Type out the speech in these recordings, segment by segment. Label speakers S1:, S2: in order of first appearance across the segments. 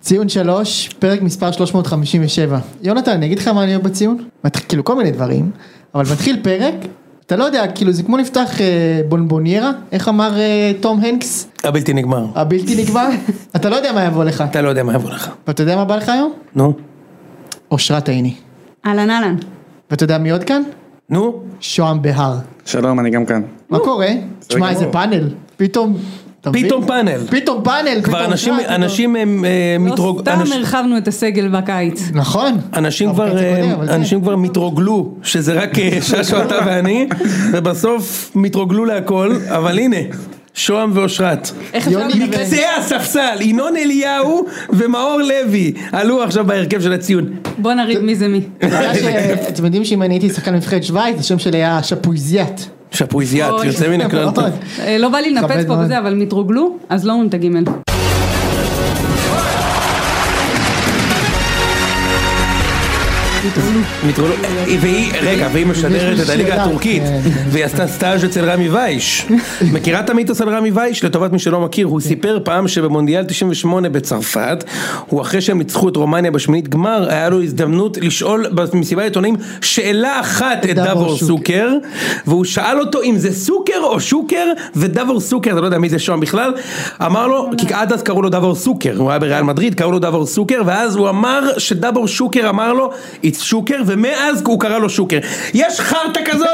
S1: ציון שלוש, פרק מספר 357. יונתן, אני אגיד לך מה אני אוהב בציון? מתח- כאילו כל מיני דברים, אבל מתחיל פרק, אתה לא יודע, כאילו זה כמו נפתח אה, בונבוניירה, איך אמר אה, תום הנקס,
S2: הבלתי נגמר.
S1: הבלתי נגמר, אתה לא יודע מה יבוא לך.
S2: אתה לא יודע מה יבוא לך.
S1: ואתה יודע מה בא לך היום?
S2: נו.
S1: אושרת עיני.
S3: אהלן אהלן.
S1: ואתה יודע מי עוד כאן?
S2: נו.
S1: שוהם בהר.
S4: שלום, אני גם כאן.
S1: מה קורה? תשמע
S4: גמור.
S1: איזה פאנל, פתאום, אתה מבין?
S2: פתאום פאנל.
S1: פתאום פאנל,
S2: כבר
S1: פתאום
S2: אנשים,
S1: אושרת, פתאום-
S2: אנשים הם אה,
S3: לא
S2: מתרוג...
S3: סתם
S2: אנש-
S3: הרחבנו את הסגל בקיץ.
S1: נכון.
S2: אנשים
S1: אבל
S2: כבר,
S1: קצת
S2: אה,
S1: קודם, אבל זה-
S2: אנשים כבר מתרוגלו, שזה רק אה, ששו אתה ואני, ובסוף מתרוגלו להכל, אבל הנה, שוהם ואושרת.
S3: איך אפשר
S1: יוני
S3: לדבר?
S2: מקצה הספסל, ינון אליהו ומאור לוי, עלו עכשיו בהרכב של הציון.
S3: בוא נריב מי זה מי.
S1: אתה יודע ש- אתם יודעים שאם אני הייתי שחקן נבחרת שווייץ, השם שלי היה נכון. שפויזיאט.
S2: שפויזיאט,
S3: אוי.
S2: יוצא מן הכלל טוב.
S3: אה, לא בא לי
S1: מכבד
S3: לנפץ פה
S1: מאוד.
S3: וזה, אבל מתרוגלו, אז לא אומרים את הגימל. מתרוגלו.
S2: מתרולו- והיא, רגע, והיא משדרת את הליגה
S1: שאלה.
S2: הטורקית,
S1: כן,
S2: והיא עשתה סטאז' אצל רמי וייש. מכירה את המיתוס על רמי וייש? לטובת מי שלא מכיר,
S1: כן.
S2: הוא סיפר פעם שבמונדיאל 98 בצרפת, הוא אחרי שהם ניצחו את רומניה בשמינית גמר, היה לו הזדמנות לשאול במסיבת עיתונאים שאלה אחת את דבור סוקר, והוא שאל אותו אם זה סוקר או שוקר, ודבור סוקר, אתה לא יודע מי זה שוהם בכלל, אמר לו, כי עד אז קראו לו דבור סוקר, הוא היה בריאל מדריד, קראו לו דבור סוקר, ואז הוא אמר שדבור שוקר אמר לו, it's שוקר, ומאז הוא קרא לו שוקר. יש חרטא כזאת?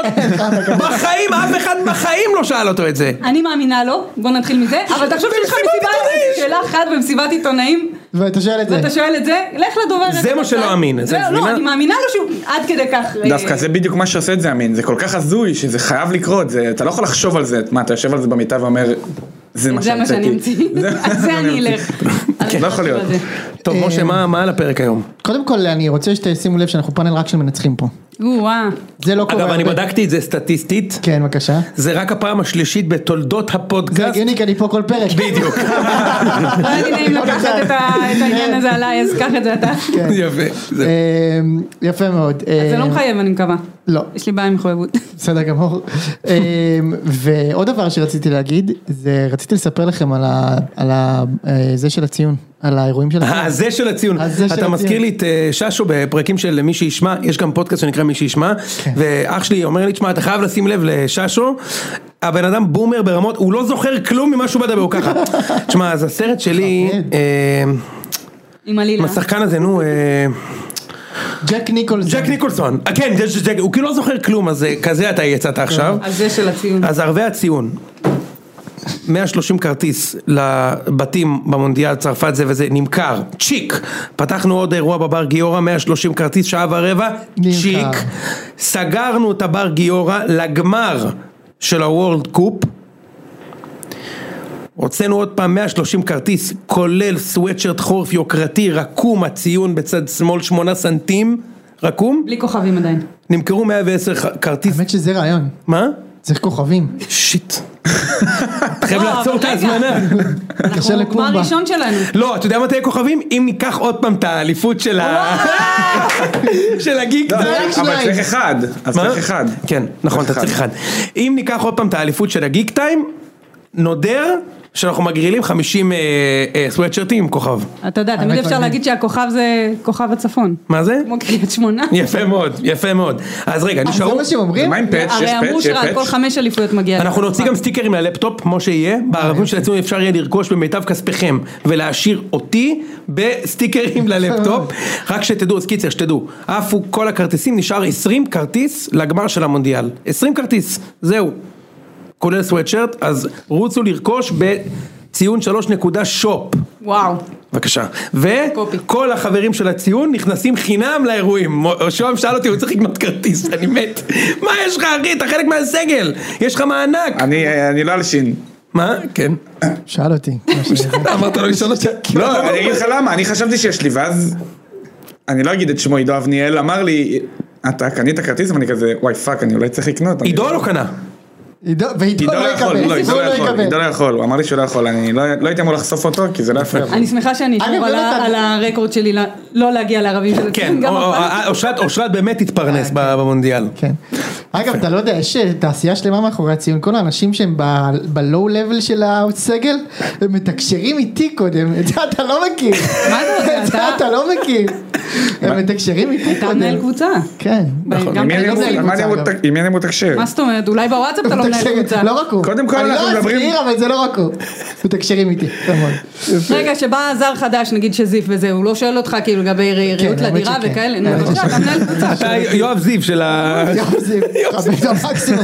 S2: בחיים, אף אחד בחיים לא שאל אותו את זה.
S3: אני מאמינה לו, בוא נתחיל מזה, אבל תחשוב שיש לך
S2: במסיבת
S3: מסיבה,
S2: עיתונאים.
S3: שאלה אחת במסיבת עיתונאים,
S1: ואתה שואל את זה.
S3: ואתה שואל את זה, לך לדובר.
S2: זה מה שלא אמין, זה
S3: זהו,
S2: מבינה?
S3: לא, אני מאמינה לו שהוא עד כדי כך. אה,
S4: דווקא זה בדיוק מה שעושה את זה, אמין. זה כל כך הזוי שזה חייב לקרות, זה- אתה לא יכול לחשוב על זה. מה, אתה יושב על זה במיטה ואומר, זה מה
S3: זה מה שאני
S4: שהמצאתי.
S3: אמציא. על זה אני
S4: המצאתי.
S3: אלך. על
S4: לא יכול להיות.
S3: הזה.
S2: טוב, משה,
S1: אה.
S2: מה מה על הפרק היום?
S1: קודם כל, אני רוצה שתשימו לב שאנחנו פאנל רק של מנצחים פה.
S3: או, וואה.
S1: זה לא קורה.
S2: אגב, אני
S1: הרבה.
S2: בדקתי את זה סטטיסטית,
S1: כן, בבקשה.
S2: זה רק הפעם השלישית בתולדות
S1: זה
S2: הפודקאסט.
S1: הגיוני כי אני פה כל פרק.
S2: בדיוק.
S3: לא היה לי נעים לקחת את ה- את העניין הזה עליי, אז קח את זה אתה.
S1: כן.
S2: יפה. זה-
S1: אה, יפה מאוד.
S3: זה לא
S1: אה,
S3: מחייב, אני מקווה.
S1: לא,
S3: יש לי בעיה עם מחויבות.
S1: בסדר גמור. אה, ועוד דבר שרציתי להגיד, זה רציתי לספר לכם על ה- על ה- אה, זה של הציון, על האירועים של הציון.
S2: הזה אה, של הציון,
S1: הזה של
S2: אתה
S1: הציון.
S2: מזכיר לי את אה, ששו בפרקים של מי שישמע, יש גם פודקאסט שנקרא מי שישמע,
S1: כן.
S2: ואח שלי אומר לי, תשמע, אתה חייב לשים לב לששו, הבן אדם בומר ברמות, הוא לא זוכר כלום ממה שהוא מדבר, הוא ככה. תשמע, אז הסרט שלי,
S1: מפחיד.
S2: אה,
S3: עם עלילה.
S2: עם השחקן הזה, נו, אה,
S1: ג'ק ניקולסון.
S2: ג'ק ניקולסון, אה, כן, ג'ק- ג'ק- הוא כאילו לא זוכר כלום, אז אה, כזה אתה יצאת עכשיו.
S1: כן.
S3: על זה של הציון.
S2: אז ערבי הציון, 130 כרטיס לבתים במונדיאל צרפת זה וזה נמכר, צ'יק. פתחנו עוד אירוע בבר גיורא, 130 כרטיס, שעה ורבע,
S1: נמכר.
S2: צ'יק. סגרנו את הבר גיורא לגמר של הוורלד קופ. הוצאנו עוד פעם 130 כרטיס, כולל סוואטשרט חורף יוקרתי, רקום הציון בצד שמאל 8 סנטים, רקום,
S3: בלי כוכבים עדיין.
S2: נמכרו 110 ח- כרטיס,
S1: האמת שזה רעיון.
S2: מה?
S1: צריך כוכבים.
S2: שיט. חייב
S3: לא,
S2: לעצור
S3: אבל
S2: את
S3: רגע.
S2: ההזמנה.
S1: קשה
S3: אנחנו
S1: לקום
S3: גמר
S1: בה.
S3: ראשון שלנו.
S2: לא, אתה יודע מתי הכוכבים? אם ניקח עוד פעם את האליפות של ה... של הגיק.
S4: לא,
S1: זה רק
S4: אבל
S1: שניים.
S4: צריך אחד, אז
S2: מה?
S4: צריך אחד.
S2: כן, נכון, אתה צריך אחד. אם ניקח עוד פעם את האליפות של הגיק טיים, נודר שאנחנו מגרילים 50 אה, אה, סוואטשרטים עם כוכב.
S3: אתה יודע, תמיד
S1: האמת
S3: אפשר
S1: מעניין.
S3: להגיד שהכוכב זה כוכב הצפון.
S2: מה זה?
S3: כמו קריית שמונה.
S2: יפה מאוד, יפה מאוד. אז רגע,
S1: אה, זה
S2: נשארו...
S1: מה שהם אומרים?
S4: מה עם פאץ'? יש
S3: הרי אמרו
S4: פאץ'?
S3: שרק
S4: יש
S3: כל
S4: פאץ'?
S3: חמש אליפויות מגיע.
S2: אנחנו נוציא גם סטיקרים ללפטופ, כמו שיהיה, בערבים של עצמנו אפשר יהיה לרכוש במיטב כספיכם ולהשאיר אותי בסטיקרים ללפטופ, רק שתדעו, אז קיצר, שתדעו, עפו כל הכרטיסים, נשאר 20 כרטיס לגמר של המונדיאל, 20 כרטיס, זהו, כולל סוואטשרט, אז רוצו לרכוש בציון 3.שופ.
S3: וואו.
S2: בבקשה.
S3: קופי.
S2: וכל החברים של הציון נכנסים חינם לאירועים. שוהם שאל אותי, הוא צריך לקנות כרטיס, אני מת. מה יש לך, אחי? אתה חלק מהסגל, יש לך מענק.
S4: אני אני לא אלשין.
S2: מה? כן.
S1: שאל אותי.
S2: אמרת לו לשאול אותי.
S4: לא, אני אגיד לך למה, אני חשבתי שיש לי, ואז... אני לא אגיד את שמו עידו אבניאל, אמר לי, אתה קנית כרטיס? ואני כזה, וואי פאק, אני אולי צריך לקנות. אני
S2: עידו
S4: לא-
S2: לא קנה.
S1: עידו- ועידו
S4: עידו לא
S1: לא
S4: יכול, לא,
S1: יקבל,
S4: עידו
S1: סיפור
S4: לא
S1: לא
S4: יכול, עידו
S1: יקבל.
S4: לא יכול, הוא אמר לי שהוא לא יכול, אני לא לא הייתי אמור לחשוף אותו, כי זה לא יפה.
S3: אני שמחה שאני
S1: אגב, לא
S3: אשמור על
S1: יונתן-
S3: ה- על הרקורד שלי ל- לא להגיע לערבים של
S2: כן,
S3: גם
S2: או- או-
S3: הפעם.
S2: אה, אושרת אושרת באמת תתפרנס ב- במונדיאל.
S1: כן. אגב, אתה לא יודע, יש אה, תעשייה שלמה מאחורי הציון, כל האנשים שהם בלואו לבל של הסגל, הם מתקשרים איתי קודם, את זה אתה לא מכיר.
S3: מה אתה יודע?
S1: את זה
S3: אתה-
S1: אתה לא מכיר. הם מתקשרים איתי
S2: אוקיי.
S3: אתה
S1: קודם.
S3: מנהל קבוצה.
S1: כן.
S3: נכון. גם
S4: עם מי אני
S3: אתה לא
S1: מנהל
S4: אמור- עם מי אני אמור
S1: קבוצה,
S4: לתק- עם מי אני אמור לתקשר?
S3: מה זאת אומרת? אולי בוואטסאפ אתה לא מנהל
S1: מתקשרים-
S3: קבוצה.
S1: לא רק הוא.
S4: קודם כל אנחנו מדברים-
S1: אני לא אזכיר, אבל זה לא רק הוא. מתקשרים איתי, כמובן.
S3: רגע, שבא זר חדש, נגיד שזיף וזה, הוא לא שואל אותך כאילו לגבי ר-
S1: כן,
S3: ריהוט
S1: האמת
S3: לדירה
S1: שכן.
S3: וכאלה, נו,
S1: האמת
S3: בבקשה, אתה מנהל קבוצה.
S2: אתה יואב זיו של ה...
S1: יואב זיו, תכבד את המקסימום.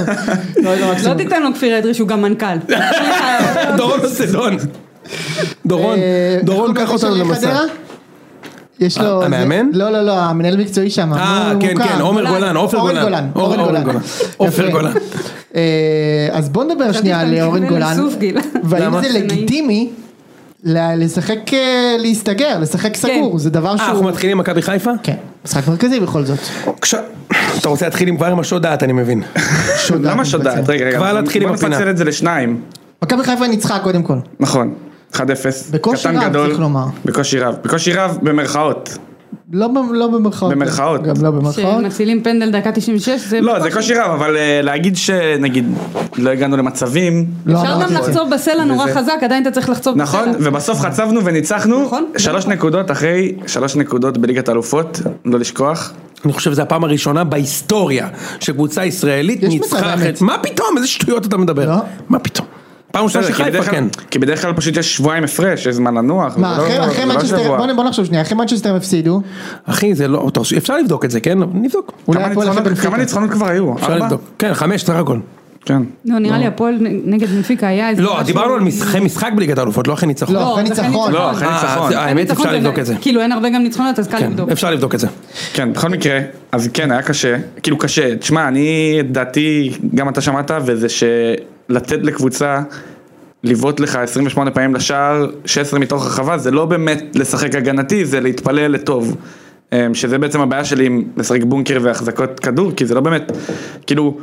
S1: לא, זה
S3: לא
S1: המקסימום.
S3: תיתן לו כפיר אדרי שהוא גם מנכ"ל.
S2: דורון אוסדון. דורון,
S1: אה,
S2: דורון
S1: איך
S2: קח
S1: קוראים
S2: אותנו
S1: לו של
S2: למסע. אה,
S1: חדרה? יש לו... זה-
S2: המאמן?
S1: לא, לא, לא, המנהל המקצועי שם.
S2: אה,
S1: הוא
S2: כן,
S1: מוכר.
S2: כן, עומר גולן, עופר
S1: אורן
S2: גולן.
S1: גולן.
S2: אור-
S1: אורן גולן.
S2: עופר
S1: יפה.
S2: גולן.
S1: אה, אז בוא נדבר שנייה
S3: שאתה
S1: על אורן
S3: מתכוון
S1: גולן.
S3: לסוף, גיל.
S1: והאם
S2: למה?
S1: זה
S3: זה נעים.
S1: לגיטימי ל- לשחק, אה, להסתגר,
S3: כן.
S1: לשחק סגור, זה דבר
S2: אה, אנחנו
S1: שהוא...
S2: מתחילים עם מכבי חיפה?
S1: כן, משחק מרכזי בכל זאת.
S2: כש- אתה רוצה להתחיל עם כבר עם השודעת אני מבין.
S1: שודד
S4: למה
S1: מתבצע.
S4: שדעת? רגע, רגע.
S2: כבר להתחיל עם
S4: בוא
S2: הפינה.
S4: נפצל את זה לשניים.
S1: מכבי חיפה ניצחה קודם כל.
S4: נכון. 1-0.
S1: בקושי
S4: קטן
S1: רב,
S4: גדול.
S1: צריך לומר.
S4: בקושי רב. בקושי רב במרכאות.
S1: לא ב- לא במרכאות.
S4: במרכאות.
S1: גם לא במרכאות.
S3: שמצילים פנדל דקה 96, זה...
S4: לא, זה קושי רב, אבל אה, להגיד שנגיד לא הגענו למצבים.
S1: לא
S3: אפשר
S1: אמרתי
S3: גם
S1: את זה.
S3: לחצוב בסלע נורא
S4: וזה-
S3: חזק, עדיין אתה צריך לחצוב בסלע.
S4: נכון, ובסוף חצבנו וניצחנו
S3: נכון,
S4: שלוש
S3: נכון.
S4: נקודות אחרי שלוש נקודות בליגת האלופות, לא לשכוח.
S2: אני חושב שזו הפעם הראשונה בהיסטוריה שקבוצה ישראלית
S1: יש
S2: ניצחה
S1: מצב,
S2: אחרת.
S1: האמת.
S2: מה פתאום? איזה שטויות אתה מדבר.
S1: לא.
S2: מה פתאום? פעם ראשונה
S4: בסדר, כי בדרך
S2: שחיפה
S4: כלל-
S2: כן.
S4: כי בדרך כלל פשוט יש שבועיים הפרש, יש זמן לנוח.
S1: מה,
S4: וזה לא-
S1: אחרי-
S4: זה
S1: אחרי
S4: לא
S1: מנצ'סטר,
S4: שבוע.
S1: בוא נ- בוא נחשוב שנייה, אחרי מנצ'סטר הפסידו,
S2: אחי זה לא, טוב, אפשר לבדוק את זה כן? נבדוק.
S1: אולי
S4: כמה
S1: הפועל אחרי
S4: ניצחונות-
S1: בנפיקה.
S4: כמה ניצחונות כבר היו?
S2: אפשר
S4: ארבע?
S2: לבדוק. כן חמש סך הכל.
S4: כן.
S3: נו, לא, נראה לי הפועל נ- נגד מפיקה היה איזה...
S2: לא
S3: משהו-
S2: דיברנו על משחק- משחק בליגת האלופות לא אחרי ניצחון.
S1: לא, אחרי
S3: זה אחרי
S1: ניצחון.
S4: לא, אחרי
S2: אה,
S4: ניצחון.
S2: זה- האמת אפשר לבדוק את זה.
S3: כאילו אין הרבה גם ניצחונות, אז קל
S2: כן,
S3: לבדוק.
S2: אפשר לבדוק את זה.
S4: כן, בכל מקרה, אז כן, היה קשה, כאילו קשה. תשמע, אני, את דעתי, גם אתה שמעת, וזה שלתת לקבוצה לבעוט לך 28 פעמים לשער, 16 מתוך הרחבה, זה לא באמת לשחק הגנתי, זה להתפלל לטוב. אמ, שזה בעצם הבעיה שלי עם לשחק בונקר והחזקות כדור, כי זה לא באמת, כאילו,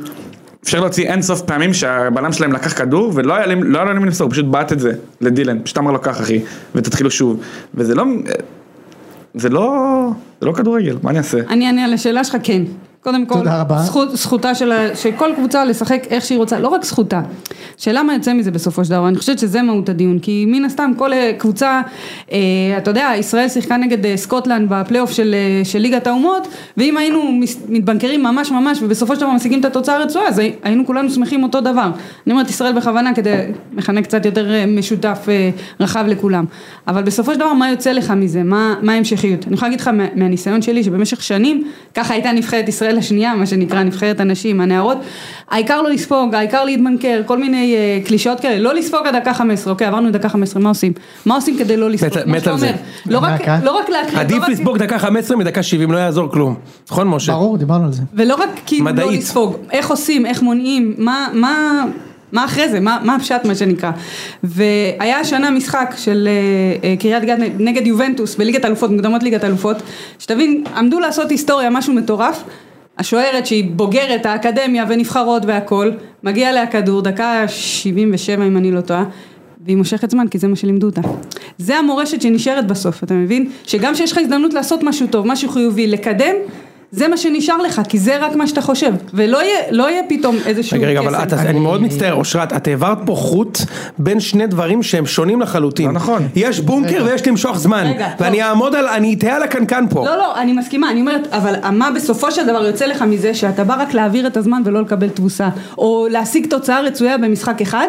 S4: אפשר להוציא אין סוף פעמים שהבלם שלהם לקח כדור ולא היה להם, לא היה להם למסור, הוא פשוט בעט את זה לדילן, פשוט אמר לו קח אחי, ותתחילו שוב. וזה לא, זה לא, זה לא כדורגל, מה אני אעשה?
S3: אני אענה על השאלה שלך, כן. קודם כל,
S1: תודה רבה.
S3: זכות, זכותה של, ה- של כל קבוצה לשחק איך שהיא רוצה, לא רק זכותה. שאלה מה יוצא מזה בסופו של דבר, אני חושבת שזה מהות הדיון, כי מן הסתם כל אה, קבוצה, אה, אתה יודע, ישראל שיחקה נגד אה, סקוטלנד בפלייאוף של, אה, של ליגת האומות, ואם היינו מס- מתבנקרים ממש ממש ובסופו של דבר משיגים את התוצאה הרצועה, אז הי- היינו כולנו שמחים אותו דבר. אני אומרת ישראל בכוונה כדי מכנה קצת יותר אה, משותף אה, רחב לכולם. אבל בסופו של דבר מה יוצא לך מזה, מה, מה ההמשכיות? אני יכולה להגיד לך מה, מהניסיון שלי שבמשך שנים, ככה הייתה נבחרת ישראל השנייה, מה שנקרא נבחרת הנשים, הנערות, העיקר לא לספוג, העיקר להתמנקר, כל מיני אה, קלישאות כאלה, לא לספוג עד דקה 15, אוקיי עברנו דקה 15, מה עושים? מה עושים כדי לא לספוג?
S2: מת-
S3: כמו
S2: מת
S3: שאתה
S2: על זה.
S3: אומר, לא רק-
S1: דקה.
S3: לא רק להקריא,
S2: עדיף
S3: לא רק-
S2: לספוג דקה 15 מדקה 70 לא יעזור כלום. נכון משה?
S1: ברור, דיברנו על זה.
S3: ולא רק כאילו לא
S2: מדעית.
S3: לספוג, איך עושים, איך מונעים, מה, מה, מה אחרי זה, מה, מה הפשט מה שנקרא. והיה השנה משחק של אה, אה, קריית גת נגד יובנטוס בליגת אלופות, מוקדמות ליגת אלופות, שתבין, עמדו לעשות היסטוריה, משהו מטורף. השוערת שהיא בוגרת האקדמיה ונבחרות והכל, מגיע אליה כדור, דקה 77 אם אני לא טועה, והיא מושכת זמן, כי זה מה שלימדו אותה. זה המורשת שנשארת בסוף, אתה מבין? שגם כשיש לך הזדמנות לעשות משהו טוב, משהו חיובי, לקדם, זה מה שנשאר לך, כי זה רק מה שאתה חושב. ולא יהיה, לא יהיה פתאום איזשהו
S2: רגע, רגע, אבל
S3: קסם.
S2: את- אני מאוד מצטער, אושרת, את העברת פה חוט בין שני דברים שהם שונים לחלוטין.
S4: לא נכון.
S2: יש בונקר ויש למשוך זמן.
S3: רגע,
S2: ואני
S3: טוב.
S2: אעמוד על, אני אתהה על הקנקן פה.
S3: לא, לא, אני מסכימה, אני אומרת, אבל מה בסופו של דבר יוצא לך מזה שאתה בא רק להעביר את הזמן ולא לקבל תבוסה, או להשיג תוצאה רצויה במשחק אחד,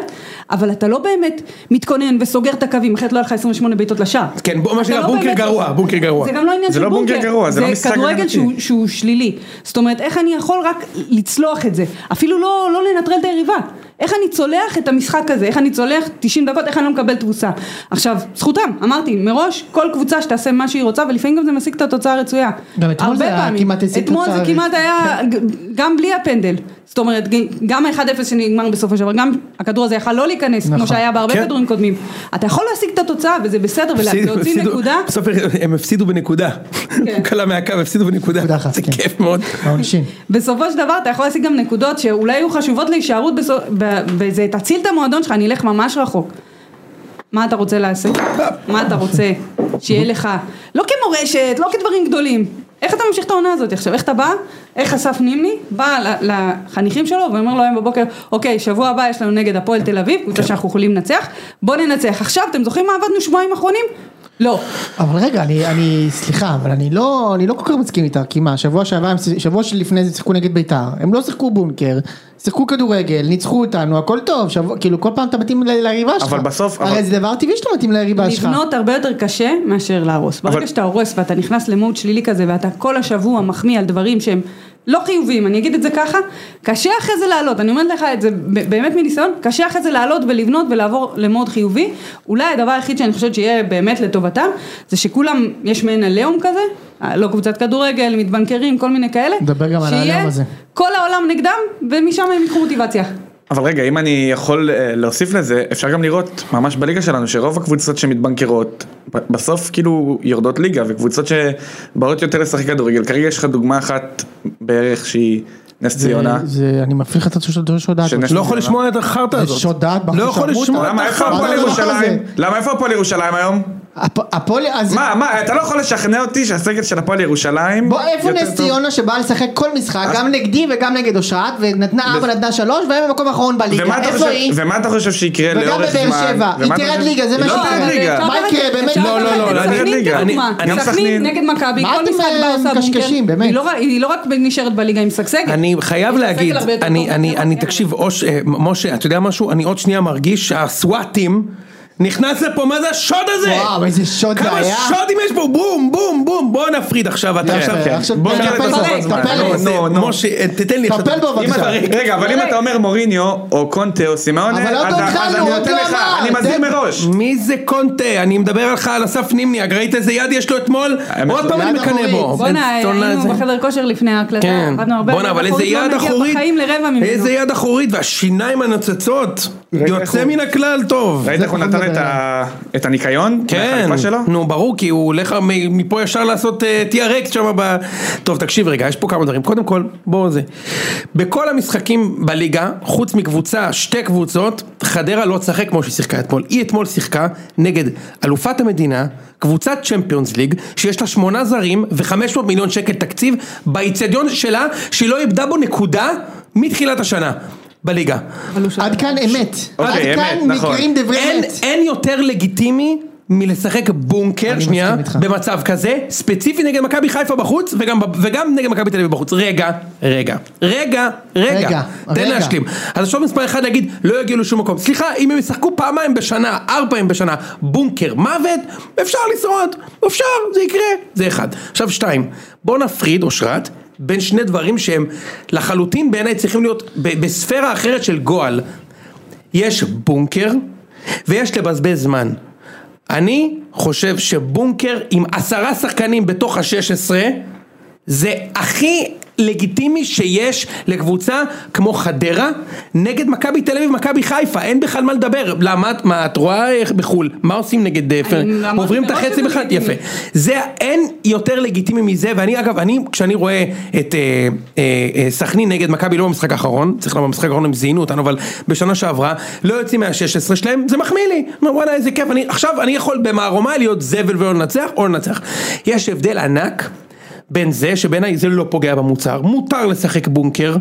S3: אבל אתה לא באמת מתכונן וסוגר את הקווים, אחרת לא היה לך 28 בעיטות לשער.
S2: כן, בוא- מה
S3: אתה
S2: שנקרא,
S3: לא
S2: בונקר
S3: באמת-
S2: גרוע, בונקר גרוע.
S3: זה גם לא עניין
S4: זה
S3: של
S4: לא בונקר גרוע, זה לא משחק
S3: כדורגל
S4: הגנתי.
S3: שהוא- שהוא שלילי. זאת אומרת, איך אני יכול רק לצלוח את זה? אפילו לא לא לנטרל את היריבה. איך אני צולח את המשחק הזה? איך אני צולח 90 דקות? איך אני לא מקבל תבוסה? עכשיו, זכותם, אמרתי, מראש, כל קבוצה שתעשה מה שהיא רוצה, ולפעמים גם זה משיג את התוצאה הרצויה.
S1: גם אתמול זה
S3: הרבה
S1: היה
S3: פעמים.
S1: כמעט כן. השיג
S3: אתמול זה
S1: תוצאה
S3: כמעט
S1: רצויה.
S3: היה, ג- גם בלי הפנדל. זאת אומרת, ג- גם ה-1-0 שנגמר בסופו של דבר, גם הכדור הזה יכל לא להיכנס,
S1: נכון.
S3: כמו שהיה בהרבה
S2: כן.
S3: כדורים קודמים. אתה יכול להשיג את התוצאה, וזה בסדר,
S2: הפסידו-
S3: ולהוציא
S2: הפסידו-
S3: לא, נקודה.
S2: בסוף הם הפסידו בנקודה. הוא קלע מהקו, הפסידו בנקודה,
S1: נקודה אחת,
S2: זה
S1: כן.
S2: כיף מאוד.
S1: העונשין.
S3: בסופו של דבר אתה יכול להשיג גם נקודות שאולי יהיו חשובות להישארות בסוף, ב- בזה, תציל את המועדון שלך, אני אלך ממש רחוק. מה אתה רוצה להשיג? מה אתה רוצה שיהיה לך? לא כמורשת, לא כדברים גדולים. איך אתה ממשיך את העונה הזאת עכשיו? איך אתה בא? איך אסף נימני בא ל- לחניכים שלו ואומר לו היום בבוקר, אוקיי, שבוע הבא יש לנו נגד הפועל תל אביב, קבוצה שאנחנו יכולים לנצח, בוא ננצח. עכשיו, אתם זוכרים מה עבדנו שבועיים אחרונים? לא.
S1: אבל רגע, אני, אני, סליחה, אבל אני לא, אני לא כל כך מסכים איתה, כי מה, שבוע שעבר, הם ש- שבוע שלפני זה שיחקו נגד ביתר, הם לא שיחקו בונקר, שיחקו כדורגל, ניצחו אותנו, הכל טוב, שבוע, כאילו כל פעם אתה מתאים ל- ליריבה שלך.
S4: אבל בסוף-
S1: הרי
S4: אבל-
S1: זה דבר טבעי שאתה מתאים ליריבה שלך.
S3: לבנות הרבה יותר קשה מאשר להרוס. ברגע
S4: אבל-
S3: שאתה הורס ואתה נכנס למוד שלילי כזה ואתה כל השבוע מחמיא על דברים שהם לא חיוביים, אני אגיד את זה ככה, קשה אחרי זה לעלות, אני אומרת לך את זה ב- באמת מניסיון, קשה אחרי זה לעלות ולבנות ולעבור למוד חיובי, אולי הדבר היחיד שאני חושבת שיהיה באמת לטובתם, זה שכולם, יש מעין עליהום כזה, אה, לא קבוצת כדורגל, מתבנקרים, כל מיני כאלה,
S1: נדבר גם על
S3: שיהיה
S1: העליהום הזה.
S3: כל העולם נגדם ומשם הם יקחו מוטיבציה.
S4: אבל רגע, אם אני יכול אה, להוסיף לזה, אפשר גם לראות ממש בליגה שלנו שרוב הקבוצות שמתבנקרות ב- בסוף כאילו יורדות ליגה וקבוצות שבאות יותר לשחק כדורגל. כרגע יש לך דוגמה אחת בערך שהיא נס
S1: זה-
S4: ציונה.
S1: זה, אני מפריך את השעות דעת.
S4: שנס-
S2: לא יכול לשמוע את החרטא
S1: זה
S2: הזאת.
S1: שוד דעת, בחור
S2: לא יכול
S1: שרמוטה.
S2: לשמוע את
S4: אה? למה איפה
S2: החרטא
S4: הפועל
S1: הדבר
S2: הזאת.
S4: ירושלים?
S1: הזה?
S4: למה איפה הפועל ירושלים היום?
S1: הפ- הפועל, אז...
S4: מה, מה, אתה לא יכול לשכנע אותי שהסגל של הפועל ירושלים...
S1: בוא, איפה
S4: יותר
S1: נס
S4: טוב?
S1: ציונה שבאה לשחק כל משחק, גם נגדי וגם נגד אושרת, ונתנה ארבע, נתנה שלוש, והיא במקום האחרון בליגה,
S4: ומה אתה
S1: איפה
S4: חושב-
S1: היא?
S4: ומה אתה חושב שיקרה
S1: וגם
S4: לאורך זמן?
S1: בבאר שבע, היא
S4: ומה אתה
S1: תרד
S4: חושב-
S1: ליגה, זה מה
S4: היא לא
S1: ש-
S4: תרד ליגה.
S1: מה יקרה, באמת?
S3: אפשר
S1: לא,
S3: לקחת
S1: לא,
S3: את
S1: לא,
S2: לא,
S3: סכנין
S2: רגע, אני-
S3: כדוגמה.
S2: אני-
S4: גם
S3: סכנין
S4: סכנין.
S3: נגד מכבי,
S1: מה
S3: כל
S1: אתם,
S3: משחק
S1: אה,
S3: בה עושה
S1: מקשקשים,
S3: בונקר.
S1: באמת?
S3: היא לא ר- היא לא רק נשארת בליגה, היא משגשגת.
S2: אני חייב
S3: יש לה סגל
S2: להגיד,
S3: הרבה יותר
S2: אני,
S3: טוב
S2: אני,
S3: מאשר
S2: אני,
S3: מכבי.
S2: תקשיב, אוש, אה, מ- משה, אתה יודע משהו? אני עוד שנייה מרגיש שהסוואטים נכנס לפה, מה זה השוד הזה?
S1: וואו, איזה שוד זה
S2: כמה
S1: היה.
S2: שודים יש פה, בום, בום, בום, בוא נפריד עכשיו, אתה
S1: יפה,
S2: עכשיו,
S1: כן. עכשיו
S2: בוא
S1: תן
S2: נראה את
S1: לפלג,
S2: הסופת זמן.
S1: תפלג.
S2: לא, זה-
S4: נו, נו.
S2: משה, אה, תתן לי עכשיו,
S1: טפל בו
S2: אם אתה-
S1: בבקשה.
S4: רגע, אבל אם אתה אומר מוריניו, או קונטה, או סימאונה,
S1: אבל עוד
S4: אז
S1: לא
S4: אז
S1: התחלנו,
S4: אני
S1: עוד
S4: נותן
S1: לא
S4: לך,
S1: אמרת.
S4: אני מזהיר מראש.
S2: מי זה קונטה? אני מדבר עליך על אסף נימניאק, ראית איזה יד יש לו אתמול?
S4: האמת, לא.
S2: עוד
S4: זה
S2: פעם אני
S1: יד
S2: מקנא
S1: אחורית.
S2: בו.
S3: בואנה,
S2: בן זונה
S3: היינו
S2: הזה.
S3: בחדר כושר לפני ההקלטה,
S2: כן.
S3: עבדנו הרבה,
S2: בואנה, אבל איזה
S3: אנחנו
S2: יד
S3: לא נגיע
S2: אחורית.
S3: בחיים לרבע ממנו.
S2: איזה יד אחורית, והשיניים הנוצצות. יוצא מן הכלל טוב.
S4: ראית איך הוא
S1: פחות
S4: נתן את
S1: מדבר.
S4: ה- את הניקיון?
S2: כן,
S4: מהחליפה שלו?
S2: נו ברור כי הוא הולך מ- מפה ישר לעשות אה, TRX שם ב... טוב תקשיב רגע, יש פה כמה דברים, קודם כל בואו זה. בכל המשחקים בליגה, חוץ מקבוצה, שתי קבוצות, חדרה לא תשחק כמו שהיא שיחקה אתמול. היא אתמול שיחקה נגד אלופת המדינה, קבוצת צ'מפיונס ליג, שיש לה שמונה זרים ו-500 מיליון שקל תקציב, באיצטדיון שלה, שהיא לא איבדה בו נקודה מתחילת השנה. בליגה.
S3: אבל הוא שווה.
S1: עד כאן אמת. עד
S4: אוקיי,
S1: כאן
S4: אמת, נכון.
S1: מקרים דברי
S2: אין,
S1: אמת.
S2: אין יותר לגיטימי מלשחק בונקר,
S1: אני
S2: שנייה,
S1: מסכים איתך.
S2: במצב כזה, ספציפי נגד מכבי חיפה בחוץ, וגם, ב- וגם נגד מכבי תל אביב בחוץ. רגע, רגע, רגע, רגע,
S1: רגע,
S2: תן
S1: רגע.
S2: להשלים. אז עכשיו מספר אחד להגיד, לא יגיעו לשום מקום. סליחה, אם הם ישחקו פעמיים בשנה, ארבע פעמים בשנה, בונקר מוות, אפשר לשרוד, אפשר, זה יקרה, זה אחד. עכשיו שתיים, בוא נפריד, אושרת, בין שני דברים שהם לחלוטין בעיניי צריכים להיות ב- בספירה אחרת של גועל. יש בונקר ויש לבזבז זמן. אני חושב שבונקר עם עשרה שחקנים בתוך ה-16 זה הכי לגיטימי שיש לקבוצה כמו חדרה נגד מכבי תל אביב, מכבי חיפה, אין בכלל מה לדבר. למה, את- מה, את רואה איך בחו"ל, מה עושים נגד אה, פר...
S3: אמרתי
S2: עוברים את
S3: מראש
S2: החצי
S3: שזה
S2: בכלל? יפה.
S3: לגיטימי.
S2: זה, אין יותר לגיטימי מזה, ואני אגב, אני, כשאני רואה את אה, אה, אה, סכנין נגד מכבי, לא במשחק האחרון, צריך לומר, במשחק האחרון הם זיינו אותנו, אבל בשנה שעברה, לא יוצאים מה-16 שלהם, זה מחמיא לי, אומר, וואלה איזה כיף, אני, עכשיו אני יכול במערומיי להיות זבל ולא לנצח, או לא לנצח. יש הבדל ענק. בין זה שבעיניי זה לא פוגע במוצר, מותר לשחק בונקר,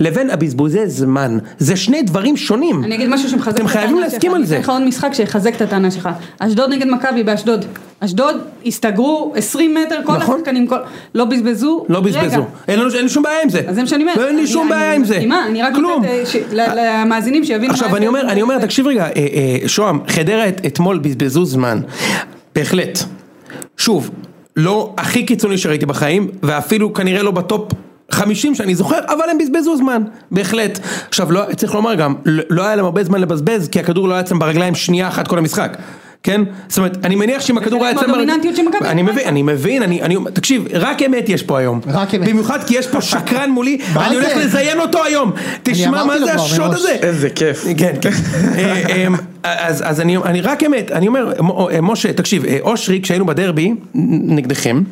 S2: לבין הבזבוזי זמן, זה שני דברים שונים.
S3: אני אגיד משהו שמחזק
S2: אתם
S3: את הטענה
S2: חייבים
S3: שלך.
S2: להסכים על
S3: אני
S2: זה.
S3: אתן לך עוד משחק שיחזק את הטענה שלך. אשדוד נגד מכבי באשדוד. אשדוד הסתגרו 20 מטר, כל
S2: נכון.
S3: השחקנים, כל- לא בזבזו.
S2: לא
S3: רגע.
S2: בזבזו, אין לנו- אין לי שום בעיה עם זה.
S3: אז זה מה שאני אומרת.
S2: לא, אין לי
S3: אני-
S2: שום
S3: אני
S2: בעיה עם זה.
S3: מסכימה, אני רק
S2: כלום.
S3: אומרת, אה, ש- ל- למאזינים שיבינו. מה
S2: עכשיו אני
S3: ההבדל.
S2: אומר, אני אומר, תקשיב רגע, אה, אה, שוהם, חדרה את, אתמול בזבזו זמן, בהחלט. שוב, לא הכי קיצוני שראיתי בחיים, ואפילו כנראה לא בטופ 50 שאני זוכר, אבל הם בזבזו זמן, בהחלט. עכשיו, לא, צריך לומר גם, לא לא היה להם הרבה זמן לבזבז, כי הכדור לא היה אצלם ברגליים שנייה אחת כל המשחק. כן? זאת אומרת, אני מניח שאם הכדור היה
S3: חלק
S2: אצלם... ברג-
S3: מהדומיננטיות של מכבי
S2: אני
S3: חיפה.
S2: מבין, אני מבין, אני... אני- תקשיב, רק אמת יש פה היום.
S1: רק אמת.
S2: במיוחד כי יש פה שקרן מולי,
S1: מה
S2: אני הולך
S1: זה?
S2: לזיין אותו היום. תשמע,
S1: אמרתי
S2: מה
S1: לו
S2: זה
S1: כבר
S2: השוד
S1: מראש.
S2: הזה?
S4: איזה כיף.
S2: כן, כן. אה, אמ, אז, אז אני, אני רק אמת, אני אומר, מ- משה, תקשיב, אה, אושרי, כשהיינו בדרבי, נ- נגדכם,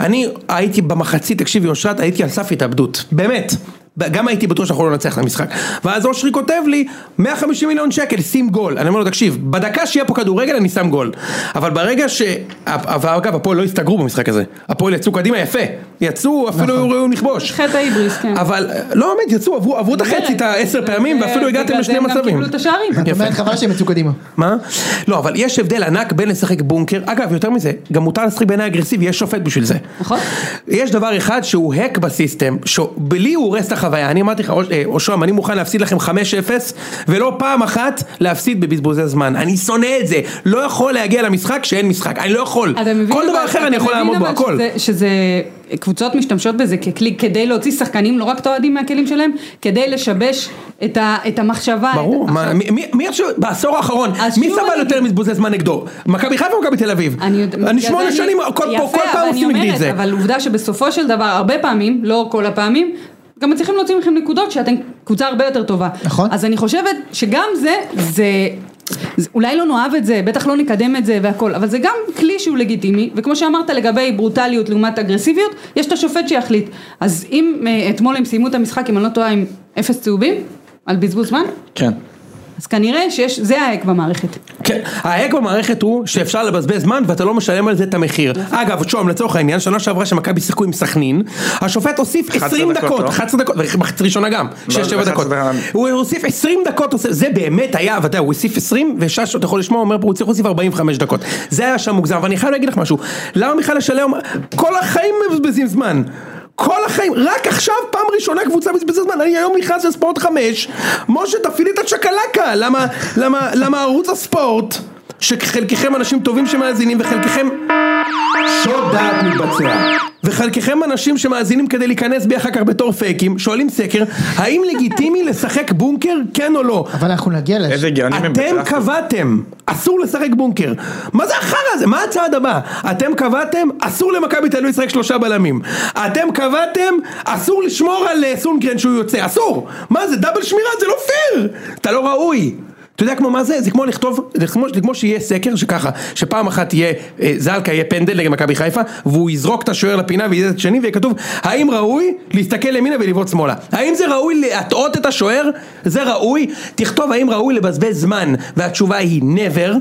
S2: אני הייתי במחצית, תקשיב, אושרת, הייתי על סף התאבדות, באמת. ב- גם הייתי בטוח שאנחנו לא ננצח את המשחק. ואז אושרי כותב לי, 150 מיליון שקל, שים גול. אני אומר לו, תקשיב, בדקה שיהיה פה כדורגל אני שם גול. אבל ברגע ש... ואגב, הפועל לא הסתגרו במשחק הזה. הפועל יצאו קדימה יפה. יצאו, אפילו היו ראויים לכבוש.
S3: חטא ההיבריס, כן.
S2: אבל לא באמת יצאו עברו עברו את החצי את העשר פעמים
S3: זה-
S2: ואפילו הגעתם
S3: בגלל זה
S2: לשני
S3: הם גם
S2: מצבים. כן.
S3: קיבלו את השערים.
S1: זאת אומרת חבל שהם יצאו קדימה.
S2: מה? לא אבל יש הבדל ענק בין לשחק בונקר אגב יותר מזה גם מותר לשחק בעיני אגרסיבי יש שופט בשביל זה.
S3: נכון.
S2: יש דבר אחד שהוא האק בסיסטם שבלי הוא הורס את החוויה אני אמרתי לך אוש- אה, אושרם אני מוכן להפסיד לכם 5-0 ולא פעם אחת להפסיד בבזבוזי זמן אני שונא את זה לא יכול להגיע למשחק שאין משחק אני לא יכול
S3: אתה מבין
S2: כל
S3: אבל-
S2: דבר אחר
S3: אתה
S2: אני יכול
S3: מבין
S2: לעמוד בו
S3: אבל
S2: הכל.
S3: שזה- שזה, קבוצות משתמשות בזה ככלי, כדי להוציא שחקנים, לא רק את האוהדים מהכלים שלהם, כדי לשבש את ה- את המחשבה.
S2: ברור,
S3: את-
S2: מה,
S3: אה, עכשיו,
S2: מי- מי- מי עכשיו, בעשור האחרון,
S3: אז
S2: מי
S3: שוב
S2: סבל
S3: אני-
S2: יותר מבוזבז זמן נגדו? מכבי חיפה או מכבי תל אביב?
S3: יודע-
S2: אני
S3: בגלל
S2: שמונה
S3: זה
S2: שנים, כל
S3: יפה,
S2: פה- כל
S3: אבל
S2: פעם
S3: אני
S2: עושים נגדי את
S3: אומרת,
S2: זה.
S3: אבל עובדה שבסופו של דבר, הרבה פעמים, לא כל הפעמים, גם מצליחים להוציא מכם נקודות שאתם קבוצה הרבה יותר טובה.
S1: נכון.
S3: אז אני חושבת שגם זה, זה... זה- אולי לא נאהב את זה, בטח לא נקדם את זה והכל, אבל זה גם כלי שהוא לגיטימי, וכמו שאמרת לגבי ברוטליות לעומת אגרסיביות, יש את השופט שיחליט. אז אם אה, אתמול הם סיימו את המשחק, אם אני לא טועה, עם אפס צהובים, על בזבוז זמן,
S4: כן.
S3: אז כנראה שיש, זה האק במערכת.
S2: כן, האק במערכת הוא שאפשר לבזבז זמן ואתה לא משלם על זה את המחיר. אגב, שום, לצורך העניין, שנה שעברה שמכבי שיחקו עם סכנין, השופט הוסיף
S4: 11
S2: 20
S4: דקות,
S2: דקות,
S4: לא?
S2: 11 דקות, ומחצית ראשונה גם, 6-7
S4: 11
S2: דקות.
S4: דקות.
S2: הוא הוסיף 20 דקות, עושה- זה באמת היה, ואתה יודע, הוא הוסיף 20, ושש, אתה יכול לשמוע, הוא אומר פה, הוא צריך להוסיף 45 דקות. זה היה שם מוגזם, אבל אני חייב להגיד לך משהו, למה מיכל השלם, כל החיים מבזבזים זמן. כל החיים, רק עכשיו פעם ראשונה קבוצה מבזבזת זמן, אני היום נכנס לספורט 5, משה תפעיל את הצ'קלקה, למה, למה, למה ערוץ הספורט, שחלקכם אנשים טובים שמאזינים וחלקכם שוד דעת מתבצע. וחלקכם אנשים שמאזינים כדי להיכנס בי אחר כך בתור פייקים, שואלים סקר, האם לגיטימי לשחק בונקר כן או לא?
S1: אבל אנחנו נגיע לזה.
S4: איזה גאונים הם
S2: אתם
S4: בטראסטו.
S2: קבעתם, אסור לשחק בונקר. מה זה החרא הזה? מה הצעד הבא? אתם קבעתם, אסור למכבי תל אביב לשחק שלושה בלמים. אתם קבעתם, אסור לשמור על אה, סונגרן שהוא יוצא, אסור! מה זה, דאבל שמירה? זה לא פייר! אתה לא ראוי! אתה יודע כמו מה זה? זה כמו לכתוב, זה כמו, זה כמו שיהיה סקר כאילו שככה, שפעם אחת יהיה, אה, זלקה יהיה פנדל נגד מכבי חיפה, והוא יזרוק את השוער לפינה ויהיה את השני, ויהיה כתוב, האם ראוי להסתכל ימינה ולבעוט שמאלה? האם זה ראוי להטעות את השוער? זה ראוי? תכתוב האם ראוי לבזבז זמן, והתשובה היא never,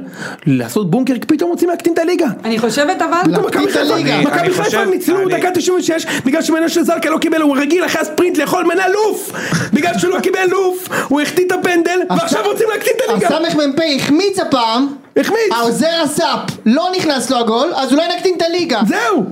S2: לעשות בונקר, פתאום רוצים להקטין את הליגה.
S3: אני חושבת אבל...
S2: פתאום מכבי
S1: את הליגה.
S2: חיפה-
S1: אני-
S2: מכבי
S4: אני
S2: חיפה
S4: חושב-
S2: ניצלו
S4: אני-
S2: דקה 96 בגלל שמנהל של זלקה לא קיבל, הוא רגיל אחרי הספרינט לאכול מנה לוף! בגלל שהוא לא קיבל לוף, הוא החטיא את הפנדל, ועכשיו רוצים להקטין את הליגה!
S1: הסמ"פ החמיץ הפעם,
S2: החמיץ!
S1: העוזר הסאפ, לא נכנס לו הגול, אז אולי נקטין את הליגה.
S2: זהו!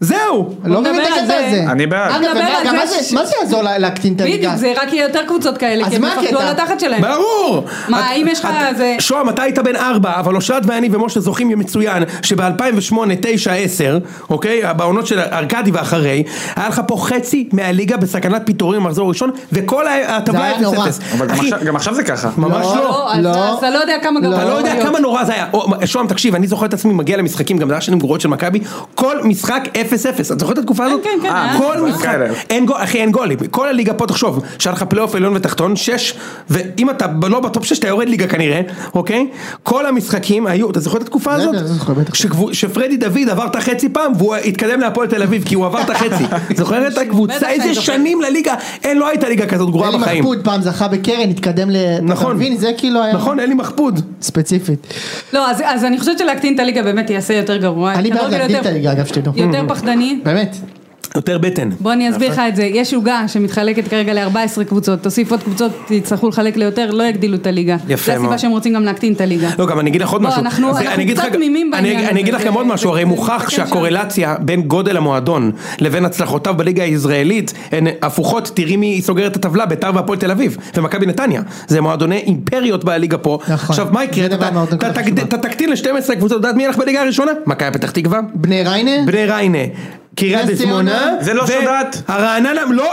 S2: זהו!
S1: לא מבין את
S3: נדבר על
S1: הקטע
S3: זה.
S1: הזה.
S4: אני בעד.
S1: אגב,
S3: נדבר על
S1: גם
S3: זה
S1: מה זה-
S3: ש-
S1: מה זה יעזור לה- להקטין את הליגה?
S3: בדיוק, זה רק יהיה יותר קבוצות כאלה,
S1: אז
S3: כי הם
S1: מה
S3: יפחדו
S1: הקטע?
S3: על התחת שלהם.
S2: ברור!
S3: מה,
S2: את-
S3: האם יש לך
S2: את-
S3: איזה-
S2: שוהם, אתה היית בן ארבע, אבל אושרת ואני ומשה זוכים מצוין, שב-2008, 9, 10, אוקיי? בעונות של ארכדי ואחרי, היה לך פה חצי מהליגה בסכנת פיטורים במחזור הראשון, וכל
S1: זה
S2: הטבלה
S1: היה
S2: 0-0.
S1: נורא.
S4: אבל גם
S2: אחי,
S4: עכשיו- גם עכשיו זה ככה.
S2: ממש לא.
S3: לא, אז-
S1: לא.
S3: אז אתה לא יודע כמה
S1: לא.
S3: גרוע.
S2: אתה לא
S3: יכול
S2: יודע
S3: להיות.
S2: כמה נורא זה היה, או, שוהם תקשיב, אני זוכר את עצמי מגיע למשחקים, גם זה היה שנים גרועות של מכבי, כל משחק 0-0, את זוכרת את התקופה הזאת?
S3: כן, כן,
S4: אה, היה.
S2: כל
S4: זה
S2: משחק,
S4: בסדר.
S2: אין גול, אחי אין גולים, כל הליגה פה תחשוב, שהיה לך פלייאוף עליון ותחתון, 6, ואם אתה ב- לא בטופ 6 אתה יורד ליגה כנראה, אוקיי? כל המשחקים היו, אתה זוכר את התקופה
S1: בטח,
S2: הזאת?
S1: זוכר, בטח.
S2: שגבו- שפרדי דוד עבר את החצי פעם, והוא התקדם להפועל תל אביב, כי הוא עבר את החצי, זוכרת את
S3: בטח
S2: הקבוצה,
S3: שאני
S2: איזה
S3: זוכרת.
S2: שנים לליגה, אין, לא הייתה ליגה כזאת גרועה
S1: אלי
S2: בחיים.
S1: מחפוד פעם זכה בקרן, התקדם ל... אתה
S2: נכון,
S1: מבין? זה כאילו היה...
S2: נכון, אלי מחפוד.
S1: ספציפית.
S3: לא, אז- אז אני חושבת שלהקטין את הליגה באמת יעשה יותר גרוע.
S1: אני בעד
S3: כדורגל
S1: להקטין את
S3: יותר-
S1: הליגה, אגב, שתדעו.
S3: יותר פחדני.
S1: באמת.
S2: יותר בטן.
S3: בוא אני אסביר לך את זה, יש עוגה שמתחלקת כרגע ל-14 קבוצות, תוסיף עוד קבוצות, תצטרכו לחלק ליותר, לא יגדילו את הליגה.
S2: יפה
S3: זה הסיבה
S2: מאוד.
S3: שהם רוצים גם להקטין את הליגה.
S2: לא, גם אני אגיד לך עוד
S3: בוא,
S2: משהו.
S3: אנחנו-
S2: זה-
S3: אנחנו
S2: אני אגיד
S3: קצת
S2: לך גם-
S3: תמימים
S2: אני-
S3: בעניין
S2: אני
S3: הזה,
S2: אגיד לך
S3: זה-
S2: גם עוד
S3: זה-
S2: משהו, הרי
S3: זה
S2: מוכח
S3: מסתכל
S2: שהקורלציה בין גודל המועדון לבין הצלחותיו בליגה הישראלית הן הפוכות, תראי מי סוגר את הטבלה, ביתר והפועל תל אביב ומכבי נתניה. זה מועדוני אימפריות בליגה פה.
S1: נכון.
S2: עכשיו מה יקרה?
S1: זה דבר
S2: אתה-
S1: מאוד
S2: אתה
S1: נקודה
S2: תגד-
S1: חשובה.
S2: אתה תקטין ל-12 קבוצות, את יודעת מי הלך בליגה הראשונה? מכבי פתח תקווה,
S1: בני ריינה?
S2: בני ריינה, קריית
S1: נס
S2: שמונה,
S1: ציונה.
S4: זה לא
S2: ו-
S4: שודד.
S2: הרעננה, לא,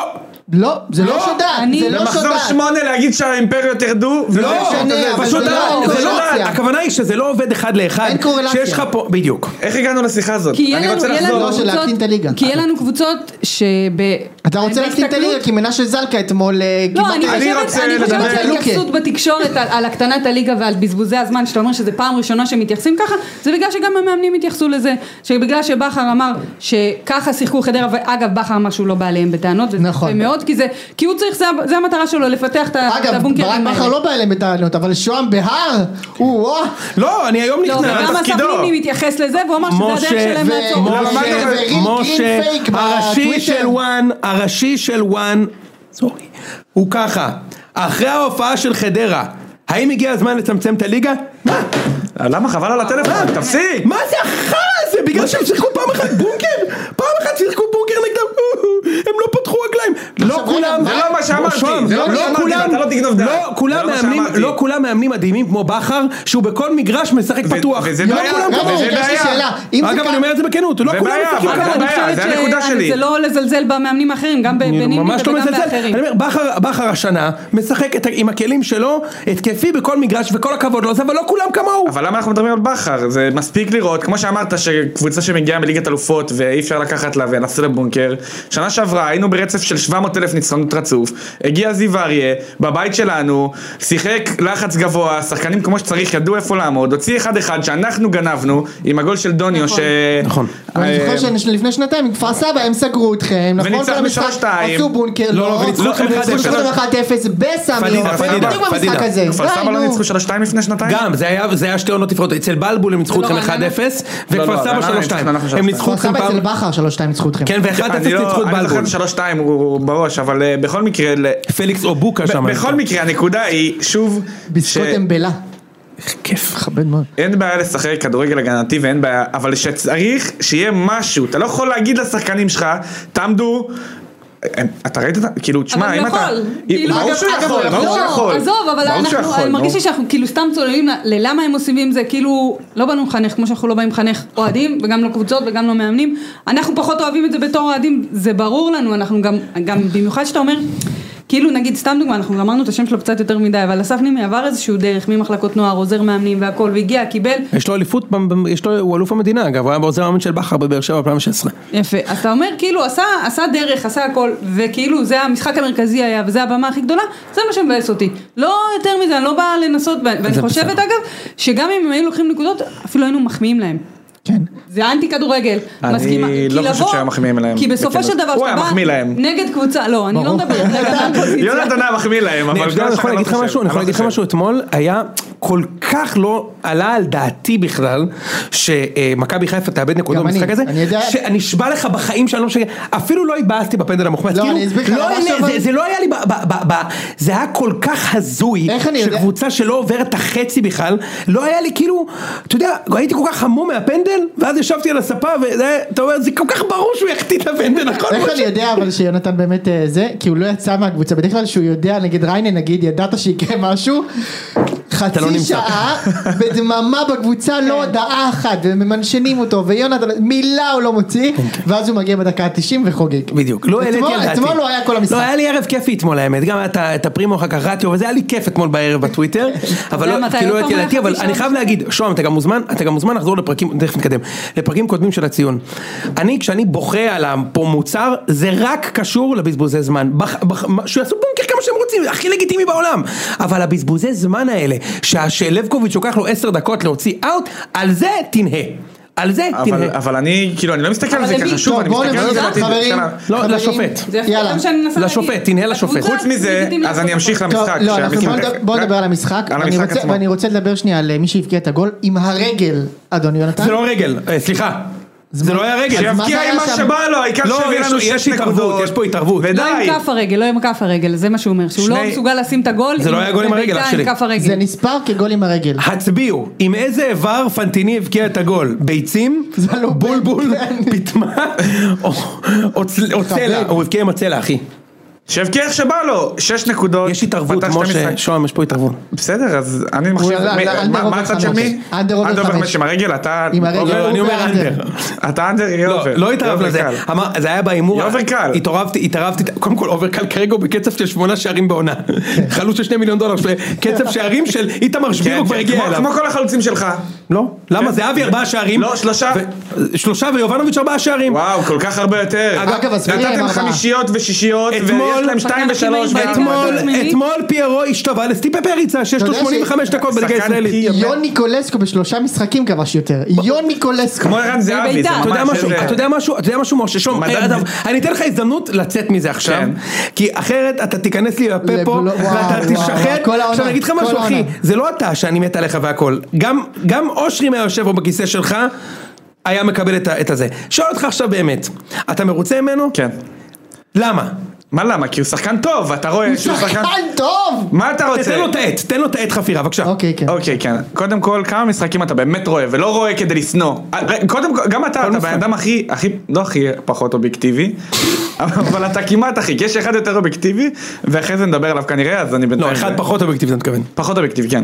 S1: לא, זה לא
S2: לא,
S1: שודד.
S3: אני-
S1: זה לא
S4: במחזור
S1: שודד.
S4: שמונה להגיד שהאימפריות ירדו?
S2: לא,
S4: וזה-
S1: משנה,
S4: אתה יודע,
S1: אבל
S2: פשוט
S1: זה לא-
S2: זה לא,
S1: קורלציה.
S2: הכוונה היא שזה לא עובד אחד לאחד,
S1: אין קורלציה.
S2: שיש לך פה, בדיוק.
S4: איך הגענו לשיחה הזאת?
S3: כי יהיה
S4: אני
S3: לנו,
S4: רוצה
S3: יהיה לנו
S4: לחזור.
S1: לא, של להקטין את הליגה.
S3: כי יהיה לנו קבוצות שב...
S1: אתה רוצה להקטין את הליגה,
S3: אה, בהסתכלות-
S1: כי מנשה זלקה אתמול אה,
S3: לא, אני
S1: כמעט-
S4: אני
S3: חושבת,
S4: רוצה
S3: אני
S4: לדבר-
S3: חושבת
S1: לוקה.
S3: שההתייחסות בתקשורת על, על הקטנת הליגה ועל בזבוזי הזמן, שאתה אומר שזו פעם ראשונה שמתייחסים ככה, זה בגלל שגם המאמנים התייחסו לזה, שבגלל שבכר אמר שככה שיחקו חדרה, ואגב בכר אמר שהוא לא בא אליהם בטענות, וזה
S1: נכון.
S3: יפה מאוד, כי זה, כי הוא צריך, זה, ה- זה המטרה שלו, לפתח את, ה- את
S1: אגב,
S3: הבונקרים
S1: ברק בכר לא בא אליהם בטענות, אבל שוהם בהר, הוא וואו,
S2: לא, אני היום
S3: לא,
S2: נכנס
S3: וגם אסף
S2: לתפקידו.
S3: נימני מתייחס לזה, והוא אמר שזה הדרך
S2: משה
S3: שלהם לעצור.
S1: ו-
S3: אותו.
S1: משה-
S2: משה,
S1: גרין פייק
S2: הראשי
S1: בטוויטר.
S2: של וואן, הראשי של וואן, סורי, הוא ככה, אחרי ההופעה של חדרה, האם הגיע הזמן לצמצם את הליגה? מה?
S4: אה, למה חבל על
S1: לא.
S4: הטלפון? תפסיק!
S2: מה זה החרא הזה? בגלל שהם שיחקו פעם אחת בונקר? פעם אחת שיחקו בונקר נגדם, הם לא פתחו רגליים. לא
S1: עכשיו,
S2: כולם,
S1: רגע,
S4: זה לא מה שאמרתי,
S2: שוהם,
S4: זה לא מה שאמרתי,
S2: כולם-
S4: ואתה לא תגנוב דעת.
S2: לא כולם
S4: זה לא מה
S2: מאמנים,
S4: שאמרתי.
S2: לא כולם מאמנים מדהימים כמו בכר, שהוא בכל מגרש משחק
S4: ו-
S2: פתוח.
S4: וזה
S2: לא
S4: בעיה,
S2: כולם
S4: וזה
S2: כמוהו.
S1: רגע, רגע, יש לי
S4: בעיה.
S1: שאלה, אם זה
S2: אגב, אני
S1: ככה,
S2: אומר את זה בכנות, לא
S4: זה
S2: כולם
S4: בעיה,
S2: משחקים
S4: אבל
S2: ככה.
S4: זה
S3: אני
S4: בעיה,
S3: חושבת
S4: זה
S3: ש-
S4: הנקודה
S3: אני-
S4: שלי.
S3: זה לא לזלזל במאמנים האחרים, גם
S2: אני
S3: בנימני
S2: ממש לא
S3: וגם
S2: מזלזל,
S3: באחרים.
S2: אני אומר, בכר- בכר השנה משחק את ה- עם הכלים שלו, התקפי בכל מגרש וכל הכבוד לו, זה, אבל לא כולם כמוהו.
S4: אבל למה אנחנו מדברים על בכר? זה מספיק לראות, כמו שאמרת, שקבוצה שמגיעה מליגת אלופות ואי אפשר לקחת לה ולעשות לבונקר. שנה שעברה היינו ברצף של 700 אלף ניצחונות רצוף, הגיע זיו אריה, בבית שלנו, שיחק לחץ גבוה, שחקנים כמו שצריך ידעו איפה לעמוד, הוציא אחד אחד שאנחנו גנבנו עם הגול של דוניו
S3: נכון.
S4: ש...
S2: נכון.
S1: אני זוכר
S4: אה,
S1: שלפני שנתיים, עם כפר סבא הם סגרו אתכם, נכון?
S4: וניצחנו
S1: כל המשחק,
S4: שלוש-שתיים.
S1: עשו בונקר,
S2: לא, לא, וניצחו
S1: לא,
S2: אתכם
S1: הם ניצחו
S2: 1-0.
S1: שלוש-שתיים, 1-0 בסמי,
S2: פדידה,
S1: עופר,
S2: פדידה,
S1: בדיוק במשחק
S2: פדידה.
S1: הזה,
S4: כפר
S1: די,
S4: סבא לא
S1: נו.
S4: ניצחו 3-2 לפני שנתיים?
S2: גם, זה היה, זה היה שתי עונות נפרדות, אצל בלבול הם ניצחו
S3: לא
S2: אתכם 1-0,
S3: רעננה?
S4: לא,
S2: וכפר
S4: לא,
S2: סבא
S4: רעננה
S2: 3-2,
S4: ניצחנו אנחנו
S2: הם
S4: 3-2.
S2: ניצחו
S1: כפר
S2: אתכם
S1: סבא
S2: פעם,
S1: אצל בכר שלוש-שתיים ניצחו אתכם.
S2: כן, ו-1-0
S4: אני
S2: ניצחו את
S4: לא, אני
S2: בלבול,
S4: זוכר שלוש שתיים הוא בראש, אבל אה, בכל מקרה, ל-
S2: פליקס או בוקה שם,
S4: ב- בכל מקרה הנקודה היא, שוב,
S1: ביסקוט
S4: ש-
S1: אמבלה,
S2: כיף,
S1: מכבד מאוד.
S4: אין בעיה לשחק כדורגל הגנתי ואין בעיה, אבל שצריך שיהיה משהו, אתה לא יכול להגיד לשחקנים שלך, תעמדו, הם- אתה ראית את ה... כאילו, תשמע,
S3: אבל
S4: אם
S3: הוא
S4: אתה...
S3: יכול,
S4: אם-
S3: כאילו,
S4: ברור
S3: אגב,
S4: שהוא
S3: אגב,
S4: יכול,
S3: הוא
S4: ברור שהוא
S3: לא,
S4: יכול.
S3: עזוב, אבל
S4: ברור שהוא
S3: אנחנו,
S4: יכול,
S3: אני מרגיש
S4: נו.
S3: לי שאנחנו כאילו סתם צוללים ל- ללמה הם עושים עם זה, כאילו, לא באנו לחנך כמו שאנחנו לא באים לחנך אוהדים, וגם לא קבוצות וגם לא מאמנים, אנחנו פחות אוהבים את זה בתור אוהדים, זה ברור לנו, אנחנו גם, גם במיוחד שאתה אומר... כאילו נגיד סתם דוגמא, אנחנו אמרנו את השם שלו קצת יותר מדי, אבל אסף נימי עבר איזשהו דרך ממחלקות נוער, עוזר מאמנים והכל, והגיע, קיבל,
S2: יש לו אליפות, במ- במ- יש לו, הוא אלוף המדינה אגב, הוא היה בעוזר המאמן של בכר בבאר שבע ב-2016.
S3: יפה, אז אתה אומר כאילו עשה, עשה דרך, עשה הכל, וכאילו זה המשחק המרכזי היה וזה הבמה הכי גדולה, זה מה שמבאס אותי. לא יותר מזה, אני לא באה לנסות, ו- ואני
S2: זה
S3: חושבת
S2: בסדר.
S3: אגב, שגם אם הם היו לוקחים נקודות, אפילו היינו מחמיאים להם.
S1: כן.
S3: זה אנטי כדורגל,
S4: אני
S3: מסכימה.
S4: לא
S3: כי
S4: חושב
S3: לבוא-
S4: שהיה מחמיאים להם,
S3: כי בסופו
S4: בכנות.
S3: של דבר,
S4: הוא
S3: כשאתה
S4: היה
S3: בא
S4: מחמיא להם.
S3: נגד קבוצה, לא, אני לא
S1: ברור.
S3: מדברת רגע על הפוזיציה.
S4: יונתן היה מחמיא להם,
S2: אני
S4: אבל
S2: יכול
S4: גם השחקן
S2: להגיד לך
S4: לא
S2: משהו, אני יכול
S4: חושב,
S2: להגיד לך
S4: לא
S2: משהו, אתמול היה כל כך לא עלה על דעתי בכלל, שמכבי חיפה תאבד נקודות
S1: גם אני,
S2: במשחק הזה,
S1: אני יודע-
S2: שאני נשבע לך בחיים שאני לא משנה, אפילו לא התבאסתי בפנדל המוחמד,
S1: לא,
S2: כאילו,
S1: אני אסביר לך,
S2: לא
S1: ממש
S2: עלה-
S1: אבל-
S2: זה- זה לא היה לי, ב- ב- ב- ב- זה היה כל כך הזוי,
S1: איך אני יודע?
S2: שקבוצה שלא עוברת את החצי בכלל, לא היה לי כאילו, אתה יודע, הייתי כל כך המום מהפנדל, ואז ישבתי על הספה, ואתה אומר, זה כל כך ברור שהוא יחטיא את הפנדל, נכון?
S1: איך
S2: משה?"
S1: אני יודע אבל שיונתן באמת אה, זה, כי הוא לא יצא מהקבוצה, בדרך כלל שהוא יודע, נגיד ריינה נגיד, ידעת שיקרה משהו,
S2: לא
S1: חצי
S2: נמצא. כן.
S1: שעה בדממה בקבוצה, לא הודעה אחת, וממנשנים אותו, ויונתן, מילה הוא לא מוציא, ואז הוא מגיע בדקה ה-90 וחוגג.
S2: כן, בדיוק, לא העליתי
S1: אתמול-
S2: על דעתי.
S1: אתמול לא היה כל
S2: לא,
S1: המשחק.
S2: היה לי ערב כיפי אתמול האמת, גם היה את ה- את הפרימו אחר כך רטיו, וזה היה לי כיף אתמול בערב בטוויטר, אבל
S3: יודע
S2: לא,
S3: מתי
S2: כי לא
S3: עוד
S2: העליתי על
S3: פעם
S2: דעתי,
S3: היה
S2: אבל
S3: חצי
S2: אני
S3: שעה
S2: חייב להגיד, שוהם, אתה גם מוזמן, אתה גם מוזמן לחזור לפרקים, תכף נתקדם, לפרקים קודמים של הציון. אני, כשאני בוכה על פה מוצר, זה רק קשור לבזבוזי זמן. בח- בח- מה- שיעשו בונקר כמה שהם רוצים, הכי לגיטימי בעולם. אבל הבזבוזי זמן האלה, שה- שלבקוביץ' לוקח לו עשר דקות להוציא אאוט, על זה תנהה. על זה
S4: אבל-
S2: תנהה.
S4: אבל אני, כאילו, אני לא מסתכל על
S3: אבל
S4: זה
S3: הם
S4: ככה, שוב,
S1: טוב,
S4: אני
S1: בואו
S4: מסתכל על זה
S1: נמשיך,
S4: בעתיד,
S1: חברים.
S4: שנה.
S2: לא,
S1: חברים.
S2: לשופט.
S3: זה יפה
S1: יאללה.
S3: גם שאני מנסה להגיד.
S2: לשופט, תנהל לשופט.
S3: הקבוצה
S4: חוץ מזה,
S3: לגיטימית
S4: אז
S3: לעשות
S4: אני אמשיך
S3: הכל.
S1: טוב,
S4: למשחק,
S1: לא, אנחנו-
S4: שהמשחק-
S1: בוא נדבר- בואו נדבר על המשחק,
S4: על
S1: אני
S4: המשחק
S1: רוצה-
S4: עצמו.
S1: ואני רוצה לדבר שנייה על אה, מי שהבקיע את הגול עם הרגל, אדון יונתן.
S2: זה לא רגל, אה, סליחה. זה לא היה רגל.
S1: אז מה זה
S4: שיבקיע
S1: היה
S4: עם מה
S1: שם?
S4: שבא לו, העיקר
S2: לא,
S4: שיביא
S2: יש-
S4: לנו
S2: יש
S4: שש
S2: התערבות,
S4: נקודות.
S2: יש פה התערבות.
S4: ודי.
S3: לא עם כף הרגל, לא עם כף הרגל, זה מה שהוא אומר, שהוא לא
S4: שני-
S3: מסוגל לשים את הגול.
S2: זה לא
S3: עם-
S2: היה גול עם הרגל, אח
S3: בביתה
S2: שלי.
S3: כף הרגל.
S1: זה נספר כגול עם הרגל.
S2: הצביעו, עם איזה איבר פנטיני הבקיע את הגול? ביצים?
S1: זה לא
S2: בולבול?
S1: בן, כן.
S2: פיטמה? או- או צל- או צלע? הוא הבקיע עם הצלע, אחי.
S4: שיבקיע איך שבא לו, שש נקודות.
S2: יש התערבות,
S4: פתח שתי
S2: משה,
S4: משחק-
S2: שוהם, יש פה התערבות.
S4: בסדר, אז אני מחשיב,
S1: עלה-
S4: מי-
S1: עלה-
S4: מה-
S1: אוקיי, אנדר
S4: מה
S1: אובר
S4: הצד של
S1: חמש.
S4: מי?
S1: אנדר אובר
S4: אנדר
S1: חמש.
S4: עם הרגל, אתה...
S1: עם הרגל.
S4: אובר-
S1: הוא
S2: אני אומר
S1: באנדר.
S2: אנדר.
S4: אתה אנדר יהיה
S2: לא,
S4: אובר.
S2: לא
S4: יהיה
S2: התערב
S4: אובר
S2: לזה,
S4: קל.
S2: אמר, זה היה בהימור,
S4: יהיה אובר קל.
S2: התערבתי, התערבתי, קודם כל אובר קל כרגע הוא בקצב של שמונה שערים בעונה, חלוץ של שני מיליון דולר, קצב שערים של איתמר שבירו
S4: כן,
S2: כבר
S4: כן,
S2: הגיע
S4: כמו-
S2: אליו,
S4: כמו כל החלוצים שלך.
S2: לא, למה זהבי ארבעה שערים,
S4: לא, שלושה.
S2: ו- שלושה ויובנוביץ' ארבעה שערים,
S4: וואו, כל כך הרבה יותר.
S1: אגב, אגב, אז מי הם
S4: נתתם
S1: ארבעה?
S4: חמישיות ושישיות, ויש
S2: אתמול-
S4: להם שתיים
S3: שחקן הכי
S4: ושלוש.
S3: מהיר
S4: וארבע.
S2: אתמול,
S3: עצמי.
S2: אתמול פיירו השתווה לסטיפה פריצה שיש
S1: אתה
S2: לו
S1: יודע
S2: 85 דקות בליגה
S4: שחקן
S2: הישראלית,
S4: קי-
S1: יון ניקולסקו בשלושה משחקים כבש יותר. יון ניקולסקו.
S4: כמו ערן זהבי, זה
S3: בבית"ר.
S4: ממש...
S2: אתה יודע משהו,
S4: איזה-
S2: אתה יודע משהו, אתה יודע משהו משה, שום,
S4: מדד-
S2: אה, אדם, אני אתן לך הזדמנות לצאת מזה עכשיו,
S4: כן.
S2: כי אחרת אתה תיכנס לי לפה
S1: לבלו-
S2: פה,
S1: וואו,
S2: ואתה
S1: וואו,
S2: תשחט,
S1: כל העונה,
S2: עכשיו אני אגיד לך
S1: כל
S2: משהו אחי,
S1: העונה.
S2: זה לא אתה שאני מת עליך והכל, גם- גם אושרי אם היה יושב פה בכיסא שלך, היה מקבל את ה- את הזה, שואל אותך עכשיו באמת, אתה מרוצה ממנו?
S4: כן.
S2: למה?
S4: מה למה? כי הוא שחקן טוב, אתה רואה שהוא שחקן...
S1: שחקן טוב!
S4: מה אתה רוצה?
S2: תן לו את העט, תן לו את העט חפירה בבקשה,
S1: אוקיי, כן.
S4: אוקיי, כן. קודם כל, כמה משחקים אתה באמת רואה, ולא רואה כדי לשנוא. אה, ר- קודם כל, גם אתה, אתה
S2: משחק.
S4: בן אדם הכי, הכי, לא הכי פחות אובייקטיבי, אבל אתה כמעט הכי, כי יש אחד יותר אובייקטיבי, ואחרי זה נדבר עליו כנראה, אז אני
S2: לא
S4: בינתיים...
S2: אחד פחות אובייקטיבי אתה מתכוון,
S4: פחות אובייקטיבי, כן.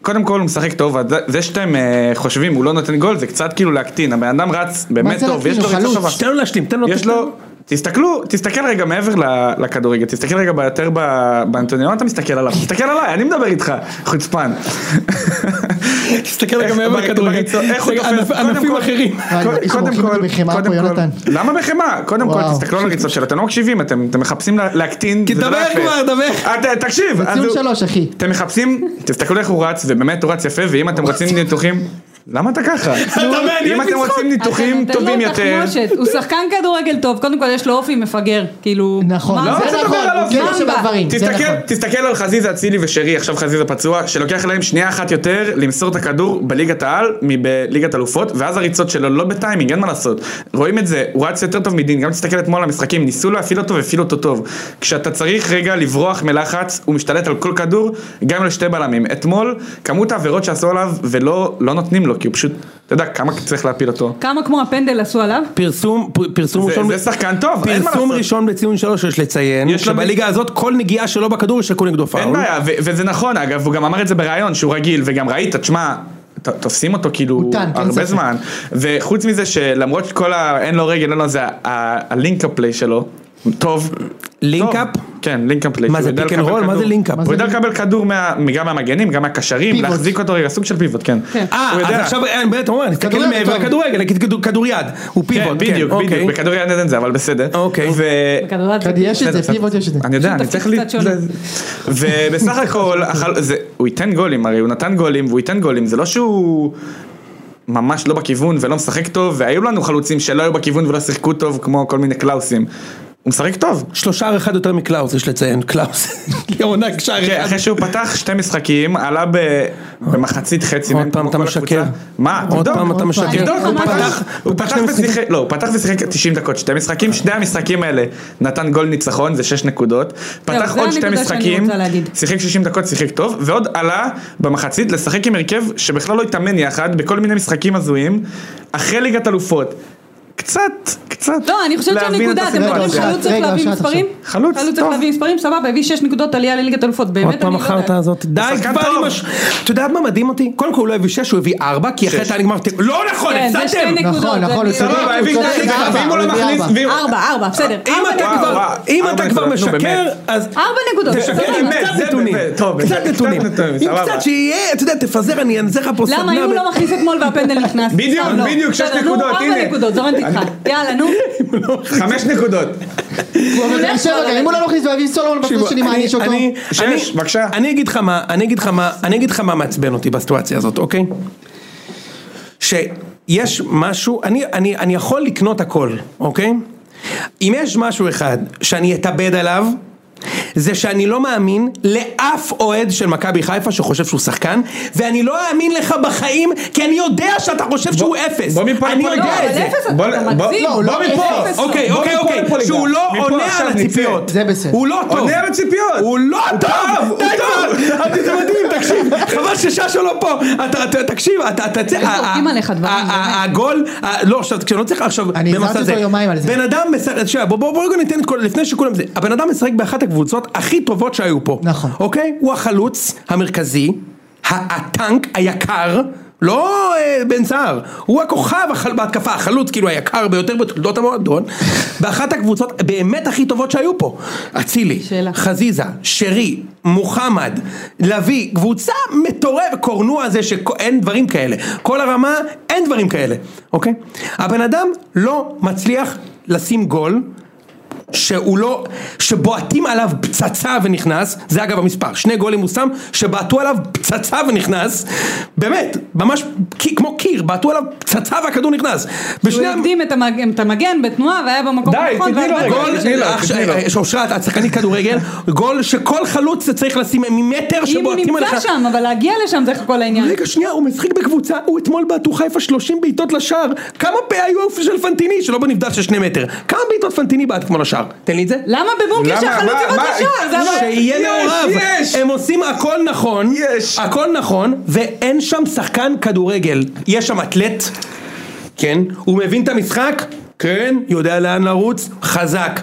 S4: וקודם כל הוא משחק טוב, אז זה שאתם אה, חושבים, הוא לא נותן גול, זה קצת כאילו להקטין, הבן אדם רץ באמת
S1: זה
S4: טוב,
S1: להקטין?
S4: יש לו
S1: הוא
S4: ריצה
S1: חלוץ.
S4: טובה.
S2: תן לו להשלים,
S3: לא
S2: תן לו,
S4: יש לו, תסתכלו, תסתכל רגע מעבר ל- לכדורגל, תסתכל רגע ב- יותר ב- באנטוניו, למה אתה מסתכל עליו? תסתכל עליי, אני מדבר איתך, חוצפן.
S2: תסתכל רגע
S4: איך-
S2: מעבר
S4: ב-
S2: לכדורגל,
S4: בריצות, איך הוא
S2: רגע,
S4: תופס?
S2: ענפ-
S4: קודם
S2: ענפים
S4: כל-
S2: אחרים.
S1: וואי,
S4: קודם
S1: איך הם
S4: קודם
S1: אוכלים
S4: כל,
S1: אותו בחמאה
S4: קודם
S1: פה,
S4: כל-
S1: יונתן?
S4: למה בחמאה? קודם כל
S1: וואו.
S4: תסתכלו על הריצות שלו, אתם לא מקשיבים, אתם אתם מחפשים לה- להקטין.
S2: כי
S4: וזה לא
S2: דבר
S4: יפה.
S2: כבר, דבר.
S4: אה, ת- תקשיב. אז
S1: ציון
S4: הוא-
S1: שלוש, אחי.
S4: אתם מחפשים, תסתכלו איך הוא רץ, ובאמת הוא רץ יפה, ואם אתם רוצים ניתוחים, למה אתה ככה?
S2: מעניין
S4: אם אתם
S2: בצחוק.
S4: רוצים
S3: אתה
S4: ניתוחים
S3: נותן לו
S4: טובים יותר,
S3: לא תחמושת. הוא שחקן כדורגל טוב, קודם כל יש לו אופי מפגר, כאילו...
S1: נכון,
S3: מה
S4: לא,
S1: זה
S4: אתה
S1: נכון,
S4: מדבר עליו,
S1: הוא גבר
S3: זה-
S1: שבדברים, זה
S4: תסתכל,
S1: נכון.
S4: תסתכל על חזיזה, אצילי ושרי, עכשיו חזיזה פצוע, שלוקח להם שנייה אחת יותר למסור את הכדור בליגת העל מבליגת אלופות, ואז הריצות שלו לא בטיימינג, אין מה לעשות. רואים את זה, הוא רץ יותר טוב מדין, גם תסתכל אתמול על המשחקים, ניסו להפעיל אותו והפעילו אותו טוב. כשאתה צריך רגע לברוח מלחץ, הוא משתלט על כל כדור, גם לשתי בלמים. אתמול, כמות העבירות שעשו עליו, ולא לא נותנים לו, כי הוא פשוט, אתה יודע, כמה צריך להפיל אותו.
S3: כמה כמו הפנדל עשו עליו?
S2: פרסום, פ- פרסום
S4: זה-
S2: ראשון,
S4: זה שחקן טוב, אין מה
S2: פרסום
S4: לעשות.
S2: ראשון בציון שלוש יש לציין,
S4: יש לו-
S2: שבליגה הזאת כל נגיעה שלו בכדור ישקו נגדו פאול.
S4: אין בעיה, ו- וזה נכון, אגב, הוא גם אמר את זה בריאיון, שהוא רגיל, וגם ראית, תשמע, ת- תופסים אותו כאילו
S1: הוא טנק, אין
S4: הרבה
S1: ספק.
S4: זמן, וחוץ מזה שלמרות שכל ה... אין לו רגל, אין לו זה, ה- הלינקאפ פליי שלו, טוב.
S2: לינקאפ?
S4: טוב. כן, לינקאפ פליי.
S2: מה
S4: שהוא
S2: זה,
S4: יודע
S2: פיק אנד
S4: לקבל
S2: רול? מה
S4: כדור.
S2: זה לינקאפ?
S1: מה
S4: הוא
S1: זה
S4: יודע לקבל כדור מה- גם מהמגנים, גם מהקשרים,
S1: פיבוט.
S4: להחזיק אותו רגע, סוג של פיבוט, כן.
S3: כן.
S2: אה,
S4: הוא
S2: אז
S4: יודע.
S2: עכשיו, אין, באמת, אומר, נסתכל
S1: כדורגל
S2: מעבר
S1: טוב.
S2: לכדורגל, נגיד כדור- כדוריד, הוא
S4: כן,
S2: פיבוט, כן,
S4: בדיוק,
S2: אוקיי.
S4: בדיוק, בכדוריד אין את זה, אבל בסדר.
S2: אוקיי.
S4: ו-
S3: בכדורגל.
S1: כן, יש את זה,
S4: בסדר,
S1: פיבוט יש את זה.
S4: אני יודע, אני
S3: תפקיד
S4: צריך ל...
S3: קצת שונה.
S4: ל- ובסך הכל, החל- זה- הוא ייתן גולים, הרי הוא נתן גולים והוא ייתן גולים, זה לא שהוא ממש לא בכיוון ולא משחק טוב, והיו לנו חלוצים שלא היו בכיוון ולא שיחקו טוב, כמו כל מיני קלאוסים. הוא משחק טוב.
S2: שלושה ער אחד יותר מקלאוס יש לציין, קלאוס. לעונה
S4: כן,
S2: שער אחד.
S4: אחרי שהוא פתח שני משחקים, עלה ב- במחצית חצי.
S2: עוד
S4: מהם,
S2: פעם
S4: כמו
S2: אתה
S4: כל
S2: משקר.
S4: הקבוצה. מה?
S2: עוד
S4: תבדוק.
S2: פעם אתה
S1: פעם.
S2: משקר.
S4: תבדוק, הוא
S3: אני אגיד לך מה
S4: פתח,
S2: פתח,
S4: הוא פתח
S2: שני משחקים.
S4: ושיחק, לא, הוא פתח ושיחק 90 דקות, שתי משחקים, שני המשחקים האלה נתן גול ניצחון, זה 6 נקודות, פתח
S3: לא, זה
S4: עוד שתי
S3: הנקודה שאני
S4: משחקים,
S3: רוצה להגיד.
S4: שיחק 60 דקות, שיחק טוב, ועוד עלה במחצית לשחק עם הרכב שבכלל לא התאמן יחד, בכל מיני משחקים הזויים, אחרי ליגת אלופות. קצת, קצת.
S3: לא, אני חושבת
S4: להבין את
S3: שהנקודה, אתם
S4: הסיטואציה.
S1: רגע,
S3: מדברים חלוץ
S1: רגע,
S3: צריך להביא
S1: שעת
S3: מספרים?
S1: עכשיו.
S4: חלוץ,
S3: צריך
S4: טוב.
S3: להביא מספרים, סבבה, הביא 6 נקודות עלייה לליגת אלופות,
S2: עוד
S3: באמת אני
S2: פעם
S3: לא
S2: החרטא
S3: יודעת.
S2: הזאת, די
S4: שחקן
S2: כבר עם
S4: טוב.
S2: הש... אתה יודע מה מדהים אותי? קודם כל הוא לא הביא שש, הוא הביא ארבע, כי אחרת
S4: שש.
S2: היה נגמר... תיקו. לא נכון,
S3: כן, זה שתי
S2: הפסדתם!
S3: נקודות.
S1: נכון,
S3: זה
S1: נכון, הוא צודק,
S2: לא,
S3: בדיוק.
S4: סבבה,
S1: הוא
S4: הביא
S1: צודק,
S4: שתי נקודות, לא, ואם הוא לא
S1: ארבע,
S4: מכניס,
S1: ארבע.
S4: ואם-
S3: ארבע, ארבע, בסדר.
S2: אם אתה כבר, אם
S3: ארבע נקודות.
S4: וואו, וואו, ארבע
S2: אתה כבר
S4: נקודות, נו,
S2: משקר,
S4: באמת.
S2: אז...
S3: ארבע נקודות,
S4: זה
S2: תשקר
S3: סבבה.
S2: עם
S4: באמת,
S2: קצת
S4: זה
S2: נתונים,
S4: באמת, טוב,
S2: קצת
S4: באמת,
S2: נתונים,
S4: קצת נתונים,
S2: עם
S4: סבבה.
S2: קצת שיהיה, אתה יודע, תפזר, אני אעשה לך פה סדנה.
S3: למה אם הוא
S2: ב-
S3: לא מכניס אתמול והפנדל נכנס?
S4: בדיוק,
S3: סתם לא.
S4: בדיוק, שש
S3: בסדר, נו,
S4: נקודות, הנה.
S3: ארבע נקודות, זורמת איתך. יאללה, נו.
S4: חמש נקודות.
S1: הוא עובד באר שבע, גם אם
S3: כן.
S1: הוא לא מכניס ואביב סולומון בפרס שלי מעניש אותו.
S2: אני-
S4: שש,
S2: אני-
S4: בבקשה.
S2: אני אגיד לך מה, אני אגיד לך מה, אני אגיד לך מה מעצבן אותי בסיטואציה הזאת, אוקיי? שיש משהו, אני, אני, אני יכול לקנות הכל, אוקיי? אם יש משהו אחד שאני אתאבד עליו, זה שאני לא מאמין לאף אוהד של מכבי חיפה שחושב שהוא שחקן, ואני לא אאמין לך בחיים, כי אני יודע שאתה חושב שהוא אפס.
S4: בוא מפה
S2: אני
S4: לפה לא,
S2: יודע
S4: לגמרי.
S2: את זה.
S3: אבל אפס
S4: בוא-
S3: אתה
S4: בוא-
S3: מגזים.
S1: לא, הוא לא
S3: אפס
S4: מפה.
S3: לא.
S2: אוקיי,
S4: בוא
S2: אוקיי,
S4: מפה לפה
S2: אוקיי,
S4: לגמרי.
S2: שהוא לא
S4: מפה
S2: עונה
S4: עכשיו
S2: על
S4: נצא.
S2: הציפיות.
S1: זה בסדר.
S2: הוא לא טוב.
S4: עונה על הציפיות.
S2: הוא לא
S4: הוא
S2: טוב.
S4: טוב, הוא
S2: די
S4: טוב.
S2: כבר. אבל זה מדהים, תקשיב. חבל שששו לא פה. אתה, אתה- תקשיב, אתה, אתה,
S3: איך זורקים
S2: ה-
S3: עליך דברים,
S2: ה- ה-
S3: באמת.
S2: הגול, ה- לא עכשיו, כשלא צריך עכשיו,
S1: אני
S2: במצב
S1: הזהרתי אותו
S2: זה.
S1: יומיים על זה.
S2: בן אדם משחק, שנייה, בוא- בוא בוא רגע ניתן את כל, לפני שכולם זה, הבן אדם משחק באחת הקבוצות הכי טובות שהיו פה.
S1: נכון.
S2: אוקיי? הוא החלוץ המרכזי, ה- הטנק היקר. לא אה, בן סער, הוא הכוכב החל- בהתקפה, החלוץ כאילו היקר ביותר בתולדות המועדון, באחת הקבוצות באמת הכי טובות שהיו פה. אצילי,
S3: שאלה.
S2: חזיזה, שרי, מוחמד, לביא, קבוצה מטורפת, קורנוע הזה שאין דברים כאלה. כל הרמה, אין דברים כאלה, אוקיי? הבן אדם לא מצליח לשים גול. שהוא לא, שבועטים עליו פצצה ונכנס, זה אגב המספר, שני גולים הוא שם, שבעטו עליו פצצה ונכנס, באמת, ממש כי- כמו קיר, בעטו עליו פצצה והכדור נכנס.
S3: הוא
S2: בשני המ-
S3: הקדים את המג- את המגן בתנועה והיה במקום
S4: די,
S3: הנכון.
S4: תתני לו
S3: והבלם-
S4: רגע.
S2: גול,
S4: תתני לו,
S2: אח-
S4: תתני לו.
S2: אה, שאושרת, את שחקנית כדורגל, גול שכל חלוץ צריך לשים ממטר
S3: אם הוא
S2: שבועטים עליך.
S3: נמצא שם, אבל להגיע לשם זה כל העניין.
S2: רגע שנייה, הוא משחק בקבוצה, הוא אתמול בעטו חיפה 30 בעיטות לשער, כמה פה היו של פנטיני שלא בנבדל של שני מטר, כמה בעיטות פנטיני בעט כמו לשער, תן לי את זה.
S3: למה בבונקר
S4: למה?
S3: שהחלוץ
S4: מה-
S3: יבוא
S4: מה-
S3: לשער? לא זה הבעיה.
S2: שיהיה
S4: יש,
S2: מעורב,
S4: יש.
S2: הם עושים הכל נכון,
S4: יש.
S2: הכל נכון, ואין שם שחקן כדורגל, יש שם אתלט, כן, הוא מבין את המשחק, כן, יודע לאן לרוץ, חזק.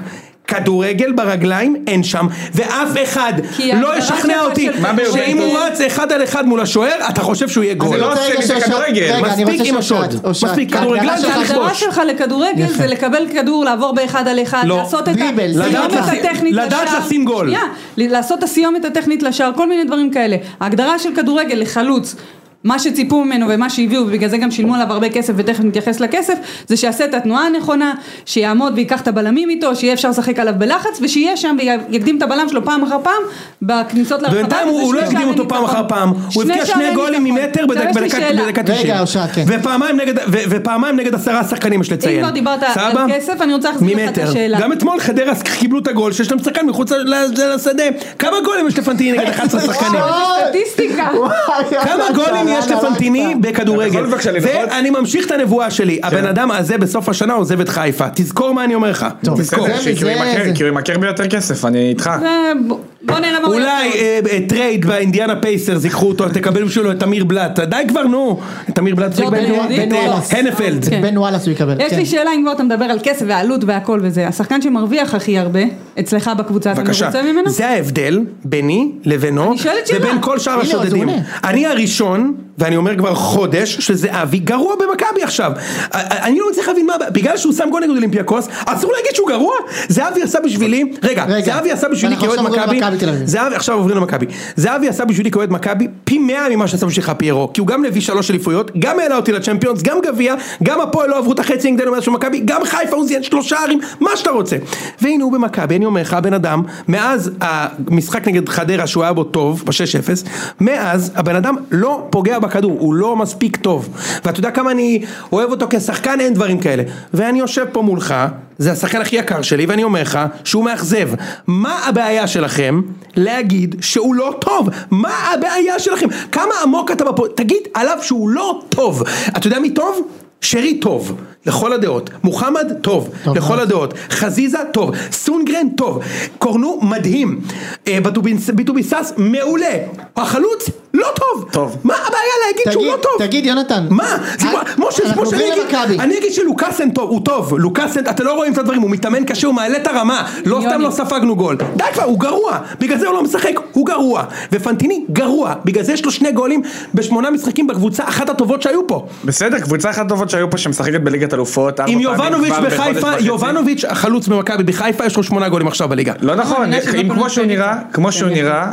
S2: כדורגל ברגליים אין שם, ואף אחד
S3: כי
S2: לא
S3: ההגדרה
S2: ישכנע
S3: שלך
S2: אותי
S3: של
S4: מה ביובנטוס?
S2: שאם הוא רץ אחד על אחד מול השוער, אתה חושב שהוא יהיה גול.
S4: זה לא
S1: רוצה
S4: עושה
S1: רגע
S4: לי זה
S1: שאושרת-
S4: כדורגל.
S1: רגע, אני
S2: מספיק
S1: רוצה
S2: עם
S1: שאושרת,
S2: השוד.
S1: אושרת,
S2: מספיק,
S1: ההגדרה
S2: כדורגלן
S1: שלך-
S2: צריך
S3: ההגדרה
S2: לכבוש.
S3: שלך לכדורגל
S1: יפה.
S3: זה לקבל כדור, לעבור באחד על אחד,
S2: לא.
S3: לעשות את
S1: דריבל,
S3: ה-
S1: לדעת
S3: סיומת
S1: לשים-
S3: הטכנית
S2: לדעת
S3: לשער.
S2: לשים גול.
S3: שנייה, ל- לעשות את הסיומת הטכנית לשער, כל מיני דברים כאלה. ההגדרה של כדורגל לחלוץ. מה שציפו ממנו ומה שהביאו ובגלל זה גם שילמו עליו הרבה כסף ותכף נתייחס לכסף זה שיעשה את התנועה הנכונה, שיעמוד וייקח את הבלמים איתו, שיהיה אפשר לשחק עליו בלחץ ושיהיה שם ויקדים את הבלם שלו פעם אחר פעם בכניסות לרחבה.
S2: בינתיים
S3: וזה
S2: הוא לא
S3: שני
S2: הקדים
S3: שערי
S2: אותו פעם
S3: ניצחון.
S2: אחר פעם, הוא הבקיע שני
S3: שערי
S2: גולים
S3: ניצחון.
S2: ממטר
S3: עכשיו
S2: בדק-
S3: יש לי
S2: בדקה
S3: שאלה.
S2: בדקה
S1: רגע,
S2: 90.
S1: אושרת, כן.
S2: ופעמיים נגד- ו- ופעמיים נגד עשרה שחקנים יש לציין.
S3: כבר דיברת על
S2: סבבה?
S3: כסף, אני רוצה להחזיר לך את
S2: ממטר.
S3: השאלה.
S2: גם אתמול חדרה קיבלו את הגול שיש להם שחקן מחוץ ל- ל- לשדה. כמה גולים יש לפנטיני נגד 11 שחקנים?
S1: וואו.
S3: סטטיסטיקה.
S1: וואי,
S2: כמה
S1: יאללה,
S2: גולים
S1: יאללה,
S2: יש
S1: יאללה,
S2: לפנטיני
S1: יאללה.
S4: אתה
S2: בכדורגל?
S4: יכול בבקשה לנחות?
S2: ואני ממשיך את הנבואה שלי, הבן אדם הזה בסוף השנה עוזב את חיפה, תזכור מה אני אומר לך,
S1: טוב,
S2: תזכור.
S1: זה-
S4: כי הוא ימכר- כי הוא ימכר ביותר כסף, אני איתך.
S3: אה, בוא- בוא נראה מה הוא
S2: אולי
S3: יעשה.
S2: אה, אה, טרייד באינדיאנה פייסרס ייקחו אותו, תקבל בשבילו את תמיר בלאט, די כבר נו, תמיר בלאט שיחק
S3: ג'ורדן
S2: באינדיאנה-
S3: יודעים?
S2: את, אה,
S1: וואלאס.
S2: הנפלד,
S3: כן.
S1: בן וואלאס הוא יקבל,
S3: יש
S1: כן.
S3: לי שאלה אם כבר אתה מדבר על כסף ועלות והכל וזה, השחקן שמרוויח הכי הרבה, אצלך בקבוצה, אתה
S2: בבקשה,
S3: מרוצה ממנו?
S2: זה ההבדל ביני לבינו,
S3: אני שואלת שאלה.
S2: ובין כל שאר
S1: הנה, אז הוא
S2: השודדים,
S1: עונה.
S2: אני הראשון, ואני אומר כבר חודש, שזהבי גרוע במכבי עכשיו, א- א- אני לא מצליח להבין מה, הבעיה. בגלל שהוא שם גול נגד אולימפיאקוס, אסור להגיד שהוא גרוע, זהבי עשה בשבילי, רגע,
S1: רגע,
S2: זהבי עשה בשבילי
S1: ואנחנו
S2: כאוהד
S1: עכשיו עוברים
S2: מכבי,
S1: למכבי תל אביב.
S2: זהבי עכשיו עוברים למכבי, זהבי עשה בשבילי כאוהד מכבי פי 100 ממה שעשה בשבילך פיירו, כי הוא גם הביא שלוש אליפויות, גם העלה אותי לצ'מפיונס, גם גביע, גם הפועל לא עברו את החצי נגדנו מאז שהוא מכבי, גם חיפה הוא זיין שלושה ערים, מה שאתה רוצה. והנה הוא במכבי, אני אומר לך, הבן אדם, מאז המשחק נגד חדרה שהוא היה בו טוב, ב-6-0, מאז הבן אדם לא פוגע בכדור, הוא לא מספיק טוב. ואתה יודע כמה אני אוהב אותו כשחקן, אין דברים כאלה. ואני יושב פה מולך, זה השחקן הכי יקר שלי, ואני אומר לך שהוא מאכזב. מה הבעיה שלכם להגיד שהוא לא טוב? מה הבעיה שלכם? כמה עמוק אתה בפו... תגיד עליו שהוא לא טוב. אתה יודע מי טוב? שרי טוב, לכל הדעות, מוחמד טוב,
S1: טוב
S2: לכל
S1: מאוד.
S2: הדעות, חזיזה טוב, סונגרן טוב, קורנו מדהים, אה, בטובינס- ביטוביסס מעולה, החלוץ לא טוב,
S4: טוב.
S2: מה הבעיה להגיד שהוא
S1: תגיד-
S2: לא טוב?
S1: תגיד, יונתן.
S2: מה? זה
S1: אה,
S2: כמו- משה, זה
S1: אנחנו
S2: כמו שאני
S1: עוברים
S2: אגיד,
S1: למכבי.
S2: אני אגיד שלוקאסן טוב, הוא טוב, לוקאסן, אתה לא רואים את הדברים, הוא מתאמן קשה, הוא מעלה את הרמה, לא סתם
S3: יוני.
S2: לא ספגנו גול, די כבר, הוא גרוע, בגלל זה הוא לא משחק, הוא גרוע, ופנטיני גרוע, בגלל זה יש לו שני גולים בשמונה משחקים בקבוצה אחת הטובות שהיו פה.
S4: בסדר, קבוצה אחת טובות שהיו פה שמשחקת בליגת אלופות. ארבע
S2: עם
S4: פעמים
S2: יובנוביץ'
S4: כבר בחודש
S2: בחיפה,
S4: וחצי.
S2: יובנוביץ' החלוץ במכבי בחיפה, יש לו שמונה גולים עכשיו בליגה.
S4: לא נכון,
S3: מאמינה שזה
S4: אם
S3: לא
S4: כמו
S3: פנוי
S4: שהוא נראה,
S3: פנוי.
S4: כמו שהוא נראה,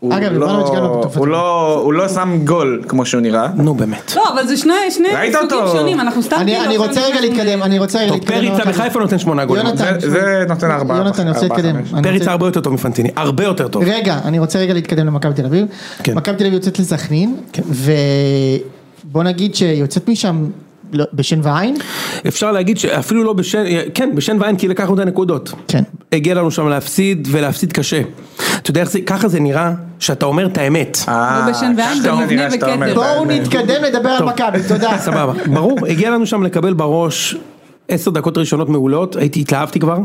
S4: הוא
S1: אגב,
S4: לא-
S1: יובנוביץ' גם לא בתופת.
S4: הוא לא- הוא לא שם גול כמו שהוא נראה.
S2: נו באמת.
S3: לא, אבל זה שני שני
S4: ראית
S3: סוגים
S4: אותו?
S3: שונים, אנחנו סתם...
S1: אני-
S3: כאילו
S1: אני
S3: עכשיו
S1: רוצה רגע
S3: נכנסנו ל-
S1: להתקדם, אני רוצה רגע
S2: טוב,
S1: להתקדם.
S2: פריצה
S1: יונתן.
S2: בחיפה נותן שמונה גולים.
S1: לא, יונתן,
S4: זה- זה נותן ארבעה,
S1: יונתן, אני רוצה
S4: ארבעה,
S1: להתקדם.
S4: חמש.
S1: אני
S2: פריצה
S1: רוצה-
S2: הרבה יותר טוב מפנטיני, הרבה יותר טוב.
S1: רגע, אני רוצה רגע להתקדם למכבי תל אביב.
S2: כן.
S4: כן.
S1: מכבי תל אביב יוצאת לסכנין, ובוא נגיד שיוצאת משם לא, בשן ועין?
S2: אפשר להגיד שאפילו לא בשן, כן, בשן ועין כי לקחנו את הנקודות.
S1: כן.
S2: הגיע לנו שם להפסיד ולהפסיד קשה. אתה יודע איך זה, ככה זה נראה שאתה אומר את האמת.
S4: אה,
S3: בשן ועין,
S4: ככה זה
S3: במבנה
S4: נראה שאתה אומר
S3: וכתר.
S4: את האמת.
S1: בואו נתקדם לדבר על
S2: טוב.
S1: מכבי, תודה.
S2: סבבה, ברור, הגיע לנו שם לקבל בראש עשר דקות ראשונות מעולות, הייתי, התלהבתי כבר,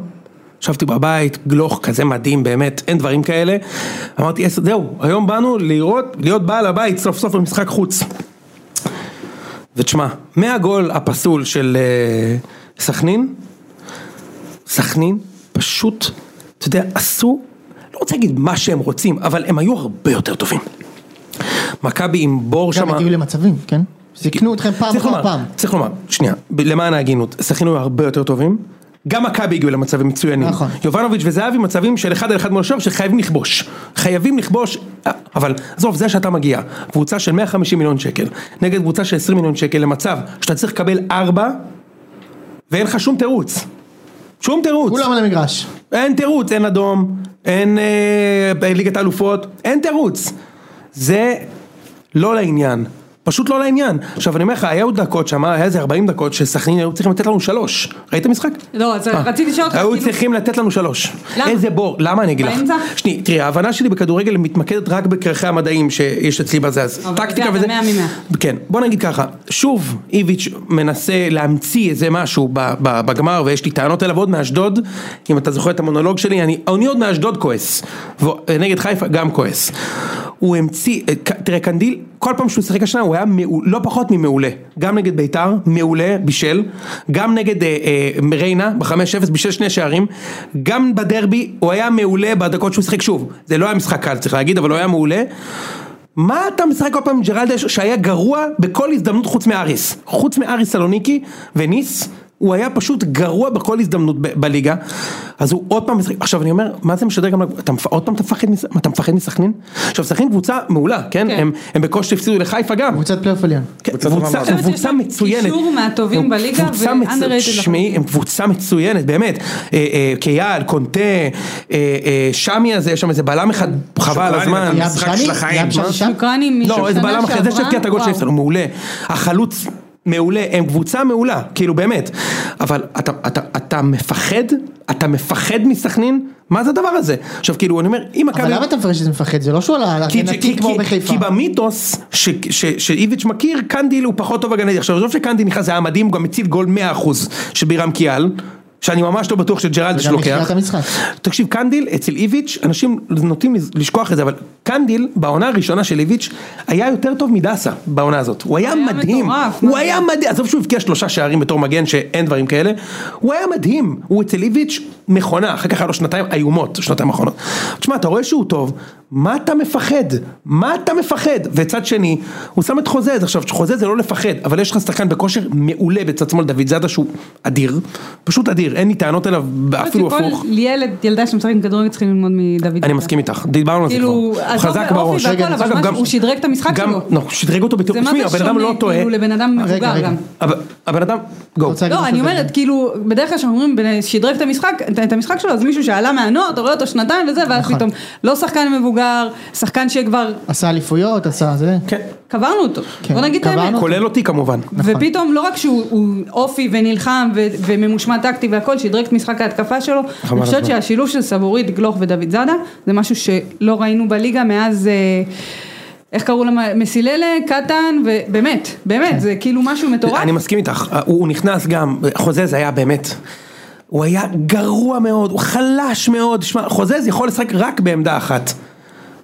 S2: ישבתי בבית, גלוך כזה מדהים באמת, אין דברים כאלה, אמרתי עשר, זהו, היום באנו לראות, להיות בעל הבית סוף סוף במשחק חוץ. ותשמע, מהגול הפסול של אה, סכנין, סכנין פשוט, אתה יודע, עשו, לא רוצה להגיד מה שהם רוצים, אבל הם היו הרבה יותר טובים. מכבי עם בור שם...
S1: גם הגיעו למצבים, כן? זיכנו אתכם פעם
S2: כאילו- צריך
S1: אחר
S2: לומר,
S1: פעם.
S2: צריך לומר, שנייה, ב- למען ההגינות, סכינו הרבה יותר טובים. גם מכבי הגיעו למצבים מצוינים.
S1: נכון.
S2: יובנוביץ' וזהבי מצבים של אחד על אחד מול השער שחייבים לכבוש. חייבים לכבוש, אה, אבל עזוב, זה שאתה מגיע, קבוצה של 150 מיליון שקל, נגד קבוצה של 20 מיליון שקל, למצב שאתה צריך לקבל 4, ואין לך שום תירוץ. שום תירוץ.
S1: כולם על המגרש.
S2: אין תירוץ, אין אדום, אין אה, אין ליגת האלופות, אין תירוץ. זה לא לעניין. פשוט לא לעניין. עכשיו אני אומר לך, היו דקות שם, היה איזה 40 דקות שסכנין היו צריכים לתת לנו שלוש. ראית משחק?
S3: לא, אז
S2: אה.
S3: רציתי לשאול אותך,
S2: היו
S3: כאילו-
S2: צריכים לתת לנו שלוש.
S3: למה?
S2: איזה בור, למה אני אגיד לך?
S3: באמצע?
S2: שני, תראי, ההבנה שלי בכדורגל מתמקדת רק בקרחי המדעים שיש אצלי בזה, אז
S3: אבל
S2: טקטיקה
S3: זה אתה
S2: וזה.
S3: מאה ממאה.
S2: כן, בוא נגיד ככה, שוב איביץ' מנסה להמציא איזה משהו ב- ב- בגמר, ויש לי טענות אליו עוד מאשדוד, אם אתה זוכר את המונולוג שלי, אני, אני עוד מאשדוד כועס, ונגד חיפה גם כועס. הוא המציא, אה, ק- תראה קנדיל, כל פעם שהוא שיחק השנה הוא היה מעול, לא פחות ממעולה, גם נגד ביתר, מעולה, בישל, גם נגד אה, אה, ריינה, ב-5-0 בישל שני שערים, גם בדרבי הוא היה מעולה בדקות שהוא שיחק שוב, זה לא היה משחק קל צריך להגיד, אבל הוא היה מעולה. מה אתה משחק כל פעם עם ג'רלדש שהיה גרוע בכל הזדמנות חוץ מאריס? חוץ מאריס סלוניקי וניס, הוא היה פשוט גרוע בכל הזדמנות ב- בליגה. אז הוא עוד פעם משחק, עכשיו אני אומר, מה זה משדר גם, לג- אתה, מפ- עוד פעם אתה מפחד, מס- מה, אתה מפחד מסכנין? עכשיו סכנין קבוצה מעולה, כן?
S3: כן.
S2: הם, הם בקושי הפסידו לחיפה גם.
S1: קבוצת פלייאוף עליון.
S2: כן,
S4: קבוצה טובה
S2: קבוצה
S4: מאוד.
S2: הם קבוצה
S3: אני חושבת שיש להם
S2: מצוינת.
S3: קישור מהטובים
S2: הם
S3: בליגה,
S2: קבוצה
S3: ו-
S2: מצ-
S3: underrated
S2: שמעי, הם קבוצה מצוינת, באמת. אה, אה, קייל, קונטה, אה, אה, שמי הזה, יש שם איזה בלם אחד, חבל על
S4: שוקרני,
S2: הזמן.
S4: אתה
S1: ים
S4: משחק
S1: שני?
S4: של החיים.
S1: ים שני שם?
S3: שוקרני משנה
S2: לא, איזה בלם אחר, זה
S3: שעברה,
S2: שהבקיע את הגול של
S3: וואו.
S2: אפסון, הוא מעולה. החלוץ מעולה, הם קבוצה מעולה, כאילו באמת. אבל אתה, אתה, אתה מפחד? אתה מפחד מסכנין? מה זה הדבר הזה? עכשיו כאילו, אני אומר, אם
S1: אבל למה אתה מפרש שזה מפחד? זה לא שהוא עלה על
S2: כי- כי-
S1: הגנתי כמו
S2: כי-
S1: בחיפה.
S2: כי במיתוס ש- ש- שאיביץ' מכיר, קנדיל הוא פחות טוב הגנתי. עכשיו, עזוב שקנדיל נכנס, זה היה מדהים, הוא גם הציל גול 100% של בירם קיאל, שאני ממש לא בטוח שג'רלדש
S1: וגם
S2: לוקח.
S1: בתחילת המשחק.
S2: תקשיב, קנדיל אצל איביץ', אנשים נוטים לז- לשכוח את זה, אבל קנדיל, בעונה הראשונה של איביץ', היה יותר טוב מדסה בעונה הזאת. הוא היה
S3: היה
S2: מדהים.
S3: מטורף,
S2: הוא
S3: מה
S2: היה מדהים. עזוב שהוא הבקיע שלושה שערים בתור מגן, שאין דברים כאלה. הוא היה מדהים. הוא אצל איביץ' מכונה, אחר כך היה לו שנתיים איומות, שנתיים האחרונות. תשמע, אתה רואה שהוא טוב, מה אתה מפחד? מה אתה מפחד? וצד שני, הוא שם את חוזז. עכשיו, חוזז זה לא לפחד, אבל יש לך שחקן בכושר מעולה בצד שמאל, דוד זאדה, שהוא אדיר. פשוט אדיר, אין לי טענות אליו, אפילו
S3: שכל
S2: הפוך.
S3: ילד, ילדה שמשחקת עם כדורגל צריכים ללמוד מדוד.
S2: אני
S3: ביטן.
S2: מסכים איתך, דיברנו על זה כבר,
S3: כאילו,
S2: הוא
S3: עזוב
S2: חזק
S3: באופי
S2: בראש.
S3: והכל,
S2: רגע,
S3: אבל
S2: אגב,
S3: מה,
S2: גם-
S3: הוא שדרג את המשחק
S2: גם-
S3: שלו.
S2: לא, הוא שדרג אותו בתיאור,
S3: זה מה
S2: תשמעי,
S3: זה
S2: הבן אדם לא
S3: שונה
S2: טועה,
S3: כאילו לבן אדם
S1: רגע,
S3: מבוגר
S1: רגע.
S3: גם.
S2: אבל- הבן אדם, גו,
S1: רוצה להגיד
S3: לא,
S1: משהו
S3: אני
S1: על זה?
S3: אומרת, כאילו, בדרך כלל כשאומרים בן- שדרג את המשחק, את- את המשחק שלו, אז מישהו שעלה מהנוער, אתה רואה אותו שנתיים וזה, ואז
S1: נכון.
S3: פתאום, לא שחקן מבוגר, שחקן שכבר
S1: עשה אליפויות, עשה זה.
S2: כן,
S3: קברנו אותו.
S1: כן,
S3: בוא נגיד את
S1: קברנו נכון.
S3: האמת.
S1: אותו.
S2: כולל אותי כמובן.
S3: ופתאום לא רק שהוא הוא אופי ונלחם ו- וממושמע טקטי והכל, שדרג את משחק ההתקפה שלו,
S2: חבל
S3: אני חושבת
S2: הזמן.
S3: שהשילוב של סבורית, גלוך ודוד זאדה, זה משהו שלא ראינו בליגה מאז, אה, איך קראו לה, מסיללה, קטן, ובאמת, באמת, זה כאילו משהו מטורף.
S2: אני מסכים איתך, אה, הוא הוא נכנס גם, חוזז היה באמת. הוא היה גרוע מאוד, הוא חלש מאוד, שמע, חוזז יכול לשחק רק בעמדה אחת.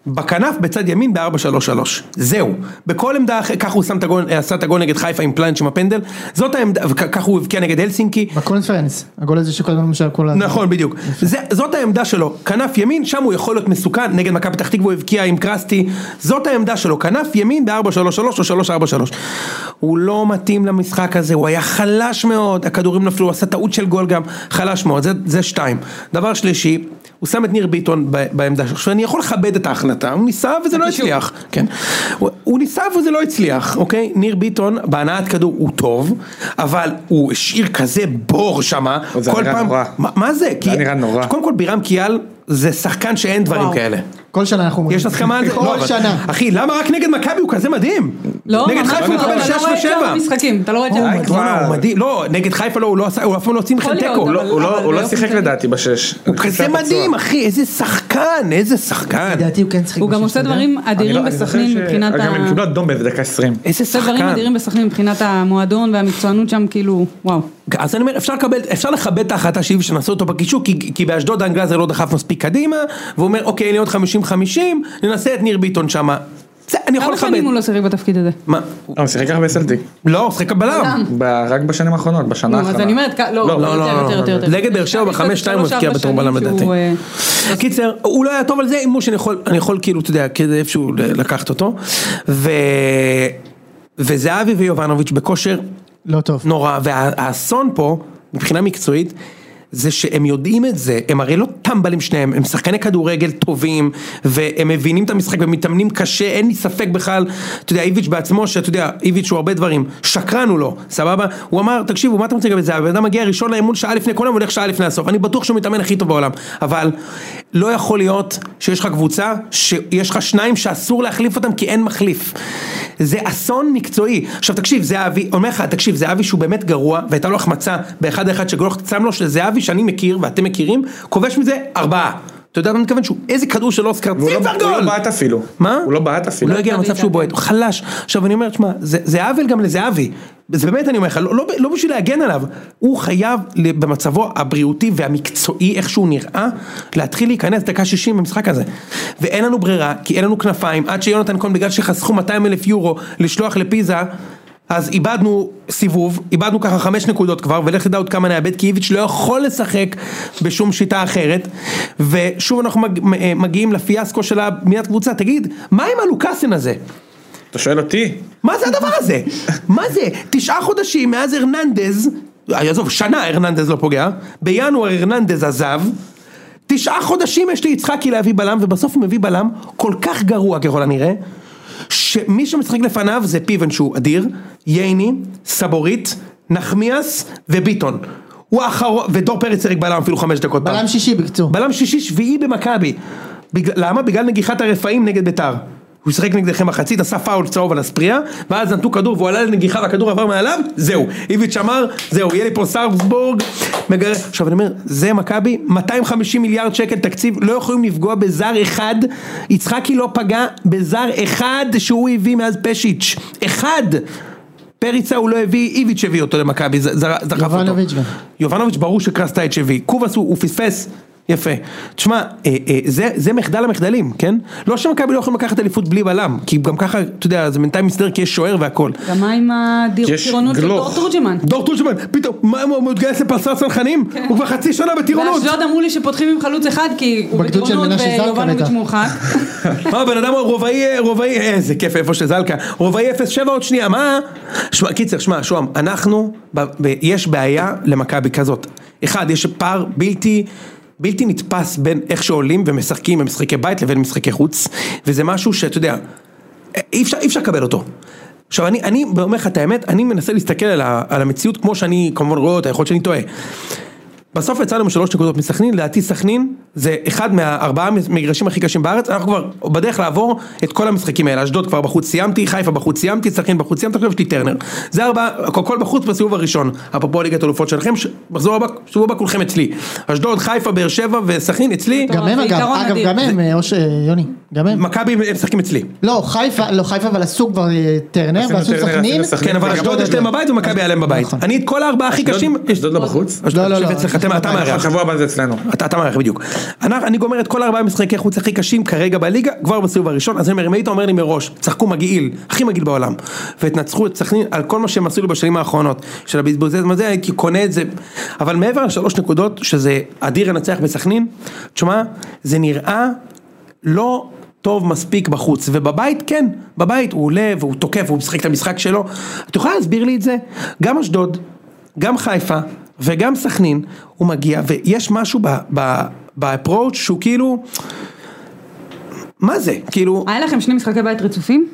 S2: בכנף בצד ימין ב-4-3-3, זהו. בכל עמדה אחרת, ככה הוא שם את הגול, עשה את הגול נגד חיפה עם פלנץ' עם הפנדל, זאת העמדה, וככה הוא הבקיע נגד הלסינקי,
S1: בקונפרנס. הגול הזה שכל הזמן משל כל ה...
S2: נכון בדיוק, זה, זאת העמדה שלו, כנף ימין שם הוא יכול להיות מסוכן, נגד מכבי פתח תקווה הוא הבקיע עם קרסטי, זאת העמדה שלו, כנף ימין ב-4-3-3 או 3-4-3. הוא לא מתאים למשחק הזה, הוא היה חלש מאוד, הכדורים נפלו, הוא עשה טעות של גול גם, חלש מאוד, זה, זה שתיים. דבר שלישי, הוא שם את ניר ביטון ב- בעמדה שלו, שאני יכול לכבד את ההחלטה, הוא ניסה וזה לא הצליח, כן. הוא, הוא ניסה וזה לא הצליח, אוקיי? ניר ביטון בהנעת כדור הוא טוב, אבל הוא השאיר כזה בור שמה,
S4: זה
S2: כל
S4: נראה
S2: פעם,
S4: נורא.
S2: מה, מה זה? כי-
S4: נראה נורא.
S2: קודם כל בירם קיאל זה שחקן שאין דברים
S3: וואו.
S2: כאלה.
S1: כל שנה אנחנו אומרים.
S2: יש הסכמה על זה? לא,
S1: כל
S2: אבל-
S1: שנה.
S2: אחי, למה רק נגד מכבי הוא כזה מדהים?
S3: לא,
S2: נגד
S3: ממש
S2: חיפה הוא
S3: לא,
S2: מקבל
S3: אתה לא
S2: 6
S3: רואה את שאר
S2: ו-7.
S3: המשחקים, אתה לא רואה את שאר
S4: אוי,
S3: המשחקים.
S4: כבר.
S2: הוא מדהים, אה, לא, נגד חיפה לא, הוא לא עשה, הוא אף פעם לא הוציא ממך
S3: יכול להיות,
S2: תיקו.
S4: הוא לא- הוא לא- הוא לא
S3: באופן
S4: שיחק
S3: כללי.
S4: לדעתי בשש.
S2: הוא כזה מדהים, אחי, איזה שחקן, איזה שחקן.
S1: לדעתי הוא כן צריך...
S3: הוא גם עושה דברים אדירים
S2: לא-
S3: בסכנין מבחינת ה...
S4: אגב, הם קיבלו אדום באיזה דקה 20.
S1: אה.
S2: איזה
S3: עושה דברים
S2: שחקן.
S3: אדירים בסכנין מבחינת המועדון והמקצוענות שם, כאילו, וואו.
S2: אז אני אומר, אפשר לקבל, אפשר לכבד את ההחלטה שלי ושנעשה אותו בקישור, כי, כי באשדוד דן גלזר לא דחף מספיק קדימה, והוא אומר, אוקיי, אין לי עוד 50-50, ננסה את ניר ביטון שמה. זה, אני יכול
S3: כמה
S2: לכבד.
S3: שנים הוא לא שיחק בתפקיד הזה?
S2: מה?
S4: לא, הוא שיחק הרבה סלטיק.
S2: לא, הוא שיחק בלם.
S4: ב- רק בשנים האחרונות, בשנה
S3: נו,
S4: האחרונה.
S3: אז אני אומרת, כ- לא,
S4: לא,
S2: לא, לא,
S3: יותר, יותר,
S2: לא,
S3: יותר,
S2: לא.
S3: יותר.
S2: נגד באר שבע
S3: יש לו
S2: בחמש-שתיים הוא
S3: שלוש,
S2: הבקיע
S3: ארבע
S2: בתור
S3: שנים
S2: בלם, לדעתי.
S3: שהוא, אה,
S2: קיצר, הוא לא היה טוב על זה, הימור שאני יכול, אני יכול כאילו, אתה יודע, כזה איפשהו לקחת אותו. ו... וזהבי ויובנוביץ' בכושר
S1: לא טוב.
S2: נורא, והאסון פה, מבחינה מקצועית, זה שהם יודעים את זה, הם הרי לא טמבלים שניהם, הם שחקני כדורגל טובים, והם מבינים את המשחק ומתאמנים קשה, אין לי ספק בכלל, אתה יודע, איביץ' בעצמו, שאתה יודע, איביץ' הוא הרבה דברים, שקרן הוא לא, סבבה? הוא אמר, תקשיבו, מה אתם רוצים לגבי זה? הבן אדם מגיע ראשון לאימון שעה לפני כל היום, הולך שעה לפני הסוף, אני בטוח שהוא מתאמן הכי טוב בעולם, אבל לא יכול להיות שיש לך קבוצה, שיש לך שניים שאסור להחליף אותם כי אין מחליף. זה אסון מקצועי. עכשיו תקשיב, זהבי, אומר לך, תקשיב, זהבי שהוא באמת גרוע, והייתה לו החמצה באחד האחד שגולח שם לו, שזהבי שאני מכיר ואתם מכירים, כובש מזה ארבעה. אתה יודע מה אני מתכוון? שהוא איזה כדור של אוסקר,
S4: והוא לא-
S2: ציפר
S4: הוא
S2: גול!
S4: לא בעט אפילו.
S2: מה?
S4: הוא לא בעט
S2: הוא
S4: אפילו.
S2: לא הגיע למצב שהוא בועט, הוא חלש. עכשיו אני אומר, תשמע, זה זה עוול גם לזהבי. זה באמת אני אומר לך, לא- לא ב- לא בשביל להגן עליו, הוא חייב ל- במצבו הבריאותי והמקצועי, איך שהוא נראה, להתחיל להיכנס דקה 60 במשחק הזה. ואין לנו ברירה, כי אין לנו כנפיים, עד שיונתן כהן, בגלל שחסכו 200 אלף יורו לשלוח לפיזה, אז איבדנו סיבוב, איבדנו ככה חמש נקודות כבר, ולך תדע עוד כמה נאבד, כי איביץ' לא יכול לשחק בשום שיטה אחרת. ושוב אנחנו מג, מ- אה, מגיעים לפיאסקו של הבניית קבוצה, תגיד, מה עם הלוקאסן הזה?
S4: אתה שואל אותי?
S2: מה זה הדבר הזה? מה זה? תשעה חודשים מאז הרננדז, אה, עזוב, שנה הרננדז לא פוגע, בינואר הרננדז עזב, תשעה חודשים יש ליצחקי להביא בלם, ובסוף הוא מביא בלם כל כך גרוע ככל הנראה, שמי שמשחק לפניו זה פיבן שהוא אדיר, ייני, סבורית, נחמיאס וביטון. הוא האחרון, ודור פרץ שיחק בלם אפילו חמש דקות פעם.
S1: בלם שישי בקיצור.
S3: לא,
S2: בלם שישי שביעי במכבי. בגלל- למה? בגלל נגיחת הרפאים נגד ביתר. הוא שיחק נגדכם מחצית, עשה פאול צהוב על הספריה, ואז נתנו כדור והוא עלה לנגיחה והכדור עבר מעליו, זהו. איביץ' אמר, זהו, יהיה לי פה סרבסבורג. מגר... עכשיו אני אומר, זה מכבי, 250 מיליארד שקל תקציב, לא יכולים לפגוע בזר אחד. יצחקי לא פגע בזר אחד שהוא הביא מאז פשיץ'. אחד! פריצה הוא לא הביא, איביץ' הביא אותו למכבי, ז- ז- זרף אותו.
S1: יובנוביץ' גם.
S2: יובנוביץ' ברור שקרסטייץ' הביא, קובאס הוא הוא פספס, יפה. תשמע, אה, אה, זה, זה מחדל המחדלים, כן? לא שמכבי לא יכולים לקחת אליפות בלי בלם, כי גם ככה, אתה יודע, זה בינתיים מסתדר כי יש שוער והכל.
S3: גם מה עם
S4: יש
S3: הטירונות של דור
S4: גלוך.
S3: תורג'מן?
S2: דור טולשמן, פתאום, מה הוא הוא מתגייס לפרסה צנחנים?
S1: כן.
S2: הוא כבר חצי שנה בטירונות.
S3: באשדוד אמרו לי שפותחים עם חלוץ אחד כי הוא
S1: בגדוד של
S3: בטירונות
S1: מנשה זלקה
S3: ויובנוביץ'
S1: בטח.
S3: מורחק.
S2: מה, הבן אדם רובעי, אה, רובעי, אה, איזה כיף איפה שזלקה, רובעי 07 עוד שנייה, מה? שמע, קיצר, שמע, שוהם, אנחנו, ב, ב, יש בעיה למכבי כזאת. אחד, יש פער בלתי... בלתי נתפס בין איך שעולים ומשחקים במשחקי בית לבין משחקי חוץ וזה משהו שאתה יודע אי אפשר, אי אפשר לקבל אותו. עכשיו אני, אני אומר לך את האמת, אני מנסה להסתכל על, ה, על המציאות כמו שאני כמובן רואה אותה, יכול להיות שאני טועה. בסוף יצאנו עם שלוש נקודות מסכנין, לדעתי סכנין זה אחד מהארבעה מגרשים הכי קשים בארץ, אנחנו כבר בדרך לעבור את כל המשחקים האלה, אשדוד כבר בחוץ סיימתי, חיפה בחוץ סיימתי, סכנין בחוץ סיימתי, עכשיו יש לי טרנר. זה ארבע, הכל בחוץ בסיבוב הראשון, אפרופו ליגת אלופות שלכם, ש- מחזור הבא, סיבוב הבא כולכם אצלי. אשדוד, חיפה, באר שבע וסכנין אצלי,
S3: טוב.
S1: גם הם
S3: זה
S1: אגב,
S3: יתרון
S1: אגב
S3: אדיר.
S1: גם הם, אה, אוש- אה, יוני, גם הם.
S2: מכבי הם משחקים אצלי.
S1: לא, חיפה, לא חיפה, אבל עשו כבר אה, טרנר,
S4: עשינו
S1: ועשו
S4: טרנר,
S1: סכנין.
S4: עשינו סכנין.
S2: כן, אבל
S4: זה גם
S2: אשדוד
S4: עוד
S2: יש להם
S1: לא.
S4: אשדוד.
S2: בבית ומכבי עליהם בבית.
S1: נכון.
S2: אני את כל הארבעה הכי קשים, אה,
S4: אשדוד- אשדוד לא בחוץ?
S2: אשדוד,
S1: לא, לא,
S2: אשדוד
S1: לא.
S2: אצלך, אתם- אתה מארח.
S4: השבוע הבא זה אצלנו.
S2: אתה, אתה מערך בדיוק. אנחנו, אני גומר את כל ארבעה משחקי חוץ הכי קשים כרגע בליגה, כבר בסיבוב הראשון, אז אני אומר, אם היית אומר לי מראש, צחקו מגעיל, הכי מגעיל בעולם, ותנצחו את סכנין על כל מה שהם עשו לי בשנים האחרונות, של הבזבוזזם הזה, הייתי קונה את זה, אבל מעבר לשלוש נקודות, שזה אדיר ינצח בסכנין, תשמע, זה נראה לא... טוב מספיק בחוץ, ובבית כן, בבית הוא עולה והוא תוקף והוא משחק את המשחק שלו. אתה יכול להסביר לי את זה? גם אשדוד, גם חיפה וגם סכנין, הוא מגיע, ויש משהו ב- ב- ב-approach שהוא כאילו, מה זה? כאילו,
S3: היה לכם שני משחקי בית רצופים?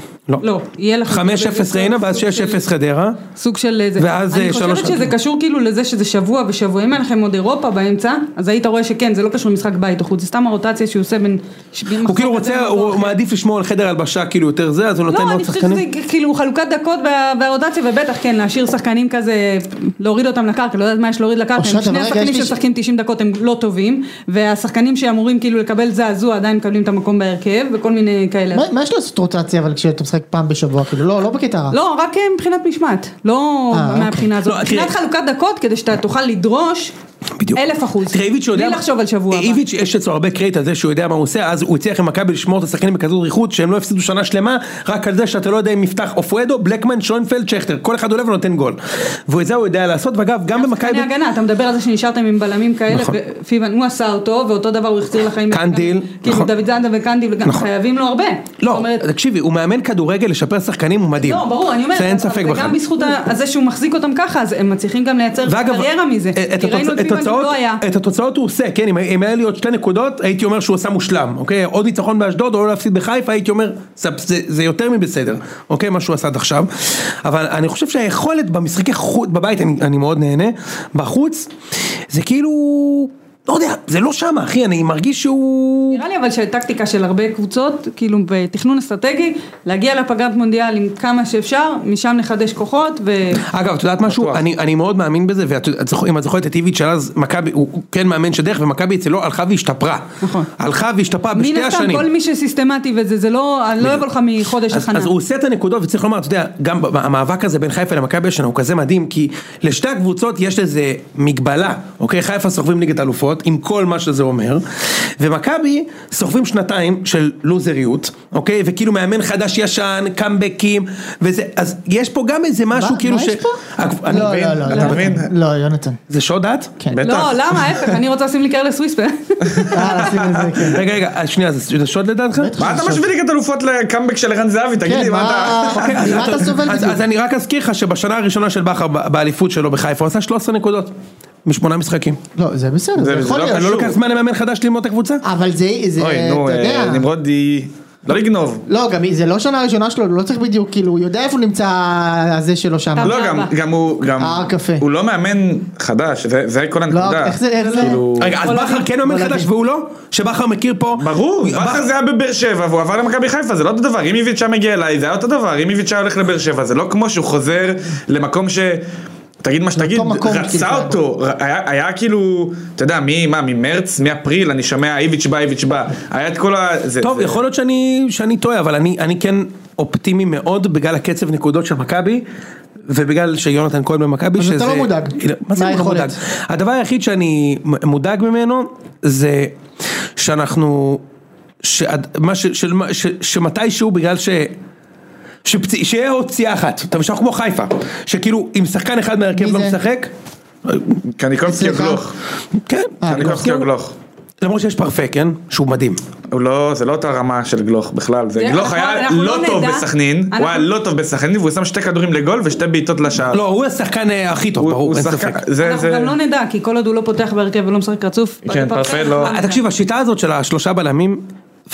S3: אה, לא, יהיה לך...
S2: 5-0 ריינה ואז 6-0 חדרה.
S3: סוג של איזה...
S2: ואז, אה,
S3: אני חושבת
S2: שלוש-
S3: שזה קשור כאילו לזה שזה שבוע ושבוע, אם היה לכם עוד אירופה באמצע, אז היית רואה שכן, זה לא קשור למשחק בית או חוץ, זה סתם הרוטציה שהוא עושה בין...
S2: הוא כאילו רוצה, הוא מעדיף לשמור על חדר הלבשה כאילו יותר זה, אז הוא נותן
S3: לא,
S2: עוד
S3: אני חושבת שזה
S2: שחקנים.
S3: כאילו חלוקת דקות וה- והרוטציה, ובטח כן, להשאיר שחקנים כזה, להוריד אותם לקרקע, לא יודעת מה יש להוריד לקרקע,
S1: אושרת,
S3: הם שני
S1: אבל רגע,
S3: השחקנים
S1: יש לי ש-
S3: שמשחקים 90 דקות הם לא טובים, והשחקנים שאמורים כאילו לקבל זעזוע עדיין מקבלים את המקום בהרכב, וכל מיני כאלה.
S1: מה- מה יש לעשות רוטציה אבל כשאתה משחק פעם בשבוע, כאילו, לא, לא בקטע רע.
S3: לא, רק אה, מבחינת משמעת, לא
S1: אה, אוקיי.
S3: מהבחינה הזאת,
S2: לא,
S3: מבחינת
S2: תראה-
S3: חלוקת דקות, כדי שאתה תוכל לדרוש
S2: בדיוק.
S3: אלף אחוז,
S2: תראה איביץ' יודע, אה,
S3: בלי לחשוב על שבוע הבא.
S2: איביץ' יש אצלו הרבה קרדיט על זה שהוא יודע מה הוא עושה, אז הוא הצליח עם מכבי לשמור את השחקנים בכזאת ריחות שהם לא הפסידו שנה שלמה, רק על זה שאתה לא יודע אם יפתח אופואדו, בלקמן, שוינפלד, שכטר, כל אחד עולה ונותן גול. ואת זה הוא יודע לעשות, ואגב גם במכבי,
S3: שחקני הגנה, אתה מדבר על זה שנשארתם עם בלמים כאלה,
S2: נכון.
S3: ופיבן הוא עשה אותו, ואותו דבר הוא החזיר לחיים.
S2: קנדיל,
S3: גם- כאילו
S2: נכון.
S3: דוד זנדה וקנדיל, גם
S2: נכון.
S3: חייבים לו הרבה. זאת
S2: לא,
S3: אומרת,
S2: תקשיבי, הוא מאמן כדורגל לשפר שחקנים, הוא מדהים.
S3: לא, ברור, אני אומרת,
S2: זה אין
S3: אבל-
S2: ספק
S3: וגם
S2: בכלל.
S3: בזכות ה- הזה שהוא מחזיק אותם ככה, אז הם מצליחים גם לייצר
S2: ואגב,
S3: קריירה מזה.
S2: את
S3: כי ראינו את
S2: התוצ- את
S3: פיבן שהוא
S2: התוצאות-
S3: לא היה.
S2: את התוצאות הוא עושה, כן, אם- אם היה לי עוד שתי נקודות, הייתי אומר שהוא עשה מושלם, אוקיי? עוד ניצחון באשדוד, או לא להפסיד בחיפה, הייתי אומר, "זה- זה זה יותר מבסדר, אוקיי? מה שהוא עשה עד עכשיו. אבל אני חושב שהיכולת במשחקי חוץ, בבית, אני אני מאוד נהנה, בחוץ, זה כאילו, לא יודע, זה לא שמה, אחי, אני מרגיש שהוא...
S3: נראה לי אבל שהטקטיקה של הרבה קבוצות, כאילו בתכנון אסטרטגי, להגיע לפגרת מונדיאל עם כמה שאפשר, משם לחדש כוחות, ו...
S2: אגב, את יודעת משהו? אני, אני מאוד מאמין בזה, ואם את זוכרת את איביץ' של אז, מכבי, הוא הוא כן מאמן שדרך, ומכבי אצלו הלכה והשתפרה.
S3: נכון.
S2: הלכה והשתפרה
S3: מן
S2: בשתי
S3: הסתם
S2: השנים.
S3: כל מי שסיסטמטי וזה, זה לא, אני לא אבוא לך מחודש
S2: אז,
S3: הכנה.
S2: אז הוא עושה את הנקודות וצריך לומר, אתה יודע, גם ב- המאבק הזה בין חיפה למכבי השנה הוא כזה מדהים, כי לשתי הקבוצות יש איזה מגבלה, אוקיי? חיפה סוחבים ליגת אלופות, עם כל מה שזה אומר, ומכבי סוחבים שנתיים של לוזריות, אוקיי? וכאילו מאמן חדש ישן, קאמבקים, וזה, אז יש פה גם איזה משהו
S1: מה-
S2: כאילו
S1: מה
S2: ש...
S1: יש פה?
S2: הק-
S1: לא,
S2: אני-
S1: לא, לא,
S4: אתה
S1: לא,
S4: מבין?
S1: לא, יונתן.
S2: זה שוד את?
S1: כן.
S4: בטח.
S3: לא, למה? ההפך, אני רוצה לשים לי קרלס וויספר.
S1: אה, לשים את זה, כן.
S2: רגע, רגע, שנייה, זה זה שוד לדעתך?
S1: בטח.
S4: מה אתה משווה ליגת אלופות לקאמבק של ערן זהבי? תגיד לי,
S1: כן,
S4: מה אתה...
S1: מה
S2: אוקיי, אז
S1: ממה אתה סובל
S2: אז-
S1: בדיוק?
S2: אז אני רק אזכיר לך שבשנה הראשונה של בכר ב- באליפות שלו בחיפה הוא עשה 13 נקודות משמונה משחקים.
S1: לא, זה בסדר, זה
S4: זה- זה
S1: יכול
S4: לא-
S1: להיות.
S2: אני לא
S4: שוב.
S2: לוקח זמן למאמן חדש ללמוד את הקבוצה?
S4: אה.
S1: אבל זה, זה,
S4: אוי, נו,
S1: אוקיי, אתה
S4: אה,
S1: יודע.
S4: נמרודי... לא לגנוב.
S1: לא, גם זה לא שנה ראשונה שלו, הוא לא צריך בדיוק, כאילו, הוא יודע איפה נמצא הזה שלו שם.
S3: אתה-
S4: לא, גם-
S3: הבא.
S4: גם הוא... גם-
S1: הר קפה.
S4: הוא לא מאמן חדש, זה- זה כל
S1: לא,
S4: הנקודה.
S1: איך זה, איך זה?
S4: כאילו...
S2: רגע, אז
S3: לא
S2: בכר
S3: להגיד,
S2: כן מאמן
S1: לא
S2: חדש
S1: להגיד.
S2: והוא לא? שבכר מכיר פה?
S4: ברור,
S2: בכר-
S4: בכר זה היה בבאר שבע והוא עבר למכבי חיפה, זה לא אותו דבר, אם איביץ' היה מגיע אליי זה היה אותו דבר, אם איביץ' היה הולך לבאר שבע, זה לא כמו שהוא חוזר למקום ש... תגיד מה שתגיד,
S1: מקום,
S4: רצה
S1: כאילו.
S4: אותו, ר- היה, היה כאילו, אתה יודע, מי, מה, ממרץ, מאפריל, אני שומע איביץ' בא, איביץ' בא, היה את כל ה... זה,
S2: טוב,
S4: זה...
S2: יכול להיות שאני שאני טועה, אבל אני אני כן אופטימי מאוד בגלל הקצב נקודות של מכבי. ובגלל שיונתן כהן במכבי
S1: אז
S2: שזה...
S1: אתה לא מודאג.
S2: מה זה אני לא
S1: מהיכולת.
S2: מודאג? הדבר היחיד שאני מ- מודאג ממנו זה שאנחנו... שעד- מה ש- של מה- ש- שמתישהו בגלל ש... שפצ... שיהיה עוד פציעה אחת, אתה משחק כמו חיפה, שכאילו אם שחקן אחד מהרכב
S1: מי
S2: לא
S1: זה?
S2: משחק,
S4: קניקובסקי
S1: סליחה? אה,
S4: הגלוך,
S2: כן,
S4: קניקובסקי הגלוך,
S2: למרות שיש פרפה, כן? שהוא מדהים.
S4: הוא לא, זה לא אותה רמה של גלוך בכלל, זה
S3: זה-
S4: גלוך
S3: אנחנו-
S4: היה
S3: אנחנו
S4: לא
S3: לא
S4: טוב
S3: נדע.
S4: בסכנין, הוא היה
S3: אנחנו-
S4: לא טוב בסכנין והוא שם שתי כדורים לגול ושתי בעיטות לשער,
S2: לא, הוא השחקן אה, הכי טוב,
S4: הוא-
S2: ברור,
S4: הוא
S2: אין
S4: שחקן-
S2: ספק.
S4: זה-
S3: אנחנו
S4: זה-
S3: גם לא נדע, כי כל עוד הוא לא פותח בהרכב ולא משחק רצוף,
S4: כן, פרפה לא-
S3: אנחנו
S2: אה, תקשיב, השיטה הזאת של השלושה בלמים,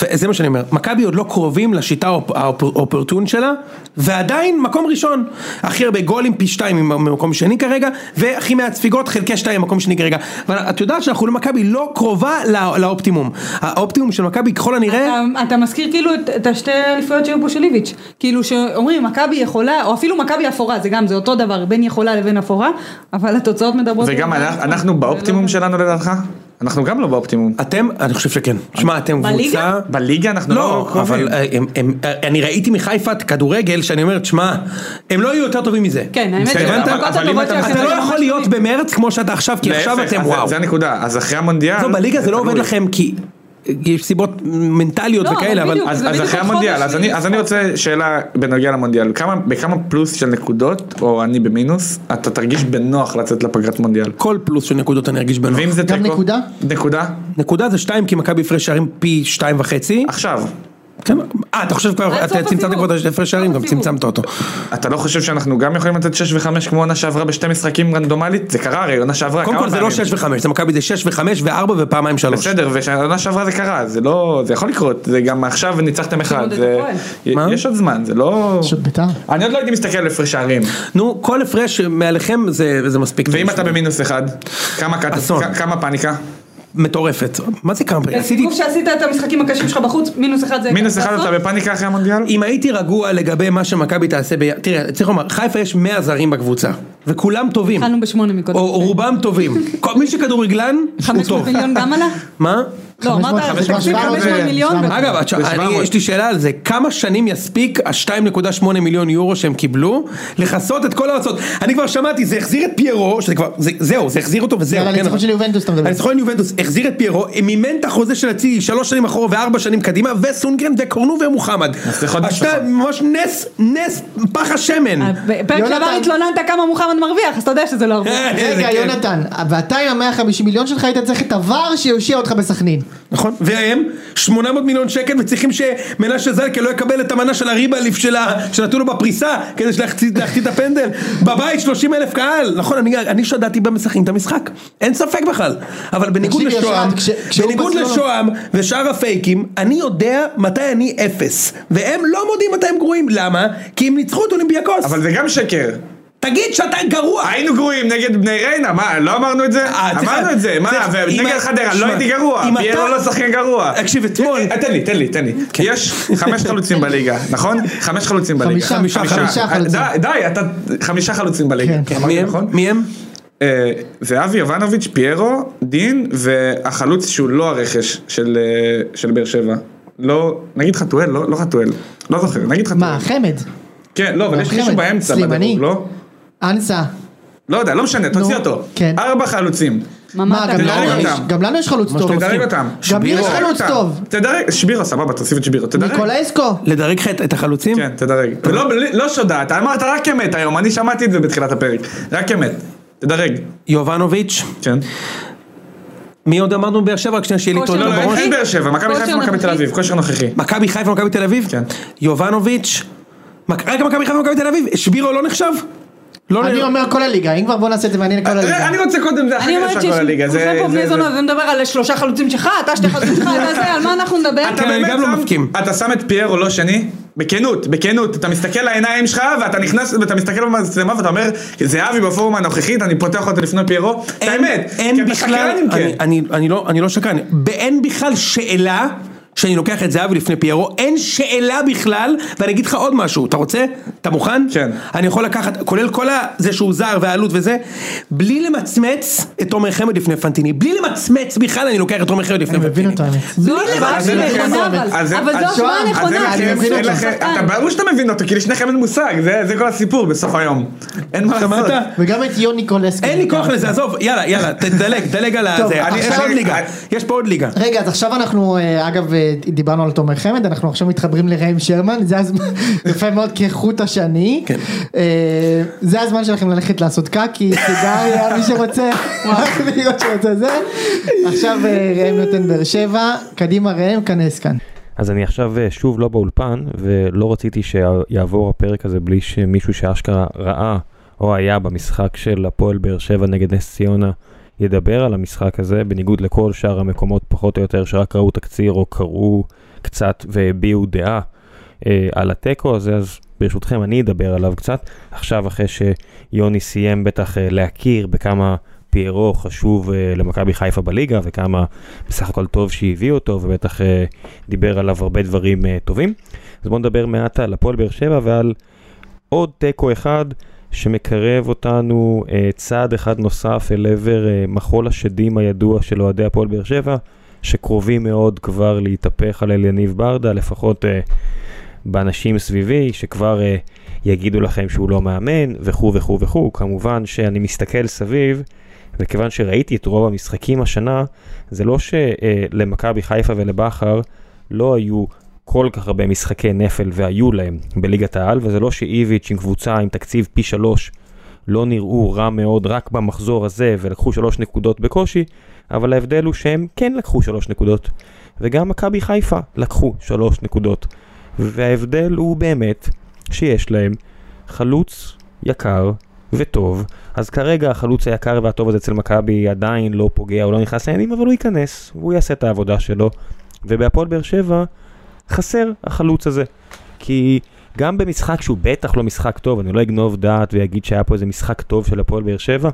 S2: ו- זה מה שאני אומר, מכבי עוד לא קרובים לשיטה האופ- האופ- האופורטון שלה, ועדיין מקום ראשון. הכי הרבה גולים פי שתיים ממ- ממקום שני כרגע, והכי מעט ספיגות חלקי שתיים ממקום שני כרגע. אבל את יודעת שאנחנו למכבי לא קרובה לא- לאופטימום. האופטימום של מכבי ככל הנראה,
S4: כן.
S3: אתה- אתה מזכיר כאילו את- את השתי האליפויות שהיו פה של איביץ', כאילו שאומרים מכבי יכולה, או אפילו מכבי אפורה, זה גם, זה אותו דבר, בין יכולה לבין אפורה, אבל התוצאות מדברות...
S4: וגם
S3: על-
S4: אנחנו- אנחנו באופטימום שלנו לדעתך? אנחנו גם לא באופטימום.
S2: אתם, אני חושב שכן. שמע, אתם
S3: בליגה?
S2: קבוצה...
S4: בליגה אנחנו
S2: לא, אבל
S4: אוקיי.
S2: אה, הם- הם- אה, אני ראיתי מחיפה את כדורגל שאני אומר, תשמע, הם לא יהיו יותר טובים מזה.
S3: כן, האמת
S4: בסדר,
S3: שהדקות
S4: אבל- אבל אם
S3: הטובות
S4: אתה-
S3: של
S4: אתה
S2: אתה
S3: הקריירה
S2: לא
S3: ממש
S2: יכול להיות במרץ כמו שאתה עכשיו, כי עכשיו
S4: להפך,
S2: אתם
S4: אז
S2: וואו.
S4: זה הנקודה, אז אחרי המונדיאל...
S2: טוב, בליגה זה לא עובד
S4: תלוי.
S2: לכם כי יש סיבות מנטליות
S3: לא, אבל
S2: וכאלה, אבל...
S3: בדיוק.
S4: אז
S3: זה
S4: אז
S3: בדיוק
S4: אחרי
S3: עוד
S4: המונדיאל,
S3: חודש
S4: אז אני-
S3: לי
S4: אז אני רוצה שאלה בנוגע למונדיאל, כמה- בכמה פלוס של נקודות, או אני במינוס, אתה תרגיש בנוח לצאת לפגרת מונדיאל?
S2: כל פלוס של נקודות אני ארגיש בנוח.
S4: ואם זה
S1: גם
S4: תיקו?
S1: נקודה?
S4: נקודה?
S2: נקודה זה שתיים כי מכבי הפרש שערים פי שתיים וחצי.
S4: עכשיו.
S2: כן, אה, אתה חושב כבר,
S3: עד
S2: אתה
S3: סוף
S2: צמצמת
S3: הסיבוב.
S2: כבר את ההפרש שערים, גם
S3: סוף הסיבוב.
S2: צמצמת אותו.
S4: אתה לא חושב שאנחנו גם יכולים לתת 6 ו-5 כמו עונה שעברה בשתי משחקים רנדומלית? זה קרה הרי עונה שעברה
S2: קודם
S4: כמה
S2: כל זה לא
S4: פעמים.
S2: 6 ו-5, זה מכבי זה 6 ו-5 ו-4 ופעמיים 3.
S4: לא, בסדר, ושנה שעברה זה קרה, זה לא, זה יכול לקרות, זה גם עכשיו ניצחתם אחד,
S3: עוד את
S4: זה,
S3: הפועל.
S2: מה?
S4: יש עוד זמן, זה לא...
S1: יש עוד בית"ר.
S4: אני עוד לא הייתי מסתכל על הפרש שערים,
S2: נו, כל הפרש מעליכם זה זה מספיק.
S4: ואם אתה במינוס אחד, כמה, קט-
S2: אסון.
S4: כ- כמה פניקה?
S2: מטורפת. מה זה קמפרי? עשיתי...
S3: בסיבוב שעשית את המשחקים הקשים שלך בחוץ, מינוס אחד זה...
S4: מינוס אחד
S3: לעשות.
S4: אתה בפניקה אחרי המונדיאל?
S2: אם הייתי רגוע לגבי מה שמכבי תעשה ב... תראה, צריך לומר, חיפה יש 100 זרים בקבוצה, וכולם טובים.
S3: התחלנו בשמונה מקודם.
S2: או רובם טובים. כל- מי שכדורגלן, הוא
S3: 500
S2: טוב.
S3: מיליון גם עלה?
S2: מה?
S3: לא, אמרת
S1: 500,
S3: תקציב 500 מיליון?
S1: 700.
S2: אגב, את-
S4: זה
S2: אני-
S4: 700.
S2: יש לי שאלה על זה, כמה שנים יספיק ה-2.8 מיליון יורו שהם קיבלו לכסות את כל ההוצאות? אני כבר שמעתי, זה החזיר את פיירו, שזה כבר, זה- זהו, זה החזיר אותו וזהו.
S1: יאללה,
S2: כן,
S1: הניצחון
S2: אבל-
S1: של יובנטוס אתה מדבר.
S2: הניצחון של יובנטוס, החזיר את פיירו, מימן את החוזה של אצילי שלוש שנים אחורה וארבע שנים קדימה, וסונגרן וקורנו ומוחמד.
S4: זה חודש
S2: השתיים,
S4: נכון.
S2: ממש נס, נס, פח השמן.
S3: פרק
S1: יונתן.
S3: אה, שעבר התלוננת כמה מוחמד מרוויח, אז אתה יודע שזה לא הרבה.
S4: כן.
S1: רגע, יונתן, ואתה עם ה-150 מיליון שלך היית צריך את הוואר שיושיע אותך בסכנין.
S2: נכון, והם 800 מיליון שקל וצריכים שמנשה זלקה לא יקבל את המנה של הריבליף שלה, שנתנו לו בפריסה כדי שלהחצי- להחטיא את הפנדל, בבית 30 אלף קהל, נכון, אני, אני שדדתי במשחקים את המשחק, אין ספק בכלל, אבל בניגוד
S1: תקשיב,
S2: לשוהם,
S1: ישן, כש- כשהוא
S2: בניגוד
S1: בסלון-
S2: לשוהם ושאר הפייקים, אני יודע מתי אני אפס, והם לא מודים מתי הם גרועים, למה? כי הם ניצחו את אולימפיאקוס,
S4: אבל אה, זה גם שקר.
S2: תגיד שאתה גרוע,
S4: היינו גרועים נגד בני ריינה, מה, לא אמרנו את זה?
S2: אה, צריך-
S4: אמרנו את זה, מה,
S2: צריך- אם
S4: ונגד
S2: ה-
S4: חדרה, לא
S2: שמע,
S4: הייתי גרוע,
S2: אם
S4: פיירו
S2: אתה-
S4: לא שחקן גרוע.
S2: תקשיב, אתמול- כן.
S4: אה, תן לי, תן לי, תן לי. יש חמש חלוצים בליגה, נכון? חמש חלוצים בליגה.
S1: חמישה, חמישה
S4: אה,
S1: חלוצים.
S4: די, די, אתה חמישה חלוצים בליגה.
S1: כן.
S4: אמרתי
S2: מי הם?
S4: נכון?
S2: מי הם?
S4: אה, זה אבי יובנוביץ', פיירו, דין, והחלוץ שהוא לא הרכש של, אה, של באר שבע. לא, נגיד חתואל, לא, לא חתואל, לא זוכר, נגיד חתואל.
S1: מה, חמד?
S4: כן, לא, אבל יש
S1: חמד,
S4: מישהו באמצע
S1: סלימני.
S4: בדירוג, לא?
S1: אנסה?
S4: לא יודע, לא משנה, תוציא
S1: נו,
S4: אותו.
S1: כן.
S4: ארבע חלוצים.
S1: מה,
S3: ממ"ד
S1: גם לא-
S3: הגנה.
S1: לנו
S4: תדרג
S1: יש-
S4: אותם.
S1: גם לנו יש חלוץ טוב.
S4: תדרג אותם.
S1: גם לי יש
S4: תדרג
S1: חלוץ
S4: אותם.
S1: טוב.
S4: תדרג, שבירו, סבבה, תוסיף את שבירו, תדרג.
S1: ניקולסקו?
S2: לדרג לך את את החלוצים?
S4: כן, תדרג. ולא, בלי- לא שודה, אתה אמרת רק אמת היום, אני שמעתי את זה בתחילת הפרק. רק אמת. תדרג.
S2: יובנוביץ',
S4: כן.
S2: מי עוד אמרנו באר שבע? רק שנייה שיהיה לי
S3: כושר
S2: טוב
S4: לא, לא, אין-
S2: בראש.
S4: אין באר שבע, מכבי
S3: כושר
S4: חיפה ומכבי תל
S3: נוכחי.
S4: אביב, כושר נוכחי.
S2: מכבי חיפה ומכבי תל אביב?
S4: כן.
S2: יובנוביץ', מק- רגע מכבי חיפה ומכבי תל אביב, שבירו לא נחשב? לא
S1: אני
S2: נ-
S1: אומר כל הליגה, אם כבר בוא נעשה את זה מעניין כל
S4: תראה,
S1: הליגה.
S4: אה, אני רוצה קודם זה, אחר
S3: אני
S4: כך
S3: אומרת
S4: אפשר כל הליגה. זה-
S3: שכולכם פה
S4: זה-
S3: בני
S4: זה-
S3: זונות, ומדבר על שלושה חלוצים שלך, אתה שתי חלוצים שלך, אתה זה, על מה אנחנו נדבר?
S4: אתה
S2: כן,
S4: באמת
S2: גם לא
S4: שם-
S2: מבכים.
S4: אתה שם את פיירו לא שני? בכנות, בכנות, אתה מסתכל לעיניים שלך ואתה נכנס ואתה מסתכל במצלמה ואתה אומר זהבי בפורום הנוכחית, אני פותח אותו לפני פיירו, את
S2: אין-
S4: האמת, כי
S2: אין
S4: אתה
S2: בכלל,
S4: שקרן אם כן.
S2: אני- אני- אני לא- אני לא שקרן, ב- אין בכלל שאלה. שאני לוקח את זהבי לפני פיירו, אין שאלה בכלל, ואני אגיד לך עוד משהו, אתה רוצה? אתה מוכן?
S4: כן.
S2: אני יכול לקחת, כולל כל ה- זה שהוא זר והעלות וזה, בלי למצמץ את תומר חמד לפני פנטיני, בלי למצמץ בכלל אני לוקח את תומר חמד לפני
S1: אני
S2: פנטיני.
S1: מבין לא, אותו, האמת.
S3: זו
S4: אבל
S3: השוואה
S4: זה לכם-
S3: נכונה, אבל
S4: אז זה-
S3: אבל
S4: אז
S3: זו השוואה
S1: שוהם, אז
S4: אז אין
S3: נכונה.
S1: אני
S4: לכם-
S1: מבין
S4: אין
S1: אותו. אה.
S4: לכם-
S3: שחקן.
S4: אתה ברור שאתה מבין אותו, כי לשניכם אין מושג, זה זה כל הסיפור בסוף היום. אין מה לעשות.
S2: שמעת?
S1: וגם את יוני ניקולסקו.
S2: אין לי כוח לזה, עזוב, יאללה, יאללה, תדלג, דלג על
S1: טוב,
S2: הזה,
S1: אני-
S2: יש
S1: אני-
S2: עוד ליגה,
S4: אני-
S2: יש פה עוד ליגה.
S1: רגע, אז עכשיו אנחנו, אה, אגב, אה, דיברנו על תומר חמד, אנחנו עכשיו מתחברים לראם שרמן, זה הזמן, יפה מאוד כחוט השני.
S2: כן.
S1: אה, זה הזמן שלכם ללכת לעשות קקי, סיגריה, מי שרוצה, מי שרוצה זה. עכשיו אה, ראם נותן באר שבע, קדימה ראם, כנס כאן.
S5: אז אני עכשיו אה, שוב לא באולפן, ולא רציתי שיעבור הפרק הזה בלי שמישהו שאשכרה ראה או היה במשחק של הפועל באר שבע נגד נס ציונה ידבר על המשחק הזה, בניגוד לכל שאר המקומות פחות או יותר שרק ראו תקציר או קראו קצת והביעו דעה אה, על התיקו הזה, אז ברשותכם אני אדבר עליו קצת. עכשיו אחרי שיוני סיים בטח אה, להכיר בכמה פיירו חשוב אה, למכבי חיפה בליגה וכמה בסך הכל טוב שהביא אותו ובטח אה, דיבר עליו הרבה דברים אה, טובים. אז בואו נדבר מעט על הפועל באר שבע ועל עוד תיקו אחד שמקרב אותנו אה, צעד אחד נוסף אל עבר אה, מחול השדים הידוע של אוהדי הפועל באר שבע, שקרובים מאוד כבר להתהפך על אליניב ברדה, לפחות אה, באנשים סביבי, שכבר אה, יגידו לכם שהוא לא מאמן, וכו' וכו' וכו'. כמובן שאני מסתכל סביב, וכיוון שראיתי את רוב המשחקים השנה, זה לא שלמכבי חיפה ולבכר לא היו כל כך הרבה משחקי נפל והיו להם בליגת העל, וזה לא שאיביץ' עם קבוצה עם תקציב פי שלוש לא נראו רע מאוד רק במחזור הזה ולקחו שלוש נקודות בקושי, אבל ההבדל הוא שהם כן לקחו שלוש נקודות, וגם מכבי חיפה לקחו שלוש נקודות, וההבדל הוא באמת שיש להם חלוץ יקר וטוב, אז כרגע החלוץ היקר והטוב הזה אצל מכבי עדיין לא פוגע, הוא לא נכנס לעניינים, אבל הוא ייכנס, והוא יעשה את העבודה שלו, ובהפועל באר שבע חסר החלוץ הזה, כי גם במשחק שהוא בטח לא משחק טוב, אני לא אגנוב דעת ואגיד שהיה פה איזה משחק טוב של הפועל באר שבע,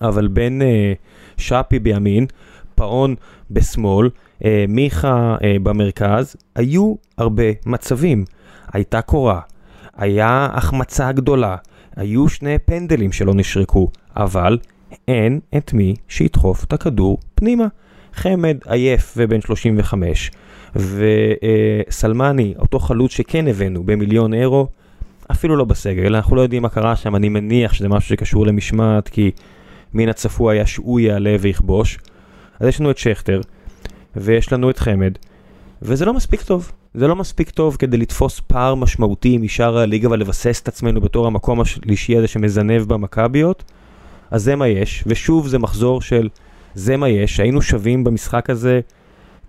S5: אבל בין אה, שפי בימין, פאון בשמאל, אה, מיכה אה, במרכז, היו הרבה מצבים. הייתה קורה, היה החמצה גדולה, היו שני פנדלים שלא נשרקו, אבל אין את מי שידחוף את הכדור פנימה. חמד עייף ובן 35, וסלמני, אותו חלוץ שכן הבאנו במיליון אירו, אפילו לא בסגל, אנחנו לא יודעים מה קרה שם, אני מניח שזה משהו שקשור למשמעת, כי מן הצפוי היה שהוא יעלה ויכבוש. אז יש לנו את שכטר, ויש לנו את חמד, וזה לא מספיק טוב. זה לא מספיק טוב כדי לתפוס פער משמעותי משאר הליגה ולבסס את עצמנו בתור המקום השלישי הזה שמזנב במכביות. אז זה מה יש, ושוב זה מחזור של זה מה יש, היינו שווים במשחק הזה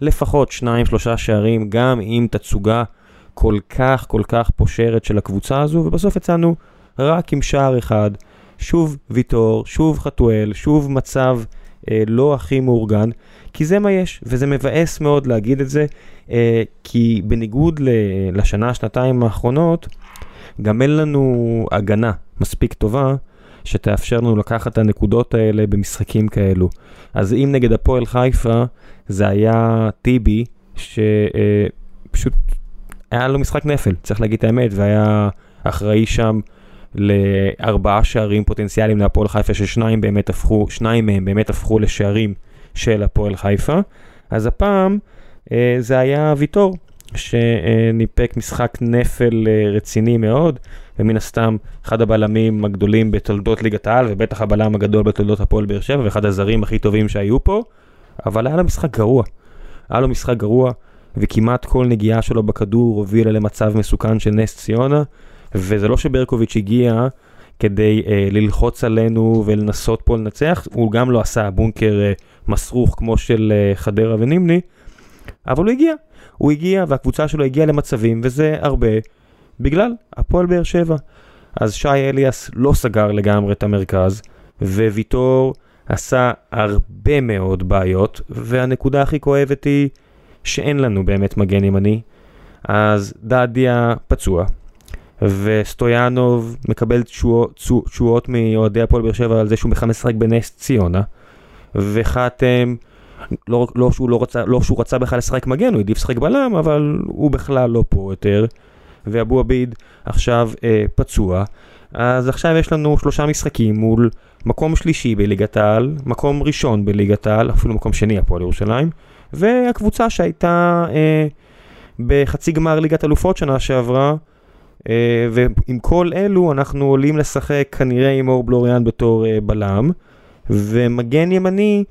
S5: לפחות שניים שלושה שערים, גם עם תצוגה כל כך כל כך פושרת של הקבוצה הזו, ובסוף יצאנו רק עם שער אחד, שוב ויטור, שוב חתואל, שוב מצב אה, לא הכי מאורגן, כי זה מה יש, וזה מבאס מאוד להגיד את זה, אה, כי בניגוד ל, לשנה, שנתיים האחרונות, גם אין לנו הגנה מספיק טובה שתאפשר לנו לקחת את הנקודות האלה במשחקים כאלו. אז אם נגד הפועל חיפה זה היה טיבי, אה, שפשוט היה לו משחק נפל, צריך להגיד את האמת, והיה אחראי שם לארבעה שערים פוטנציאליים להפועל חיפה, ששניים באמת הפכו, שניים מהם באמת הפכו לשערים של הפועל חיפה. אז הפעם אה, זה היה ויטור, שניפק משחק נפל אה, רציני מאוד, ומן הסתם אחד הבלמים הגדולים בתולדות ליגת העל, ובטח הבלם הגדול בתולדות הפועל באר שבע, ואחד הזרים הכי טובים שהיו פה, אבל היה לו משחק גרוע. היה לו משחק גרוע, וכמעט כל נגיעה שלו בכדור הובילה למצב מסוכן של נס ציונה, וזה לא שברקוביץ' הגיע כדי אה, ללחוץ עלינו ולנסות פה לנצח, הוא גם לא עשה בונקר אה, מסרוך כמו של אה, חדרה ונימני, אבל הוא הגיע. הוא הגיע והקבוצה שלו הגיעה למצבים, וזה הרבה בגלל הפועל באר שבע. אז שי אליאס לא סגר לגמרי את המרכז, וויטור עשה הרבה מאוד בעיות, והנקודה הכי כואבת היא שאין לנו באמת מגן ימני. אז דדיה פצוע, וסטויאנוב מקבל תשוע- צו- תשואות מאוהדי הפועל באר שבע על זה שהוא מכנס לשחק בנס ציונה, וחתם, לא, רק- לא, שהוא לא, רצה, לא שהוא רצה בכלל לשחק מגן, הוא העדיף לשחק בלם, אבל הוא בכלל לא פה יותר, ואבו עביד עכשיו אה, פצוע. אז עכשיו יש לנו שלושה משחקים מול מקום שלישי בליגת העל, מקום ראשון בליגת העל, אפילו מקום שני הפועל ירושלים, והקבוצה שהייתה אה, בחצי גמר ליגת אלופות שנה שעברה, אה, ועם כל אלו אנחנו עולים לשחק כנראה עם אור בלוריאן בתור אה, בלם, ומגן ימני,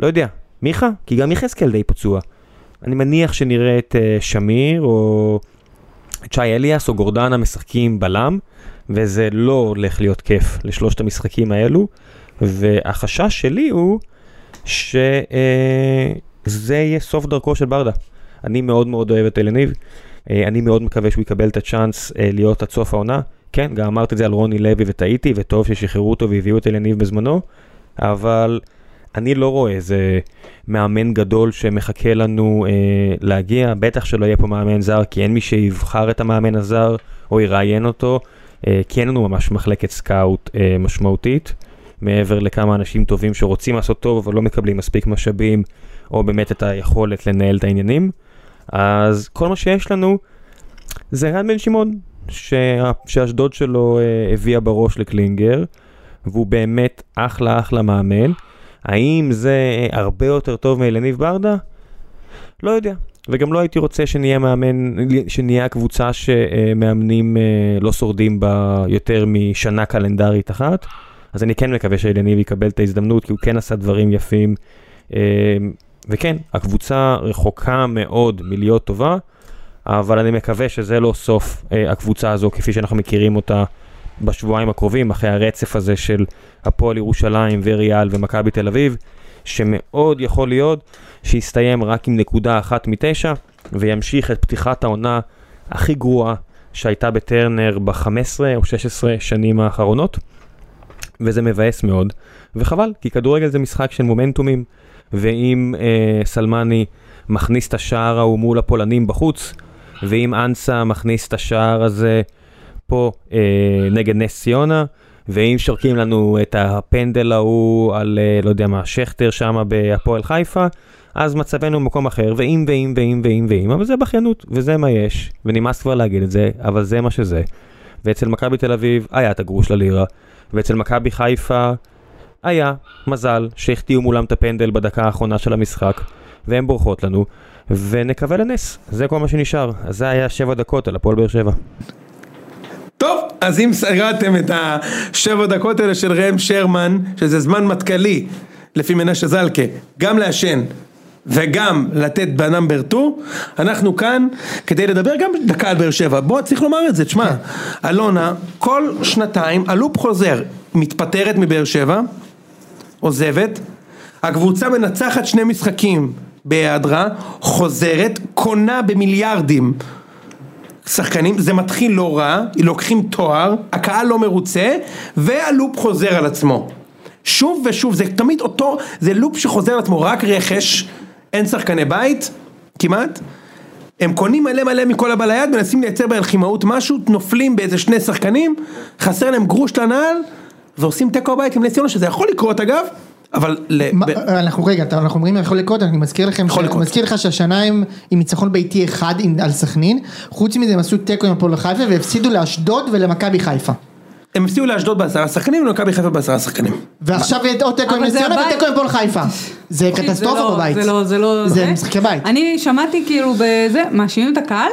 S5: לא יודע, מיכה? כי גם יחזקאל די פצוע. אני מניח שנראה את אה, שמיר או את שי אליאס או גורדנה משחקים בלם, וזה לא הולך להיות כיף לשלושת המשחקים האלו, והחשש שלי הוא שזה אה, יהיה סוף דרכו של ברדה. אני מאוד מאוד אוהב את אלניב, אה, אני מאוד מקווה שהוא יקבל את הצ'אנס אה, להיות עד סוף העונה. כן, גם אמרתי את זה על רוני לוי וטעיתי, וטוב ששחררו אותו והביאו את אלניב בזמנו, אבל אני לא רואה איזה מאמן גדול שמחכה לנו אה, להגיע, בטח שלא יהיה פה מאמן זר, כי אין מי שיבחר את המאמן הזר או יראיין אותו, אה, כי אין לנו ממש מחלקת סקאוט אה, משמעותית, מעבר לכמה אנשים טובים שרוצים לעשות טוב, אבל לא מקבלים מספיק משאבים, או באמת את היכולת לנהל את העניינים. אז כל מה שיש לנו זה רן בן שמעון, שה- שאשדוד שלו אה, הביאה בראש לקלינגר, והוא באמת אחלה אחלה מאמן. האם זה הרבה יותר טוב מאלניב ברדה? לא יודע. וגם לא הייתי רוצה שנהיה מאמן, שנהיה הקבוצה שמאמנים אה, לא שורדים בה יותר משנה קלנדרית אחת. אז אני כן מקווה שאלניב יקבל את ההזדמנות, כי הוא כן עשה דברים יפים. אה, וכן, הקבוצה רחוקה מאוד מלהיות טובה, אבל אני מקווה שזה לא סוף אה, הקבוצה הזו כפי שאנחנו מכירים אותה בשבועיים הקרובים, אחרי הרצף הזה של הפועל ירושלים וריאל ומכבי תל אביב, שמאוד יכול להיות שיסתיים רק עם נקודה אחת מתשע, וימשיך את פתיחת העונה הכי גרועה שהייתה בטרנר ב-15 או 16 שנים האחרונות, וזה מבאס מאוד, וחבל, כי כדורגל זה משחק של מומנטומים, ואם אה, סלמני מכניס את השער ההוא מול הפולנים בחוץ, ואם אנסה מכניס את השער הזה פה אה, נגד נס ציונה, ואם שורקים לנו את הפנדל ההוא על אה, לא יודע מה, שכטר שם בהפועל חיפה, אז מצבנו במקום אחר, ואם ואם ואם ואם ואם, אבל זה בכיינות, וזה מה יש, ונמאס כבר להגיד את זה, אבל זה מה שזה. ואצל מכבי תל אביב היה את הגרוש ללירה, ואצל מכבי חיפה היה מזל שהחטיאו מולם את הפנדל בדקה האחרונה של המשחק, והן בורחות לנו, ונקווה לנס, זה כל מה שנשאר. אז זה היה שבע דקות על הפועל באר שבע.
S2: טוב, אז אם סגרתם את השבע דקות האלה של ראם שרמן, שזה זמן מטכלי, לפי מנשה זלקה, גם לעשן וגם לתת בנאמבר 2, אנחנו כאן כדי לדבר גם דקה על באר שבע. בוא, צריך לומר את זה, תשמע, אלונה, כל שנתיים הלופ חוזר, מתפטרת מבאר שבע, עוזבת, הקבוצה מנצחת שני משחקים בהיעדרה, חוזרת, קונה במיליארדים. שחקנים, זה מתחיל לא רע, לוקחים תואר, הקהל לא מרוצה, והלופ חוזר על עצמו. שוב ושוב, זה תמיד אותו, זה לופ שחוזר על עצמו, רק רכש, אין שחקני בית, כמעט. הם קונים מלא מלא מכל הבא ליד, מנסים לייצר בהלחימאות משהו, נופלים באיזה שני שחקנים, חסר להם גרוש לנעל, ועושים תיקו הבית עם נס ציונה, שזה יכול לקרות אגב, אבל... ל...
S1: מה- אה,
S2: ב...
S1: אנחנו רגע, אתה- אנחנו אומרים יכול לקרות, אני מזכיר לכם,
S2: יכול
S1: אני
S2: לקרות.
S1: מזכיר לך שהשנה הם עם ניצחון ביתי אחד עם- על סכנין, חוץ מזה הם עשו תיקו עם הפועל חיפה והפסידו לאשדוד ולמכבי חיפה.
S2: הם הפסידו לאשדוד בעשרה שחקנים, ולמכבי חיפה בעשרה שחקנים.
S1: ועכשיו עוד תיקו עם
S3: אבל
S1: נס
S3: זה
S1: ציונה
S3: הבית.
S1: ותיקו עם הפועל חיפה. זה
S3: תקשיב,
S1: קטסטרופה
S3: לא-
S1: בבית.
S3: זה לא, זה לא...
S1: זה משחקי בית.
S3: אני שמעתי כאילו בזה, מאשימים את הקהל,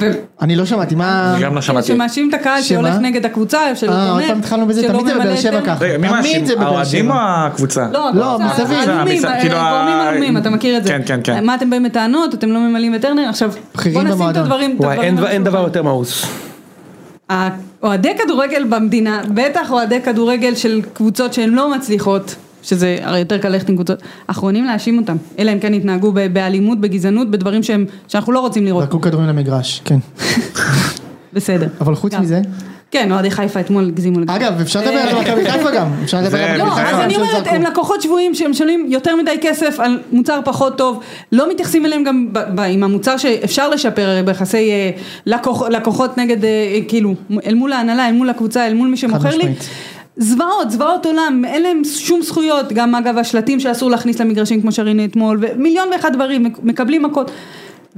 S3: ו...
S1: אני לא שמעתי, מה...
S4: גם לא שמעתי.
S3: שמאשים את הקהל
S1: שמה?
S3: שהולך נגד הקבוצה, שלא
S1: אה,
S3: תומך,
S1: עוד פעם התחלנו בזה,
S3: שלא
S1: תמיד זה
S3: ממלא
S1: בבאר
S3: את
S1: שבע
S3: טרנר.
S1: ככה.
S4: רגע, מי
S1: תמיד
S4: מאשים?
S1: זה בבאר
S4: האוהדים
S1: שבע.
S4: או הקבוצה?
S3: לא,
S1: לא,
S3: הקבוצה,
S1: מסביב.
S3: העלומים,
S4: אה, מסביב, כאילו,
S3: גורמים
S4: ה-
S3: עלומים, אתה מכיר את זה.
S4: כן, כן, כן.
S3: מה אתם באים בטענות, אתם לא ממלאים את טרנר, עכשיו, בוא
S1: בכירים
S3: נשים את
S1: במועדון.
S3: הדברים, את
S2: וואי,
S3: הדברים
S2: אין,
S3: על
S2: אין דבר
S3: השולחן.
S2: יותר מאוס.
S3: אוהדי כדורגל במדינה, בטח אוהדי כדורגל של קבוצות שהן לא מצליחות, שזה הרי יותר קל ללכת עם קבוצות, אחרונים להאשים אותם, אלא אם כן יתנהגו ב- באלימות, בגזענות, בדברים שהם, שאנחנו לא רוצים לראות.
S1: זרקו כדורים למגרש, כן.
S3: בסדר.
S1: אבל חוץ
S3: גם.
S1: מזה-
S3: כן, אוהדי חיפה אתמול הגזימו לגמרי.
S1: אגב, אפשר לדבר על מכבי חיפה גם. אפשר לדבר
S4: זה-
S1: על
S4: לא,
S1: מכבי
S3: אה. לא,
S1: חיפה.
S3: אז אני
S1: שהם
S3: אומרת,
S1: זרקו.
S3: הם לקוחות שבויים שהם משלמים יותר מדי כסף על מוצר פחות טוב, לא מתייחסים אליהם גם ב- ב- עם המוצר שאפשר לשפר הרי ביחסי אה, לקוח- לקוחות נגד, אה, אה, כאילו, אל מול ההנהלה, אל מול הקבוצה, אל מול מי שמוכר לי.
S1: משמעית.
S3: זוועות, זוועות עולם, אין להם שום זכויות, גם אגב השלטים שאסור להכניס למגרשים כמו שראינו אתמול, ומיליון ואחד דברים, מק- מקבלים מכות.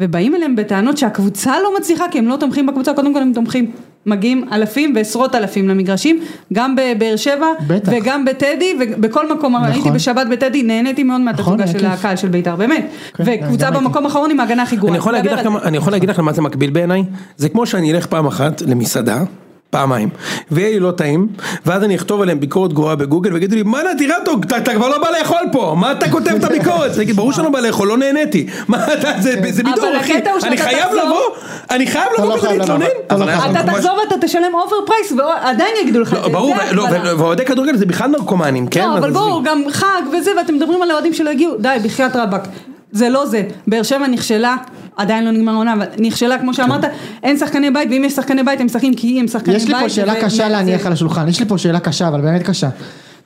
S3: ובאים אליהם בטענות שהקבוצה לא מצליחה כי הם לא תומכים בקבוצה, קודם כל הם תומכים. מגיעים אלפים ועשרות אלפים למגרשים, גם בבאר שבע,
S1: בטח.
S3: וגם בטדי, ובכל מקום, נכון. הייתי בשבת בטדי, נהניתי מאוד מהתצוגה
S1: נכון, היה
S3: של
S1: כיף.
S3: הקהל של בית"ר, באמת.
S1: כן,
S3: וקבוצה
S1: גם הייתי.
S3: במקום האחרון עם ההגנה הכי גרועה.
S2: אני יכול להגיד לך
S3: נדבר על
S2: כמה- אני יכול להגיד לך למה זה מקביל בעיניי? זה כמו שאני אלך פעם אחת למסעדה. פעמיים, ויהיה לי לא טעים, ואז אני אכתוב עליהם ביקורת גרועה בגוגל, ויגידו לי, מה נטירטו, אתה, אתה כבר לא בא לאכול פה, מה אתה כותב את הביקורת? אני אגיד, ברור שאני לא בא לאכול, לא נהניתי. מה אתה, זה, זה
S3: כן. אבל
S2: בידור, אחי,
S3: הקטע הוא
S2: אני
S3: שאתה
S2: חייב
S3: תחזור-
S2: לבוא, אני חייב
S1: אתה
S2: לבוא
S1: לא
S2: כדי
S1: חייב לבוא.
S2: להתלונן.
S1: אתה לא
S4: אבל
S1: חייב לבוא.
S4: אנחנו-
S3: זה. אתה
S4: כמו ש-
S3: תעזוב ואתה תשלם אובר פרייס, ועדיין יגידו לך את
S2: לא,
S3: זה.
S2: ברור,
S3: זה
S2: לא,
S3: ההגבלה.
S2: ו- ואוהדי כדורגל זה בכלל נרקומנים, כן?
S3: לא,
S2: אז
S3: אבל
S2: עזבי.
S3: בואו, גם חג וזה, ואתם מדברים על האוהדים שלא הגיעו, די, בחייאת רבאק. זה לא זה. באר שבע נכשלה, עדיין לא נגמר העונה, אבל נכשלה, כמו שאמרת, אין שחקני בית, ואם יש שחקני בית, הם משחקים כי הם שחקני בית.
S1: כן. יש לי פה שאלה
S3: וזה-
S1: קשה
S3: זה-
S1: להניח על השולחן, יש לי פה שאלה קשה, אבל באמת קשה.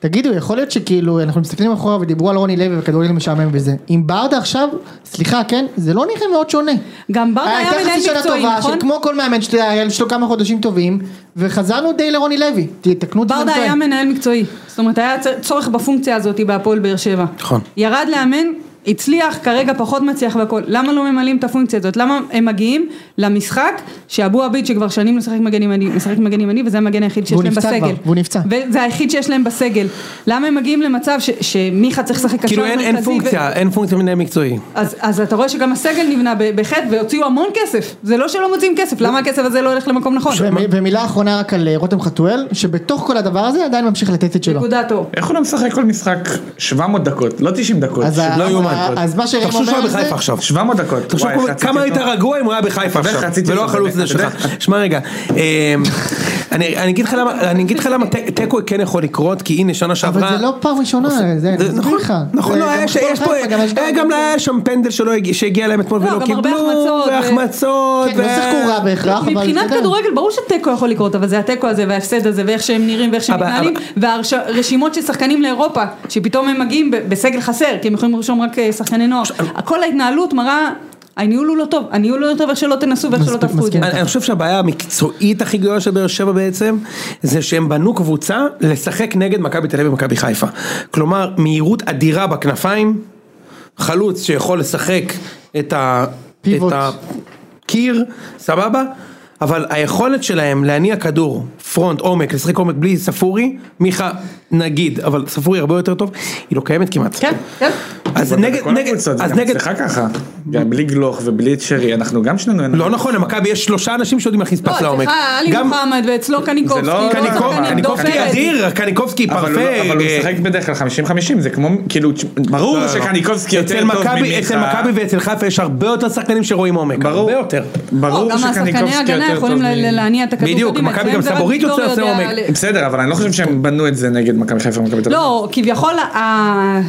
S1: תגידו, יכול להיות שכאילו, אנחנו מסתכלים אחורה ודיברו על רוני לוי וכדורגל משעמם וזה. עם ברדה עכשיו, סליחה, כן, זה לא נראה מאוד שונה. אה,
S3: גם ברדה היה
S1: הייתה
S3: מנהל
S1: חצי שנה
S3: מקצועי,
S1: טובה,
S3: נכון?
S1: שכמו כל מאמן, שלה- היה לו כמה חודשים טובים, וחזרנו די לרוני לוי. ת- תקנו אותי אם אני
S3: ברדה
S1: טועה.
S3: היה מנהל מקצועי, זאת אומרת היה צ- צורך בפונקציה הזאת בהפועל באר שבע.
S2: נכון.
S3: ירד לאמן, הצליח, כרגע פחות מצליח והכל. למה לא ממלאים את הפונקציה הזאת? למה הם מגיעים למשחק שאבו עביד שכבר שנים לא משחק מגן ימני, משחק מגן ימני וזה המגן היחיד שיש
S1: והוא
S3: להם
S1: נפצע
S3: בסגל.
S1: כבר, והוא נפצע.
S3: וזה היחיד שיש להם בסגל. למה הם מגיעים למצב ש- שמיכה צריך לשחק קשר
S2: כאילו אין- אין
S3: מרכזי ו-
S2: פונקציה, אין פונקציה מנהל מקצועי.
S3: אז, אז אתה רואה שגם הסגל נבנה ב- בחטא והוציאו המון כסף. זה לא שלא מוציאים כסף, למה הכסף הזה לא הולך למקום נכון?
S1: ומ- ומילה אחרונה רק על אה, רותם חתואל, שבתוך כל הדבר הזה עדיין ממשיך לתת את שלו.
S3: נקודת אור.
S4: איך הוא לא משחק כל משחק 700 דקות, לא 90 דקות.
S1: אז ה-
S2: לא יאומן. דקות.
S1: אז מה שראם
S2: תחשוב שהוא היה
S1: אומר על זה-
S2: בחיפה עכשיו.
S4: 700 דקות.
S2: תחשוב
S4: וואי, איך
S2: כמה-
S4: רציתי
S2: כמה היית
S4: אותו.
S2: רגוע אם הוא היה בחיפה
S4: ואיך
S2: עכשיו,
S4: רציתי
S2: ולא
S4: אותו,
S2: החלוץ
S4: באמת,
S2: הזה
S4: אתה
S2: שלך. שמע רגע, אמ, אני אני אגיד לך למה, אני אגיד לך למה ת- תיקו כן יכול לקרות, כי הנה שנה שעברה.
S1: אבל זה לא פעם ראשונה, זה, אני
S2: זה-
S1: מסביר
S2: נכון,
S1: לך.
S2: נכון,
S1: זה
S2: לא,
S1: גם
S2: היה ש-
S1: הפועל
S2: יש
S1: חיפה,
S2: פה,
S1: גם אשדוד. לא-
S2: היה גם היה שם פנדל שלא הגיע- שהגיע להם אתמול
S3: לא,
S2: ולא
S3: גם
S2: קיבלו,
S3: הרבה החמצות, ו-
S2: והחמצות,
S1: כן, לא
S2: ו-
S1: שיחקו רע בהכרח, אבל... כן.
S3: מבחינת
S1: אתה יודע.
S3: כדורגל ברור שתיקו יכול לקרות אבל זה התיקו הזה וההפסד הזה ואיך שהם נראים ואיך שהם
S2: אבל-
S3: מתנהלים והרשימות של שחקנים לאירופה שפתאום הם מגיעים ב- בסגל חסר כי הם יכולים לרשום רק אה, שחקני נוער כל ההתנהלות מראה הניהול הוא לא טוב הניהול הוא לא טוב איך שלא תנסו ואיך שלא
S1: מסכים-
S3: תהפכו את זה.
S1: מסכים.
S2: אני, אני חושב שהבעיה המקצועית הכי גדולה של באר שבע בעצם, זה שהם בנו קבוצה לשחק נגד מכבי תל אביב ומכבי חיפה. כלומר, מהירות אדירה בכנפיים, חלוץ שיכול לשחק את, ה,
S1: פיבוט.
S2: את הקיר, סבבה? אבל היכולת שלהם להניע כדור, פרונט, עומק, לשחק עומק בלי ספורי, מיכה נגיד, אבל ספורי הרבה יותר טוב, היא לא קיימת כמעט.
S3: כן, כן.
S2: אז
S4: אבל
S2: נגד,
S4: בכל
S2: נגד,
S4: הקבוצות זה
S2: אז
S4: גם
S2: נגד,
S4: אצלך ככה. גם בלי גלוך ובלי צ'רי, אנחנו גם שנינו... אין-
S2: לא נכון, למכבי יש שלושה אנשים שיודעים להכניס
S3: לא,
S2: פס לעומק.
S3: אצלך עלי
S2: גם-
S3: מוחמד ואצלו קניקובסקי,
S4: לא-
S3: ועוד
S4: קניקוב-
S3: שחקנים,
S4: קניקובסקי
S3: דור פרץ.
S2: קניקובסקי אדיר, קניקובסקי
S4: אבל
S2: פרפה.
S4: הוא לא- אבל הוא
S2: אה,
S4: משחק בדרך כלל 50-50, זה כמו, כאילו, תש-
S2: לא, לא,
S4: ברור
S2: לא.
S4: שקניקובסקי
S2: אצל
S4: יותר טוב
S2: מכבי-
S4: ממיכה.
S2: אצל מכבי ואצל חיפה יש הרבה יותר שחקנים שרואים עומק.
S4: ברור.
S2: הרבה יותר.
S3: לא,
S4: ברור
S3: גם השחקני
S4: שקניקובסקי
S3: הגנה
S4: יותר טוב
S3: יכולים ל- ל-
S4: מ-
S3: להניע את הכדור.
S2: בדיוק,
S3: קדימה,
S2: מכבי
S3: אצלם
S2: גם
S3: זה רק
S2: סבורית
S3: ויטור
S2: יוצא
S3: יודע
S2: עומק.
S3: ל-
S4: בסדר, אבל אני לא חושב שהם בנו את זה נגד מכבי חיפה ומכבי תל אביב.
S3: לא, כביכול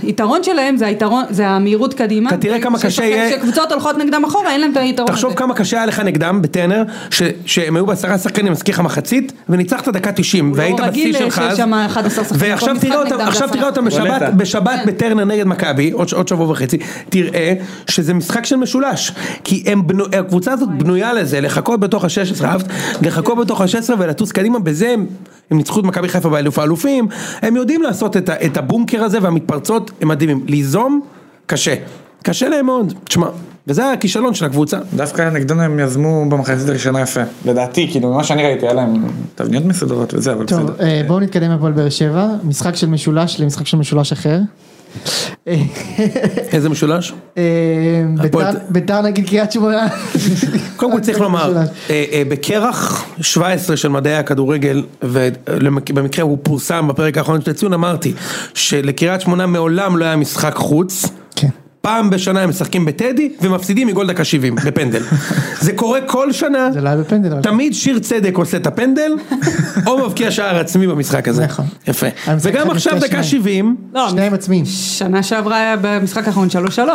S3: היתרון שלהם זה היתרון, זה המהירות קדימה.
S2: אתה תראה כמה
S3: כששחק-
S2: קשה יהיה-
S3: כשקבוצות הולכות נגדם אחורה, אין להם את היתרון הזה.
S2: תחשוב כמה קשה היה לך נגדם בטנר, ש- שהם היו בעשרה שחקנים, מזכיר לך מחצית, וניצחת דקה 90,
S3: הוא לא
S2: והיית בשיא
S3: רגיל
S2: שלך
S3: שיש
S2: אז.
S3: שם 11 שחקנים,
S2: ועכשיו
S3: כל משחק
S2: תראה אותם,
S3: נגדם זה
S2: עכשיו
S3: עשרה.
S2: תראה אותם בשבת,
S4: רולטה.
S2: בשבת
S3: כן.
S2: בטרנר נגד מכבי, עוד ש- עוד שבוע וחצי, תראה שזה משחק של משולש, כי הם בנו- הקבוצה הזאת בנויה לזה, לחכות בתוך ה-16, אהבת? לחכות בתוך ה-16 ולטוס קדימה, בזה הם... הם ניצחו את מכבי חיפה באלוף האלופים, הם יודעים לעשות את ה- את הבונקר הזה והמתפרצות הם מדהימים, ליזום קשה, קשה להם מאוד, תשמע, וזה הכישלון של הקבוצה.
S4: דווקא נגדנו הם יזמו במחצית הראשונה יפה. לדעתי, כאילו, ממה שאני ראיתי, היה להם תבניות מסודרות וזה, אבל
S1: טוב,
S4: בסדר.
S1: אה, בואו נתקדם מהפועל באר שבע, משחק של משולש למשחק של משולש אחר. אה,
S2: איזה משולש?
S1: אה,
S2: הפועל-
S1: ביתר- ביתר נגיד קריית שמונה.
S2: קודם כל צריך לומר, אה, אה, בקרח 17 של מדעי הכדורגל, ובמקרה הוא פורסם בפרק האחרון של הציון, אמרתי שלקריית שמונה מעולם לא היה משחק חוץ.
S1: כן.
S2: פעם בשנה הם משחקים בטדי ומפסידים מגול דקה 70 בפנדל. זה קורה כל שנה,
S1: זה לא היה בפנדל, אבל-
S2: תמיד שיר צדק עושה את הפנדל, או מבקיע שער עצמי במשחק הזה.
S1: נכון.
S2: יפה.
S1: המשחק
S2: וגם
S1: אחד
S2: עכשיו
S1: לפני שניים.
S2: דקה 70,
S3: לא,
S1: שניים עצמיים.
S3: שנה שעברה היה במשחק האחרון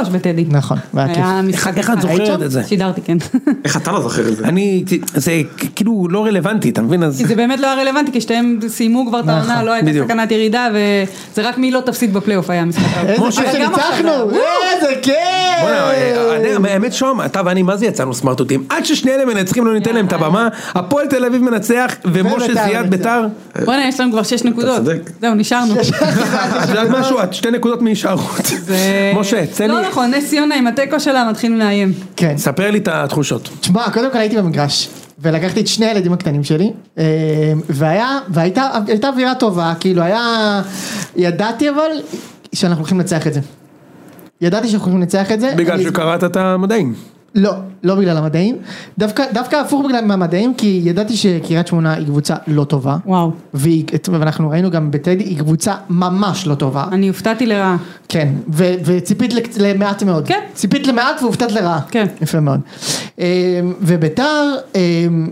S3: 3-3 בטדי.
S1: נכון, והיה כיף.
S3: היה משחק
S2: איך את
S3: אחד.
S2: זוכרת את זה?
S3: שידרתי, כן.
S4: איך אתה לא זוכר את זה?
S2: אני, זה כאילו לא רלוונטי, אתה מבין? אז...
S3: כי זה באמת לא היה רלוונטי, כי שתיהם סיימו כבר את
S1: נכון.
S3: העונה, לא הייתה
S2: בדיוק.
S3: סכנת ירידה, וזה רק מי לא תפסיד בפלייאוף היה המשחק. האחרון.
S1: איזה כיף
S2: כמו
S3: אבל גם עכשיו זה היה-
S1: שניצחנו, איזה כן!
S2: בוא'נה, אה,
S1: כיף!
S2: אני- האמת שוהם, אתה ואני מה זה יצאנו סמרטוטים, עד ששניהם מנצחים לא ניתן להם את הבמה, הפועל תל אביב מנצח ומשה
S1: ובית"ר
S2: זיאד
S1: מנצח.
S2: ביתר,
S3: בואנה, יש לנו כבר 6 נקודות.
S4: צודק.
S3: זהו, נשארנו.
S2: אה, את יודעת משהו? את שתי נקודות מהישארות,
S3: זה-
S2: משה תן לי,
S3: לא נכון, נס ציונה עם התיקו שלה מתחילים לאיים.
S1: כן.
S2: ספר לי את התחושות,
S1: תשמע, קודם כל הייתי במגרש, ולקחתי את שני הילדים הקטנים שלי, אה, והיה, והייתה הייתה אווירה טובה, כאילו היה, ידעתי אבל, שאנחנו הולכים לנצח את זה. ידעתי שאנחנו הולכים לנצח את זה.
S2: בגלל
S1: אני-
S2: שקראת את המדעים,
S1: לא, לא בגלל המדעים. דווקא, דווקא הפוך בגלל מהמדעים, כי ידעתי שקריית שמונה היא קבוצה לא טובה.
S3: וואו.
S1: והיא- ואנחנו ראינו גם בטדי, היא קבוצה ממש לא טובה.
S3: אני הופתעתי לרעה.
S1: כן, ו- וציפית לקצ- למעט מאוד.
S3: כן.
S1: ציפית למעט והופתעת לרעה.
S3: כן.
S1: יפה מאוד. אמ, וביתר אמ,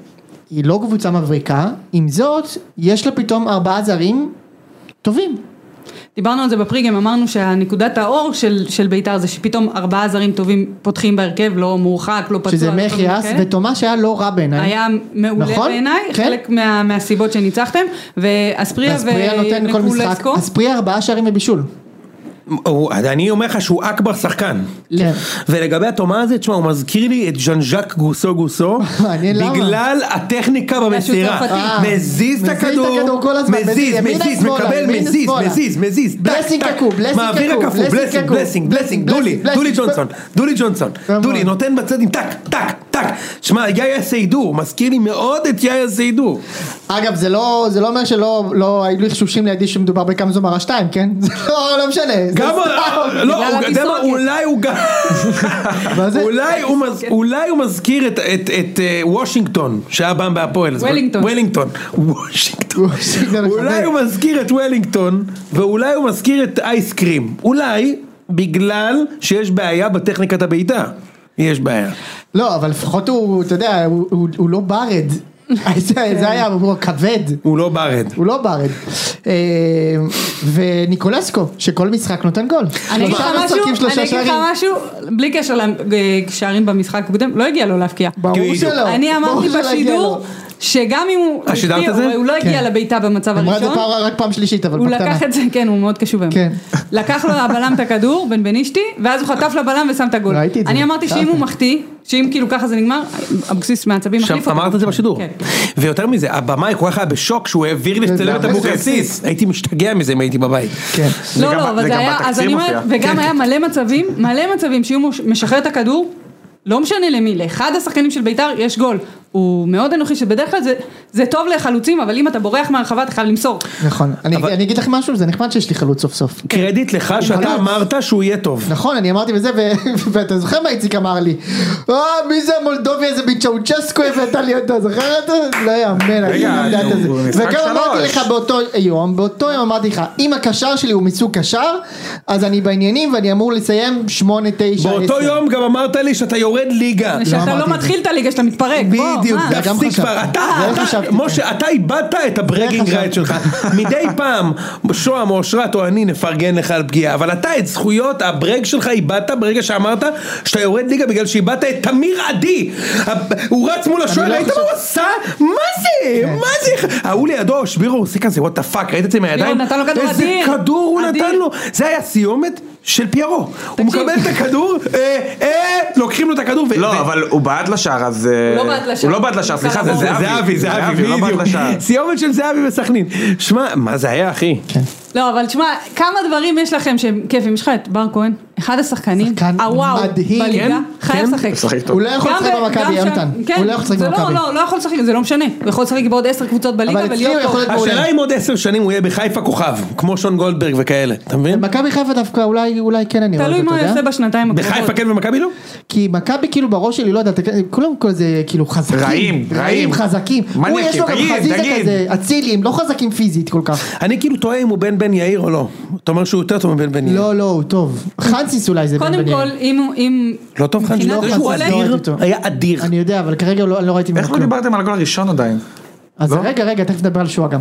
S1: היא לא קבוצה מבריקה, עם זאת, יש לה פתאום ארבעה זרים טובים.
S3: דיברנו על זה בפריגם, אמרנו שהנקודת האור של, של בית"ר זה שפתאום ארבעה זרים טובים פותחים בהרכב, לא מורחק, לא פצוע.
S1: שזה
S3: לא כל מיני
S1: מחיאס
S3: כאלה.
S1: ותומה שהיה לא רע בעיניי.
S3: היה מעולה
S1: נכון?
S3: בעיניי,
S1: כן.
S3: חלק מה, מהסיבות שניצחתם, ואספריה
S1: אספריה נותן כל משחק,
S3: ונקולסקו.
S1: אספריה ארבעה שערים ובישול.
S2: הוא- אני אומר לך שהוא אכבר שחקן,
S1: כן.
S2: ולגבי התומה הזה, תשמע הוא מזכיר לי את ז'אן ז'אק גוסו גוסו,
S1: מעניין למה.
S2: בגלל הטכניקה במסירה,
S3: צרפתי.
S1: אה,
S2: מזיז את הכדור,
S1: כל הזמן,
S2: מזיז,
S1: ימינה,
S2: מזיז,
S1: שמאלה,
S2: מקבל,
S1: ימינה,
S2: מזיז,
S1: שמאלה.
S2: מזיז, מזיז, טק,
S1: בלסינג
S2: טק,
S1: קקו, בלסינג
S2: מעביר
S1: קקו,
S2: הקפוא,
S1: בלסינג
S2: בלסינג,
S1: קקו,
S2: בלסינג, בלסינג, דולי,
S1: בלסינג,
S2: דולי
S1: בלסינג.
S2: ג'ונסון, דולי ג'ונסון,
S1: כמובן.
S2: דולי נותן בצד עם טק, טק, טק, שמע יאיה סיידור, מזכיר לי מאוד את יאיה סיידור,
S1: אגב, זה לא, זה לא אומר שלא לא, היו לי חשושים לידי שמדובר בקמזומרה 2, כן? זה לא, לא משנה. זה
S2: גם,
S1: סתם.
S2: לא, הוא-
S3: הביסורת.
S2: אתה יודע מה, אולי הוא גם,
S1: מה זה? כן.
S2: אולי הוא מז- אולי הוא מזכיר את- את את, אה, וושינגטון שהיה פעם בהפועל, אז-
S3: וולינגטון.
S2: וולינגטון, וושינגטון,
S1: וושינגטון
S2: אולי
S1: מחבר.
S2: הוא מזכיר את וולינגטון, ואולי הוא מזכיר את אייסקרים. אולי בגלל שיש בעיה בטכניקת הבעיטה. יש בעיה.
S1: לא, אבל לפחות הוא, אתה יודע, הוא- הוא- הוא לא ברד. זה
S3: כן.
S1: זה היה, הוא כבד.
S2: הוא לא ברד.
S1: הוא לא בארד. אה, וניקולסקו, שכל משחק נותן גול.
S3: אני אגיד לך
S1: שלושה
S3: משהו,
S1: משחקים, שלושה
S3: אני אגיד לך
S1: שערים.
S3: משהו, בלי קשר לשערים במשחק הקודם, לא הגיע לו להבקיע.
S1: ברור
S2: כאילו.
S1: שלא.
S3: אני
S1: ברור
S3: אמרתי
S1: שלא הגיע
S3: בשידור,
S1: לו.
S3: שגם אם הוא...
S2: אה, שידרת
S3: הבקיע,
S2: את זה?
S3: הוא- הוא לא הגיע
S1: כן.
S3: לבעיטה במצב
S1: אמרה את זה
S3: הראשון.
S1: פעם רק פעם שלישית, אבל
S3: הוא
S1: בקטנה.
S3: לקח את זה, כן, הוא מאוד קשוב היום.
S1: כן.
S3: לקח לו הבלם את הכדור, בן בנישתי, ואז הוא חטף לבלם ושם את הגול.
S1: ראיתי את זה. כן.
S3: אני אמרתי שאם
S1: טענתי.
S3: הוא מחטיא, שאם כאילו ככה זה נגמר, אבוקסיס מעצבים
S2: שם
S3: מחליף אותו.
S2: אמרת את זה בשידור.
S3: כן.
S2: ויותר מזה, הבמאי כל כך היה בשוק שהוא העביר לצלם את
S1: זה-
S2: אבוקסיס. הייתי משתגע מזה אם הייתי בבית.
S1: כן.
S4: זה
S3: לא,
S4: גם-
S3: לא, אבל
S4: זה
S3: זה
S4: גם
S3: היה, אז
S4: בתקציר
S3: אני אומרת,
S4: מופיע.
S3: וגם היה מלא מצבים, מלא מצבים שאם הוא משחרר את הכדור, לא משנה למי, לאחד השחקנים של בית"ר יש גול. הוא מאוד אנוכי, שבדרך כלל זה- זה טוב לחלוצים, אבל אם אתה בורח מהרחבה אתה חייב למסור.
S1: נכון. אני
S2: אבל-
S1: אני אגיד לך משהו, זה נחמד שיש לי חלוץ סוף סוף.
S2: קרדיט לך שאתה
S1: חלוץ.
S2: אמרת שהוא יהיה טוב.
S1: נכון, אני אמרתי בזה, ו- ואתה זוכר מה איציק אמר לי? אה, מי זה המולדובי הזה מצ'אוצ'סקו הבאת לי אותו, זוכר אותו? לא יאמן, אני
S4: רגע,
S1: לא יודע את
S4: הוא- הוא
S1: זה.
S4: משחק
S1: וגם אמרתי
S4: שלוש.
S1: לך באותו יום, באותו יום אמרתי לך, אם הקשר שלי הוא מסוג קשר, אז אני בעניינים ואני אמור לסיים שמונה, תשע, עשר.
S2: באותו יום גם אמרת לי שאתה יורד ליגה.
S3: שאתה
S1: אמרתי
S3: לא
S1: את זה.
S3: מתחיל את הליגה, שאתה מתפרק. בוא,
S2: בדיוק,
S3: מה?
S1: זה גם
S2: תפסיק
S1: חשבתי.
S2: כבר, אתה,
S1: זה
S2: אתה-
S1: חשבתי,
S2: משה, אתה איבדת את הברקינג
S1: זה
S2: רייט שלך, מדי פעם, שוהם או אושרת או אני נפרגן לך על פגיעה, אבל אתה את זכויות הברק שלך איבדת ברגע שאמרת שאתה יורד ליגה בגלל שאיבדת את תמיר עדי, הב- הוא רץ מול השוער,
S1: לא
S2: ראית מה
S1: חושב- כן.
S2: הוא עשה? מה זה? מה זה? ההוא לידו, שבירו עושה כזה, וואט דה פאק, ראית את זה מהידיים?
S3: יואו, נתן לו כדור
S2: איזה
S3: אדיר.
S2: כדור הוא נתן
S3: אדיר.
S2: לו, זה היה סיומת של פיירו, הוא
S3: תקשיב.
S2: מקבל את הכדור, אה, אה, לוקחים לו את הכדור, ו- ו-
S4: לא, אבל הוא בעט לשער, אז... אה,
S3: הוא לא בעט לשער.
S4: הוא לא בעט לשער,
S3: הוא
S4: סליחה,
S3: ניסה
S4: זה
S3: לעבור.
S4: זהבי.
S2: זהבי, זהבי,
S4: הוא לא בעט
S2: בדיוק.
S4: לשער.
S2: סיומת של זהבי בסכנין. שמע, מה זה היה, אחי?
S1: כן.
S3: לא, אבל תשמע, כמה דברים יש לכם שהם כיפים. יש לך את בר כהן, אחד השחקנים,
S1: שחקן
S3: הוואו,
S1: מדהים.
S3: בליגה,
S1: כן,
S3: חייב
S2: כן.
S3: לשחק.
S4: משחק טוב.
S1: הוא לא יכול
S3: גם
S1: לשחק
S3: ב- גם
S1: במכבי,
S3: שם-
S1: יונתן.
S3: כן,
S1: הוא לא יכול לשחק
S3: זה
S1: במכבי.
S3: לא, לא, לא יכול לשחק, זה לא משנה. הוא יכול לשחק בעוד עשר קבוצות בליגה
S1: אבל אצלי הוא
S3: ולהיות
S1: יכול
S3: טוב.
S1: להיות מעולה.
S2: השאלה אם עוד עשר שנים הוא יהיה בחיפה כוכב, כמו שון גולדברג וכאלה, אתה מבין?
S1: מכבי חיפה דווקא אולי אולי כן אני אוהב
S3: תלוי
S1: אותו,
S3: מה הוא
S1: אתה
S3: יעשה
S1: יודע?
S3: בשנתיים הקרובות.
S2: בחיפה כן ומכבי לא?
S1: כי מכבי כאילו בראש שלי לא יודעת, כולם כל זה כאילו חזקים,
S4: רעים, רעים.
S1: חזקים, הוא
S4: מניאקים,
S1: יש לו גם
S4: תגיד,
S1: חזיזה
S4: תגיד.
S1: כזה, אצילי, הם לא חזקים פיזית כל כך,
S2: אני כאילו תוהה אם הוא בן בן יאיר או לא. אתה אומר שהוא יותר טוב מבן בן
S4: כן.
S2: יאיר.
S1: לא לא הוא טוב, חנסיס אולי זה בן
S3: קודם
S1: בניאל.
S3: כל, אם הוא, אם...
S2: לא טוב חנג'י?
S3: מבחינת
S2: הוא
S3: יכולת-
S2: אדיר,
S1: איתו.
S2: היה אדיר.
S1: אני יודע אבל כרגע לא לא ראיתי ממנו
S4: איך לא
S1: כלום,
S4: דיברתם על הגול הראשון עדיין?
S1: אז רגע רגע תכף נדבר על שואה גם,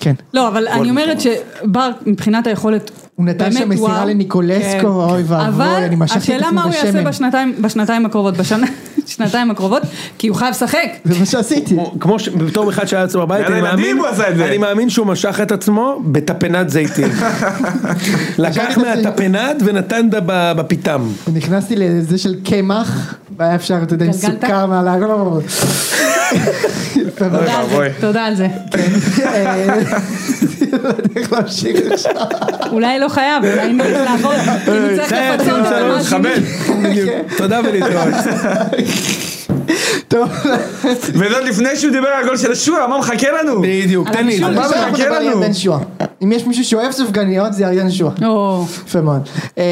S1: כן,
S3: לא, אבל אני אומרת שבר, מבחינת היכולת...
S1: הוא נתן
S3: באמת,
S1: שם מסירה
S3: וואו.
S1: לניקולסקו,
S3: כן.
S1: אוי ואבוי, אני משכתי את
S3: אבל השאלה
S1: עצמי
S3: מה הוא יעשה
S1: בשמן.
S3: בשנתיים- בשנתיים הקרובות, בשנה- שנתיים הקרובות, כי הוא חייב לשחק.
S1: זה מה שעשיתי,
S2: כמו- כמו ש- בתור אחד שהיה אצלו בבית,
S4: יאללה,
S2: אני
S4: ילדים
S2: מאמין-
S4: הוא עשה את זה.
S2: אני מאמין שהוא משך את עצמו בטפנת זיתים. לקח
S1: משך את עצמי.
S2: מהטפנת ונתן דה ב- בפיתם.
S1: נכנסתי לזה של קמח, והיה אפשר אתה יודע עם
S3: גלגלת?
S1: סוכר מעל ה... לא, יפה מאוד.
S3: תודה על זה,
S4: ואבוי.
S3: תודה על זה.
S1: אה, לא יודע איך להמשיך עכשיו.
S3: אולי לא חייב, אולי אם צריך לעבוד, אם הוא צריך
S2: זה-
S3: לפצות
S2: זה-
S3: אותו משהו.
S4: מכבד.
S2: תודה ולהתראות.
S1: טוב,
S4: וזאת לפני שהוא דיבר על הגול של שועה, מה מחכה לנו?
S2: בדיוק, תן לי. את זה.
S1: מה
S4: מחכה
S1: מדבר
S4: לנו?
S1: על בן שועה? אם יש מישהו שאוהב סופגניות זה ירדן שועה.
S3: או,
S1: יפה מאוד. אה,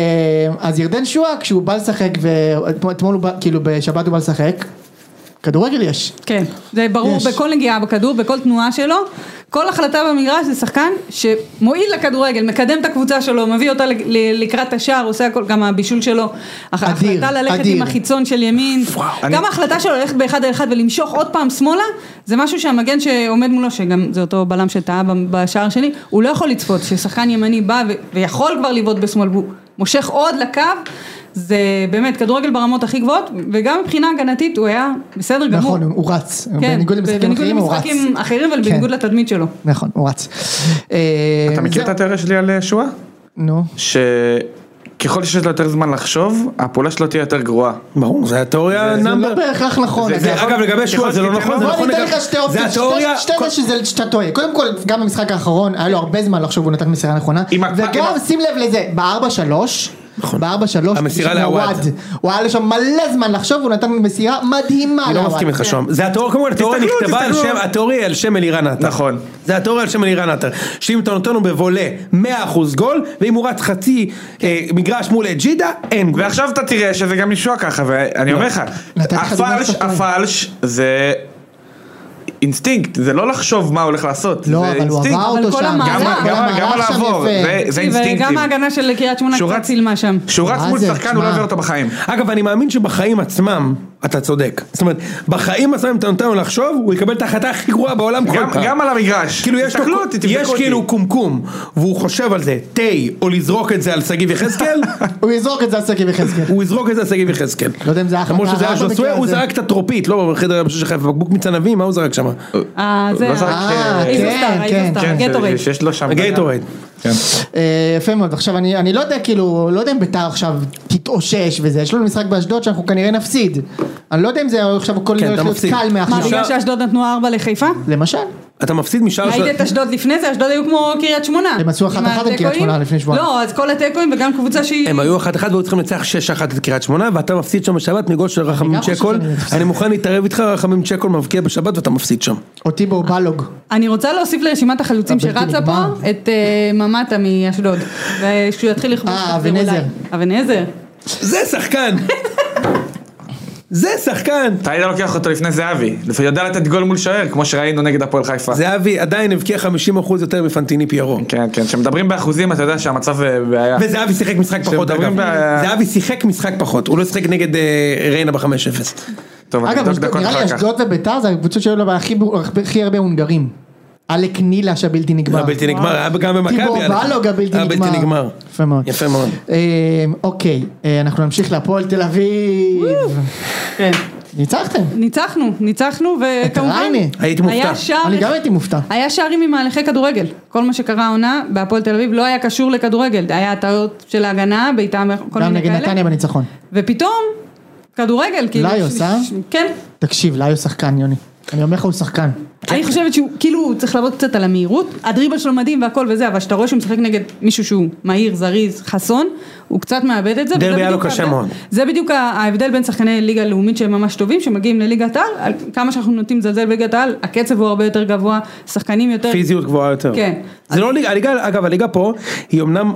S1: אז ירדן שועה כשהוא בא לשחק, ואתמול הוא בא, כאילו בשבת הוא בא לשחק, כדורגל יש.
S3: כן, זה ברור
S1: יש.
S3: בכל נגיעה בכדור, בכל תנועה שלו, כל החלטה במגרש זה שחקן שמועיל לכדורגל, מקדם את הקבוצה שלו, מביא אותה ל- ל- לקראת השער, עושה הכל, גם הבישול שלו, הח-
S1: אדיר,
S3: ההחלטה ללכת
S1: אדיר.
S3: עם החיצון של ימין,
S4: אני-
S3: גם ההחלטה שלו ללכת באחד על אחד ולמשוך עוד פעם שמאלה, זה משהו שהמגן שעומד מולו, שגם זה אותו בלם שטעה ב- בשער שלי, הוא לא יכול לצפות, ששחקן ימני בא ו- ויכול כבר לבעוט בשמאל, והוא מושך עוד לקו. זה באמת כדורגל ברמות הכי גבוהות וגם מבחינה הגנתית הוא היה בסדר גמור.
S1: נכון, הוא- הוא רץ.
S3: כן,
S1: בניגוד למשחקים אחרים הוא רץ.
S3: בניגוד למשחקים אחרים, אבל
S1: כן.
S3: בניגוד לתדמית שלו.
S1: נכון, הוא רץ. אה,
S4: אתה מכיר את
S1: זהו.
S4: התיאוריה שלי על אה, שועה?
S1: נו.
S4: שככל שיש לו יותר זמן לחשוב, הפעולה שלו תהיה יותר גרועה.
S2: ברור, זה התיאוריה
S1: זה
S2: נאמבר.
S1: לא בהכרח נכון. אגב.
S2: זה- אגב, לגבי שועה זה לא נכון, זה
S1: בוא אני
S2: נכון
S1: אתן
S2: לגבי...
S1: לך שתי
S2: זה
S1: אופציות,
S2: התיאוריה...
S1: שתי
S2: כל-
S1: אלה שזה- שאתה טועה. קודם כל, גם במשחק האחרון, היה לו הרבה זמן לחשוב הוא נתן מסירה נכונה.
S4: עם הקפ-
S1: וגם,
S4: עם
S1: שים לב לזה, בארבע שלוש. בארבע שלוש,
S2: המסירה
S1: בשביל
S2: לעווד.
S1: עווד. הוא היה לו שם מלא זמן לחשוב, הוא נתן מסירה מדהימה
S2: אני לא
S1: לעווד.
S2: מסכים איתך שוהם. זה התיאוריה, כמובן, התיאוריה
S4: תסתכלו,
S2: נכתבה על
S4: תסתכלו.
S2: שם, התיאוריה היא על שם אלירן עטר.
S4: נכון.
S2: זה התיאוריה על שם אלירן עטר. שאם אתה נותן לו בבולה 100% גול, ואם הוא רץ חצי אה, מגרש מול אג'ידה, אין גול.
S4: ועכשיו אתה תראה שזה גם שועה ככה, ואני אומר לך,
S1: נתתי לך דוגמה
S4: הפלש,
S1: שאתה טועה.
S4: הפלש זה... אינסטינקט, זה לא לחשוב מה הולך לעשות.
S1: לא,
S4: זה
S1: אבל הוא
S4: אינסטינקט.
S1: עבר
S3: אבל
S1: אותו
S3: כל
S1: שם.
S3: המהלך,
S4: גם-
S3: אבל
S4: גם- גם
S1: המהלך שם
S4: לעבור,
S1: יפה.
S4: זה- זה
S3: כן, וגם
S4: אינסטינקטים.
S3: ההגנה של קריית שמונה
S4: שהוא
S3: קצת
S4: רץ-
S3: צילמה שם.
S4: שהוא רץ
S1: מה
S4: מול
S1: זה,
S4: שחקן הוא
S1: תשמע.
S4: לא עובר אותו בחיים.
S2: אגב, אני מאמין שבחיים עצמם, אתה צודק. זאת אומרת, בחיים עצמם, אם אתה נותן לו לחשוב, הוא יקבל את ההחלטה הכי גרועה בעולם כל
S4: גם-
S2: פעם.
S4: גם על המגרש.
S2: כאילו יש, לו,
S4: תסתכלו אותי, תבדקו
S2: יש
S4: אותי.
S2: כאילו קומקום, והוא חושב על זה, תה, או לזרוק את זה על שגיב יחזקאל,
S1: הוא יזרוק את זה על שגיא יחזקאל.
S2: הוא יזרוק את זה על שגיב יחזקאל.
S1: לא יודע אם זה היה
S2: למרות
S1: החלטה
S2: שזה היה
S1: רעה
S2: ז'וסווה,
S1: במקרה
S2: הוא
S1: הזה.
S2: זרק את הטרופית, לא בחדר של חיפה, בקבוק מצנבים, מה הוא זרק שם?
S3: אה, זה...
S4: לא זרק,
S1: אה,
S3: איזו
S1: כן,
S3: סטאר, איזו
S1: כן.
S3: סטאר.
S4: כן,
S3: גטורייד.
S4: ש- שיש לו שם...
S2: גייטורד.
S4: כן.
S1: אה, יפה מאוד, עכשיו אני, אני לא יודע כאילו, לא יודע אם ביתר עכשיו תתאושש וזה, יש לנו משחק באשדוד שאנחנו כנראה נפסיד. אני לא יודע אם זה עכשיו הכל
S2: כן,
S1: הולך
S2: אתה
S1: להיות
S2: מפסיד.
S1: קל
S3: מה,
S1: מעכשיו.
S2: עכשיו-
S3: בגלל שאשדוד נתנו ארבע לחיפה?
S1: למשל,
S2: אתה מפסיד משאר של...
S3: ראית את אשדוד לפני זה? אשדוד היו כמו קריית שמונה.
S1: הם עשו אחת-אחת עם קריית
S3: התיקואים?
S1: שמונה לפני שבועיים.
S3: לא, אז כל התיקואים וגם קבוצה שהיא...
S2: הם היו אחת אחת והיו צריכים לנצח 6-1 את קריית שמונה ואתה מפסיד שם בשבת מגול של רחמים
S1: גם חושב
S2: צ'קול
S1: שאני מפסיד.
S2: אני מוכן להתערב איתך רחמים צ'קול מבקיע בשבת ואתה מפסיד שם.
S1: אותי בו בלוג.
S3: אני רוצה להוסיף לרשימת החלוצים
S1: הבלתי
S3: שרצה פה,
S1: נגמר.
S3: את אה, ממ"טה מאשדוד. ושהוא יתחיל לכבוש.
S1: אה,
S3: תחזרו
S1: אבנזר.
S3: אליי. אבנזר.
S2: זה שחקן! זה שחקן!
S4: אתה לוקח אותו לפני זהבי, לפי יודע לתת גול מול שוער, כמו שראינו נגד הפועל חיפה.
S2: זהבי עדיין הבקיע 50% יותר מפנטיני פיירו.
S4: כן, כן, כשמדברים באחוזים אתה יודע שהמצב אה, בעיה.
S2: וזהבי שיחק משחק פחות
S4: שמדברים
S2: אגב.
S4: ב-
S2: זהבי שיחק משחק פחות, הוא לא שיחק נגד אה, ריינה ב-5-0.
S4: טוב, אני
S1: אגב,
S4: אבדוק דקות
S1: נראה לי
S4: אחר כך.
S1: אשדוד וביתר זה הקבוצות שהיו לה הכי בור- הכי הרבה הונגרים. עלק נילש הבלתי נגמר.
S2: לא, הבלתי נגמר, היה גם במכבי.
S1: טיבור
S2: עליך.
S1: בלוג הבלתי
S2: הבלתי
S1: נגמר.
S2: נגמר.
S1: יפה מאוד.
S2: יפה מאוד.
S1: אה, אוקיי, אה, אנחנו נמשיך להפועל תל אביב.
S3: כן.
S1: ניצחתם.
S3: ניצחנו, ניצחנו, וכמובן...
S1: ריינה.
S2: הייתי מופתע.
S3: היה שער
S1: אני
S3: אחד-
S1: גם הייתי מופתע.
S3: היה שערים ממהלכי כדורגל. כל מה שקרה העונה בהפועל תל אביב לא היה קשור לכדורגל. היה הטעות של ההגנה, בעיטה, כל
S1: גם
S3: מיני
S1: נגד
S3: כאלה.
S1: נתניה בניצחון.
S3: ופתאום, כדורגל, כאילו...
S1: ליוס,
S3: ש-
S1: אה?
S3: ש- כן.
S1: תקשיב, לאי הוא שחקן, יוני. אני אומר לך, הוא שחקן.
S3: אני חושבת שהוא, כאילו, הוא צריך לעבוד קצת על המהירות. הדריבל שלו מדהים והכל וזה, אבל כשאתה רואה שהוא משחק נגד מישהו שהוא מהיר, זריז, חסון, הוא קצת מאבד את זה. וזה
S2: דרבי היה לו
S3: בדיוק
S2: קשה
S3: ההבדל-
S2: מאוד.
S3: זה בדיוק ה- ההבדל בין שחקני ליגה לאומית שהם ממש טובים, שמגיעים לליגת העל, על כמה שאנחנו נוטים לזלזל בליגת העל, הקצב הוא הרבה יותר גבוה, שחקנים יותר...
S2: פיזיות גבוהה יותר.
S3: כן.
S2: זה לא ליגה, הליגה, אגב הליגה פה היא אמנם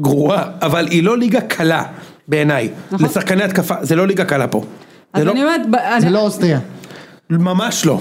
S2: גרועה, אבל היא לא ליגה קלה בעיניי.
S3: נכון.
S2: לשחקני התקפה, זה לא ליגה קלה פה.
S3: אז
S2: זה לא,
S3: אני אומרת, ב-
S1: זה
S3: אני-
S1: לא אוסטריה.
S3: כן.
S2: ממש לא.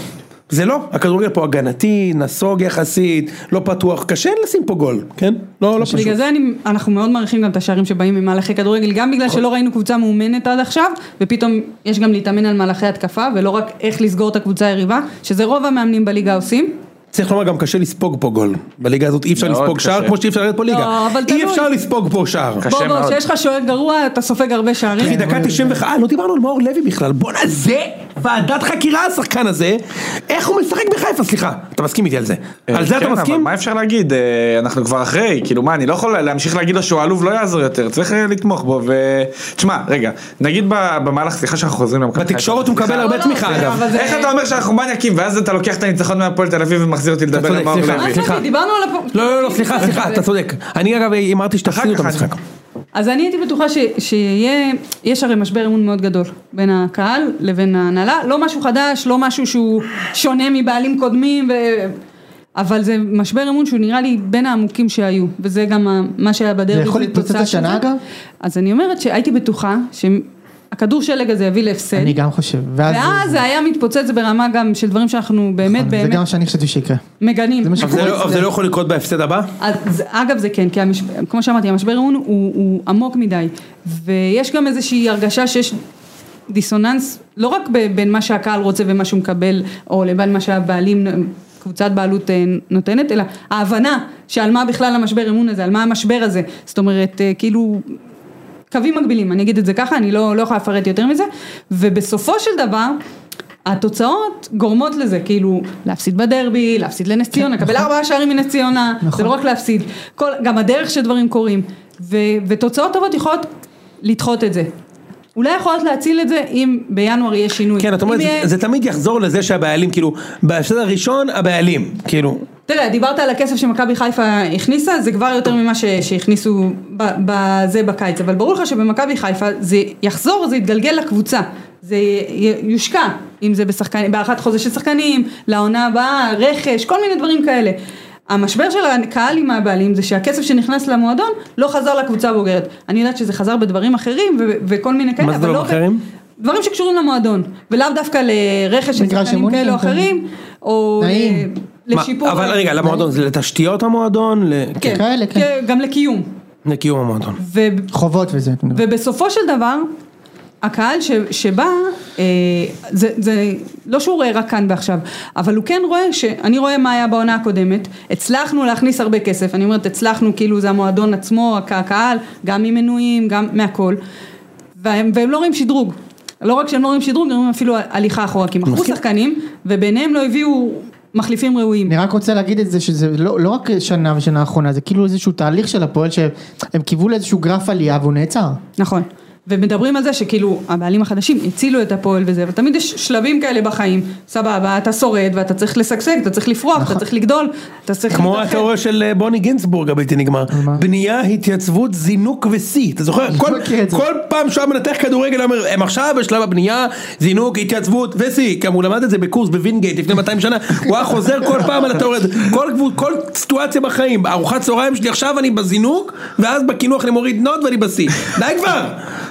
S2: זה לא, הכדורגל פה הגנתי, נסוג יחסית, לא פתוח, קשה לשים פה גול, כן? לא, לא פשוט.
S3: בגלל זה אני, אנחנו מאוד מעריכים גם את השערים שבאים ממהלכי כדורגל, גם בגלל
S2: נכון.
S3: שלא ראינו קבוצה מאומנת עד עכשיו, ופתאום יש גם להתאמן על מהלכי התקפה, ולא רק איך לסגור את הקבוצה היריבה, שזה רוב המאמנים בליגה עושים.
S2: צריך לומר גם קשה לספוג פה גול. בליגה הזאת אי אפשר
S4: מאוד
S2: לספוג שער
S4: קשה.
S2: כמו שאי אפשר לרדת פה ליגה.
S3: לא, אבל
S2: אי
S3: תלוי.
S2: אפשר לספוג פה שער.
S4: קשה
S3: בוא בוא,
S4: מאוד.
S3: כשיש לך שוער גרוע, אתה סופג הרבה
S2: אחי,
S3: שערים.
S2: דקה 91, אה, לא דיברנו על מאור לוי בכלל, בואנה זה ועדת חקירה השחקן הזה, איך הוא משחק בחיפה, סליחה, אתה מסכים איתי על זה, על זה
S4: כן,
S2: אתה
S4: אבל
S2: מסכים?
S4: מה אפשר להגיד? אה, אנחנו כבר אחרי, כאילו מה, אני לא יכול להמשיך להגיד לו שהוא עלוב, לא יעזור יותר, צריך אה, לתמוך בו, ו... תשמע, רגע, נגיד ב- במהלך, סליחה שאנחנו חוזרים למכבי חיפה.
S2: בתקשורת הוא מקבל
S4: סליחה.
S2: הרבה
S3: לא,
S2: תמיכה
S3: סליחה,
S2: אגב,
S3: אבל זה-
S4: איך אתה אומר שאנחנו מניאקים, ואז אתה לוקח את הניצחון מהפועל תל אביב ומחזיר אותי לדבר
S2: צודק,
S4: עם מאור
S2: סליחה.
S4: לוי?
S3: אה,
S2: סליחה.
S3: טוב, דיברנו על הפ...
S2: לא לא לא סליחה סליחה אתה צודק, אני אגב אמרתי שתפסידו את
S4: אחר כך
S2: המשחק,
S4: אני-
S3: אז אני הייתי בטוחה ש, שיהיה, יש הרי משבר אמון מאוד גדול בין הקהל לבין ההנהלה, לא משהו חדש, לא משהו שהוא שונה מבעלים קודמים, ו... אבל זה משבר אמון שהוא נראה לי בין העמוקים שהיו, וזה גם ה- מה שהיה בדרבי.
S1: יכול להתפוצץ
S3: ותוצאה של
S1: השנה,
S3: זה.
S1: אגב?
S3: אז אני אומרת שהייתי בטוחה שהכדור שלג הזה יביא להפסד,
S1: אני גם חושב. ואז...
S3: ואז זה היה מתפוצץ ברמה גם של דברים שאנחנו באמת
S1: נכון, זה
S3: באמת
S1: גם מה שאני חשבתי שיקרה.
S3: מגנים.
S1: זה מה ש-
S2: אבל זה לא- אבל זה לא יכול לקרות בהפסד הבא?
S3: אז אגב זה כן, כי המש... כמו שאמרתי, המשבר אמון הוא, הוא עמוק מדי, ויש גם איזושהי הרגשה שיש דיסוננס, לא רק ב- בין מה שהקהל רוצה ומה שהוא מקבל, או לבין מה שהבעלים, קבוצת בעלות אה, נותנת, אלא ההבנה שעל מה בכלל המשבר אמון הזה, על מה המשבר הזה, זאת אומרת, אה, כאילו... קווים מקבילים, אני אגיד את זה ככה, אני לא, לא יכולה לפרט יותר מזה, ובסופו של דבר, התוצאות גורמות לזה, כאילו, להפסיד בדרבי, להפסיד
S2: כן.
S3: לנס ציונה, לקבל ארבעה שערים מנס ציונה,
S2: נכון.
S3: זה לא רק להפסיד, כל, גם הדרך שדברים קורים, ו, ותוצאות טובות יכולות לדחות את זה. אולי יכולות להציל את זה אם בינואר יהיה שינוי.
S2: כן, אתה אומר,
S3: אם
S2: זה-
S3: יהיה-
S2: זה תמיד יחזור לזה שהבעלים, כאילו, בהפסד הראשון הבעלים, כאילו,
S3: תראה, דיברת על הכסף שמכבי חיפה הכניסה, זה כבר יותר ממה ש, שהכניסו ב- בזה בקיץ, אבל ברור לך שבמכבי חיפה זה יחזור, זה יתגלגל לקבוצה, זה י- יושקע, אם זה בשחקנים, בהארכת חוזה של שחקנים, לעונה הבאה, רכש, כל מיני דברים כאלה. המשבר של הקהל עם הבעלים זה שהכסף שנכנס למועדון לא חזר לקבוצה הבוגרת. אני יודעת שזה חזר בדברים אחרים ו- וכל מיני כאלה,
S2: מה זה
S3: אבל
S2: דברים
S3: לא... ב-
S2: אחרים?
S3: דברים שקשורים למועדון, ולאו דווקא לרכש של
S1: מגרש
S3: שחקנים
S1: אימון,
S3: כאלה או
S1: כן, כן.
S3: אחרים, או
S1: תנאים.
S3: אה, לשיפור.
S2: מה, אבל רגע, אוקיי. למועדון, זה לתשתיות המועדון? ל-
S3: כן,
S1: כאלה, כן.
S3: כן, גם לקיום.
S2: לקיום המועדון.
S3: ו-
S1: חובות וזה. אתה מדבר.
S3: ובסופו של דבר, הקהל ש, שבא, אה, זה, זה לא שהוא רואה רק כאן ועכשיו, אבל הוא כן רואה, ש, אני רואה מה היה בעונה הקודמת, הצלחנו להכניס הרבה כסף, אני אומרת הצלחנו, כאילו זה המועדון עצמו, הק- הקהל, גם ממנויים, גם מהכל, והם, והם לא רואים שדרוג. לא רק שהם לא רואים שדרוג, הם רואים אפילו הליכה אחורה, כי הם מכרו שחקנים, וביניהם לא הביאו מחליפים ראויים.
S1: אני רק רוצה להגיד את זה, שזה לא, לא רק שנה ושנה האחרונה, זה כאילו איזשהו תהליך של הפועל שהם קיוו לאיזשהו גרף עלייה והוא נעצר.
S3: נכון. ומדברים על זה שכאילו הבעלים החדשים הצילו את הפועל וזה, ותמיד יש שלבים כאלה בחיים, סבבה, אתה שורד ואתה צריך לשגשג, אתה צריך לפרוח, אתה צריך לגדול, אתה צריך...
S2: נכון. כמו
S3: להתרחב.
S2: התיאוריה של אה, בוני גינצבורג הבלתי נגמר,
S1: מה?
S2: בנייה, התייצבות, זינוק ושיא, אתה זוכר? כל-
S1: מכיר את זה.
S2: כל פעם שהוא היה מנתח כדורגל, הוא אומר, הם עכשיו בשלב הבנייה, זינוק, התייצבות ושיא, גם הוא למד את זה בקורס בווינגייט לפני 200 שנה, הוא היה חוזר כל פעם על התיאוריה הזאת, כל גבול- כל סיטואציה בחיים, ארוחת צהריים שלי עכשיו אני בזינוק, ואז בקינוח אני מוריד נוד ואני בשיא, די כבר!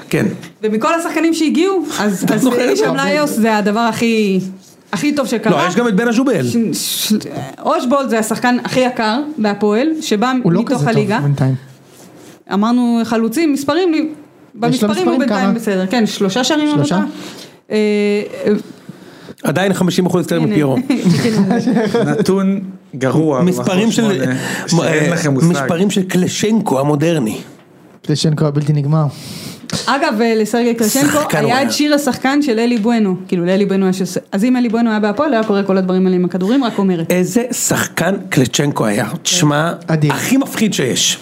S2: כן,
S3: ומכל השחקנים שהגיעו, אז
S2: אתה
S3: אז
S2: זוכר את
S3: איש
S2: זה?
S3: המלאיוס זה הדבר הכי... הכי טוב
S2: לא,
S3: שקרה.
S2: יש גם את בן הז'ובל.
S3: ש- ש- אושבולד זה השחקן הכי יקר בהפועל, שבא
S1: הוא לא
S3: מתוך
S1: כזה
S3: הליגה.
S1: טוב בינתיים.
S3: אמרנו חלוצים, מספרים, לי- במספרים הוא
S1: מספרים
S3: בינתיים
S1: כמה?
S3: בסדר. כן, שלושה שערים.
S1: שלושה?
S3: אמרת? אה, אה,
S2: עדיין 50% יותר
S3: הנה.
S2: מפיירו.
S4: נתון גרוע.
S2: מספרים של, אה,
S4: שמונה, שאין לכם מושג.
S2: מספרים של קלשנקו המודרני.
S1: זה שנקרא בלתי נגמר.
S3: אגב, אה, לסרגי קרשנקו
S2: שחקן הוא
S3: היה
S2: היה.
S3: את שיר השחקן של אלי בואנו. כאילו, לאלי בואנו יש... אז אם אלי בואנו היה בהפועל, לא היה קורה כל הדברים האלה עם הכדורים, רק אומרת.
S2: איזה שחקן קלצ'נקו היה,
S3: כן.
S2: תשמע,
S1: אדיר.
S2: הכי מפחיד שיש.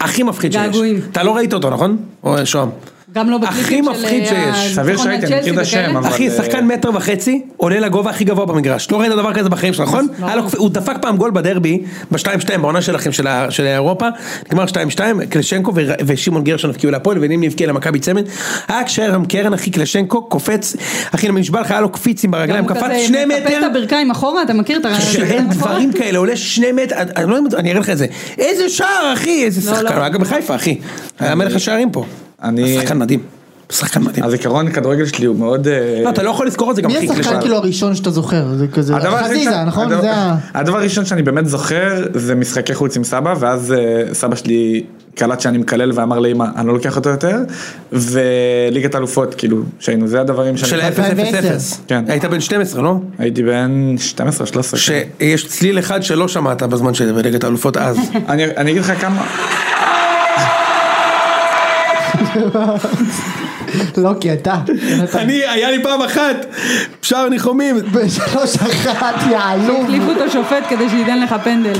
S2: הכי מפחיד שיש.
S3: געגועים.
S2: אתה לא ראית אותו, נכון? או שוהם.
S3: גם לא
S2: הכי
S3: בקליפים של...
S2: מפחיד
S3: אה,
S2: שיש.
S4: סביר
S3: הניצחון על
S4: שהייתי, אני מכיר את
S3: צ'לסי
S4: השם,
S3: וכאלה.
S4: אבל-
S2: אחי, שחקן מטר וחצי, עולה לגובה הכי גבוה במגרש. לא ראית דבר כזה בחיים שלך, נכון? היה לו- הוא דפק פעם גול בדרבי, ב-2-2, בעונה שלכם של ה- של אירופה, נגמר 2-2, קלשנקו ו- ושמעון גרשון הבקיעו להפועל, ונימני הבקיע למכבי צמד. היה כשהיה קרן, אחי, קלשנקו, קופץ, אחי, אני נשבע לך, היה לו קפיצים
S3: גם
S2: ברגליים,
S3: הוא
S2: קפץ
S3: כזה
S2: שני
S3: מקפל
S2: מטר,
S3: את הברכיים אחורה, אתה מכיר את הרעיון?
S2: שאין דברים כאלה, עולה שני מטר, אני- אני לא יודע, אני אראה לך את זה. איזה שער, אחי, איזה
S3: לא,
S2: שחקן,
S3: לא.
S2: הוא היה גם בחיפה, אחי. היה מלך השערים פה.
S4: אני-
S2: שחקן מדהים. שחקן מדהים.
S4: הזיכרון הכדורגל שלי הוא מאוד... אה,
S2: לא, אתה לא יכול לזכור את זה גם,
S1: מי
S2: אחי.
S1: השחקן
S2: קלישנקו.
S1: כאילו הראשון שאתה זוכר? זה כזה,
S4: הדבר הראשון
S1: חזיזה,
S4: ש-
S1: נכון?
S4: הדבר-
S1: זה ה...
S4: הדבר הראשון שאני באמת זוכר זה משחקי חוץ עם סבא ואז אה, סבא שלי קלט שאני מקלל ואמר לאמא אני לא לוקח אותו יותר וליגת אלופות כאילו שהיינו זה הדברים
S2: של
S4: שאני
S2: 0-0-0.
S4: כן.
S2: היית בן 12, לא?
S4: הייתי בן 12-13. כן.
S2: שיש צליל אחד שלא שמעת בזמן שהיית בליגת האלופות אז.
S4: כן. אני אני אגיד לך כמה
S1: לא, כי אתה. אתה-
S2: אני, היה לי פעם אחת, שער ניחומים.
S1: בשלוש אחת, יעלוב.
S3: החליפו את השופט כדי שייתן לך פנדל.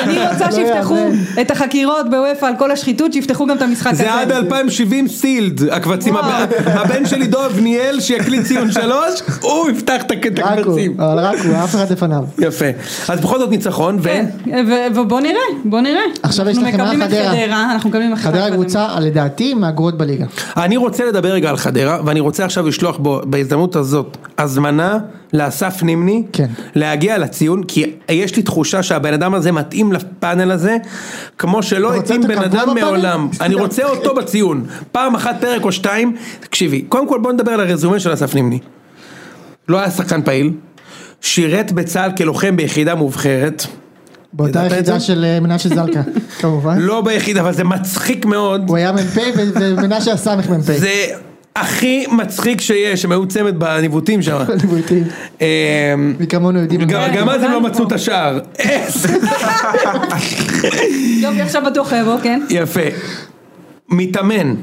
S3: אני רוצה
S1: לא
S3: שיפתחו
S1: יאמן.
S3: את החקירות בוופא על כל השחיתות, שיפתחו גם את המשחק הזה.
S2: זה עד 2070 סילד, הקבצים,
S3: וואו.
S2: הבן- הבן שלי דוב ניאל שיקליט ציון שלוש, הוא יפתח את הקט- את
S1: רק הוא,
S2: הקבצים.
S1: אבל רק הוא, אף אחד לפניו.
S2: יפה. אז בכל זאת ניצחון, ו...
S3: כן, ו- ובוא נראה, בוא נראה.
S1: עכשיו יש לכם
S3: אנחנו
S1: מה?
S3: מקבלים את
S1: חדרה.
S3: חדרה, אנחנו מקבלים את
S1: חדרה
S3: קודם.
S1: קבוצה, לדעתי, מהגרועות בליגה.
S2: אני רוצה לדבר רגע על חדרה, ואני רוצה עכשיו לשלוח בו, בהזדמנות הזאת, הזמנה לאסף נימני,
S1: כן.
S2: להגיע לציון, כי יש לי תחושה שהבן אדם הזה מתאים לפאנל הזה, כמו שלא
S1: אתה רוצה
S2: התאים
S1: אותו
S2: בן
S1: קבוע
S2: אדם
S1: בפאנל?
S2: מעולם. אני רוצה אותו בציון, פעם אחת פרק או שתיים, תקשיבי, קודם כל בוא נדבר על הרזומה של אסף נימני. לא היה שחקן פעיל, שירת בצה"ל כלוחם ביחידה מובחרת.
S1: באותה
S2: ידעת את
S1: יחידה
S2: זה?
S1: של אה, מנשה זלקה, כמובן.
S2: לא ביחידה, אבל זה מצחיק מאוד.
S1: הוא היה מ"פ ו- ומנשה הסמ"ך מ"פ.
S2: זה הכי מצחיק שיש, הם היו צמד בניווטים שם.
S1: ליבוטים.
S2: אמ,
S1: מי כמונו יודעים.
S2: גם גם אז הם לא
S3: הבנו.
S2: מצאו את השער. איזה-
S3: יופי, עכשיו בטוח יבוא, כן?
S2: יפה. מתאמן,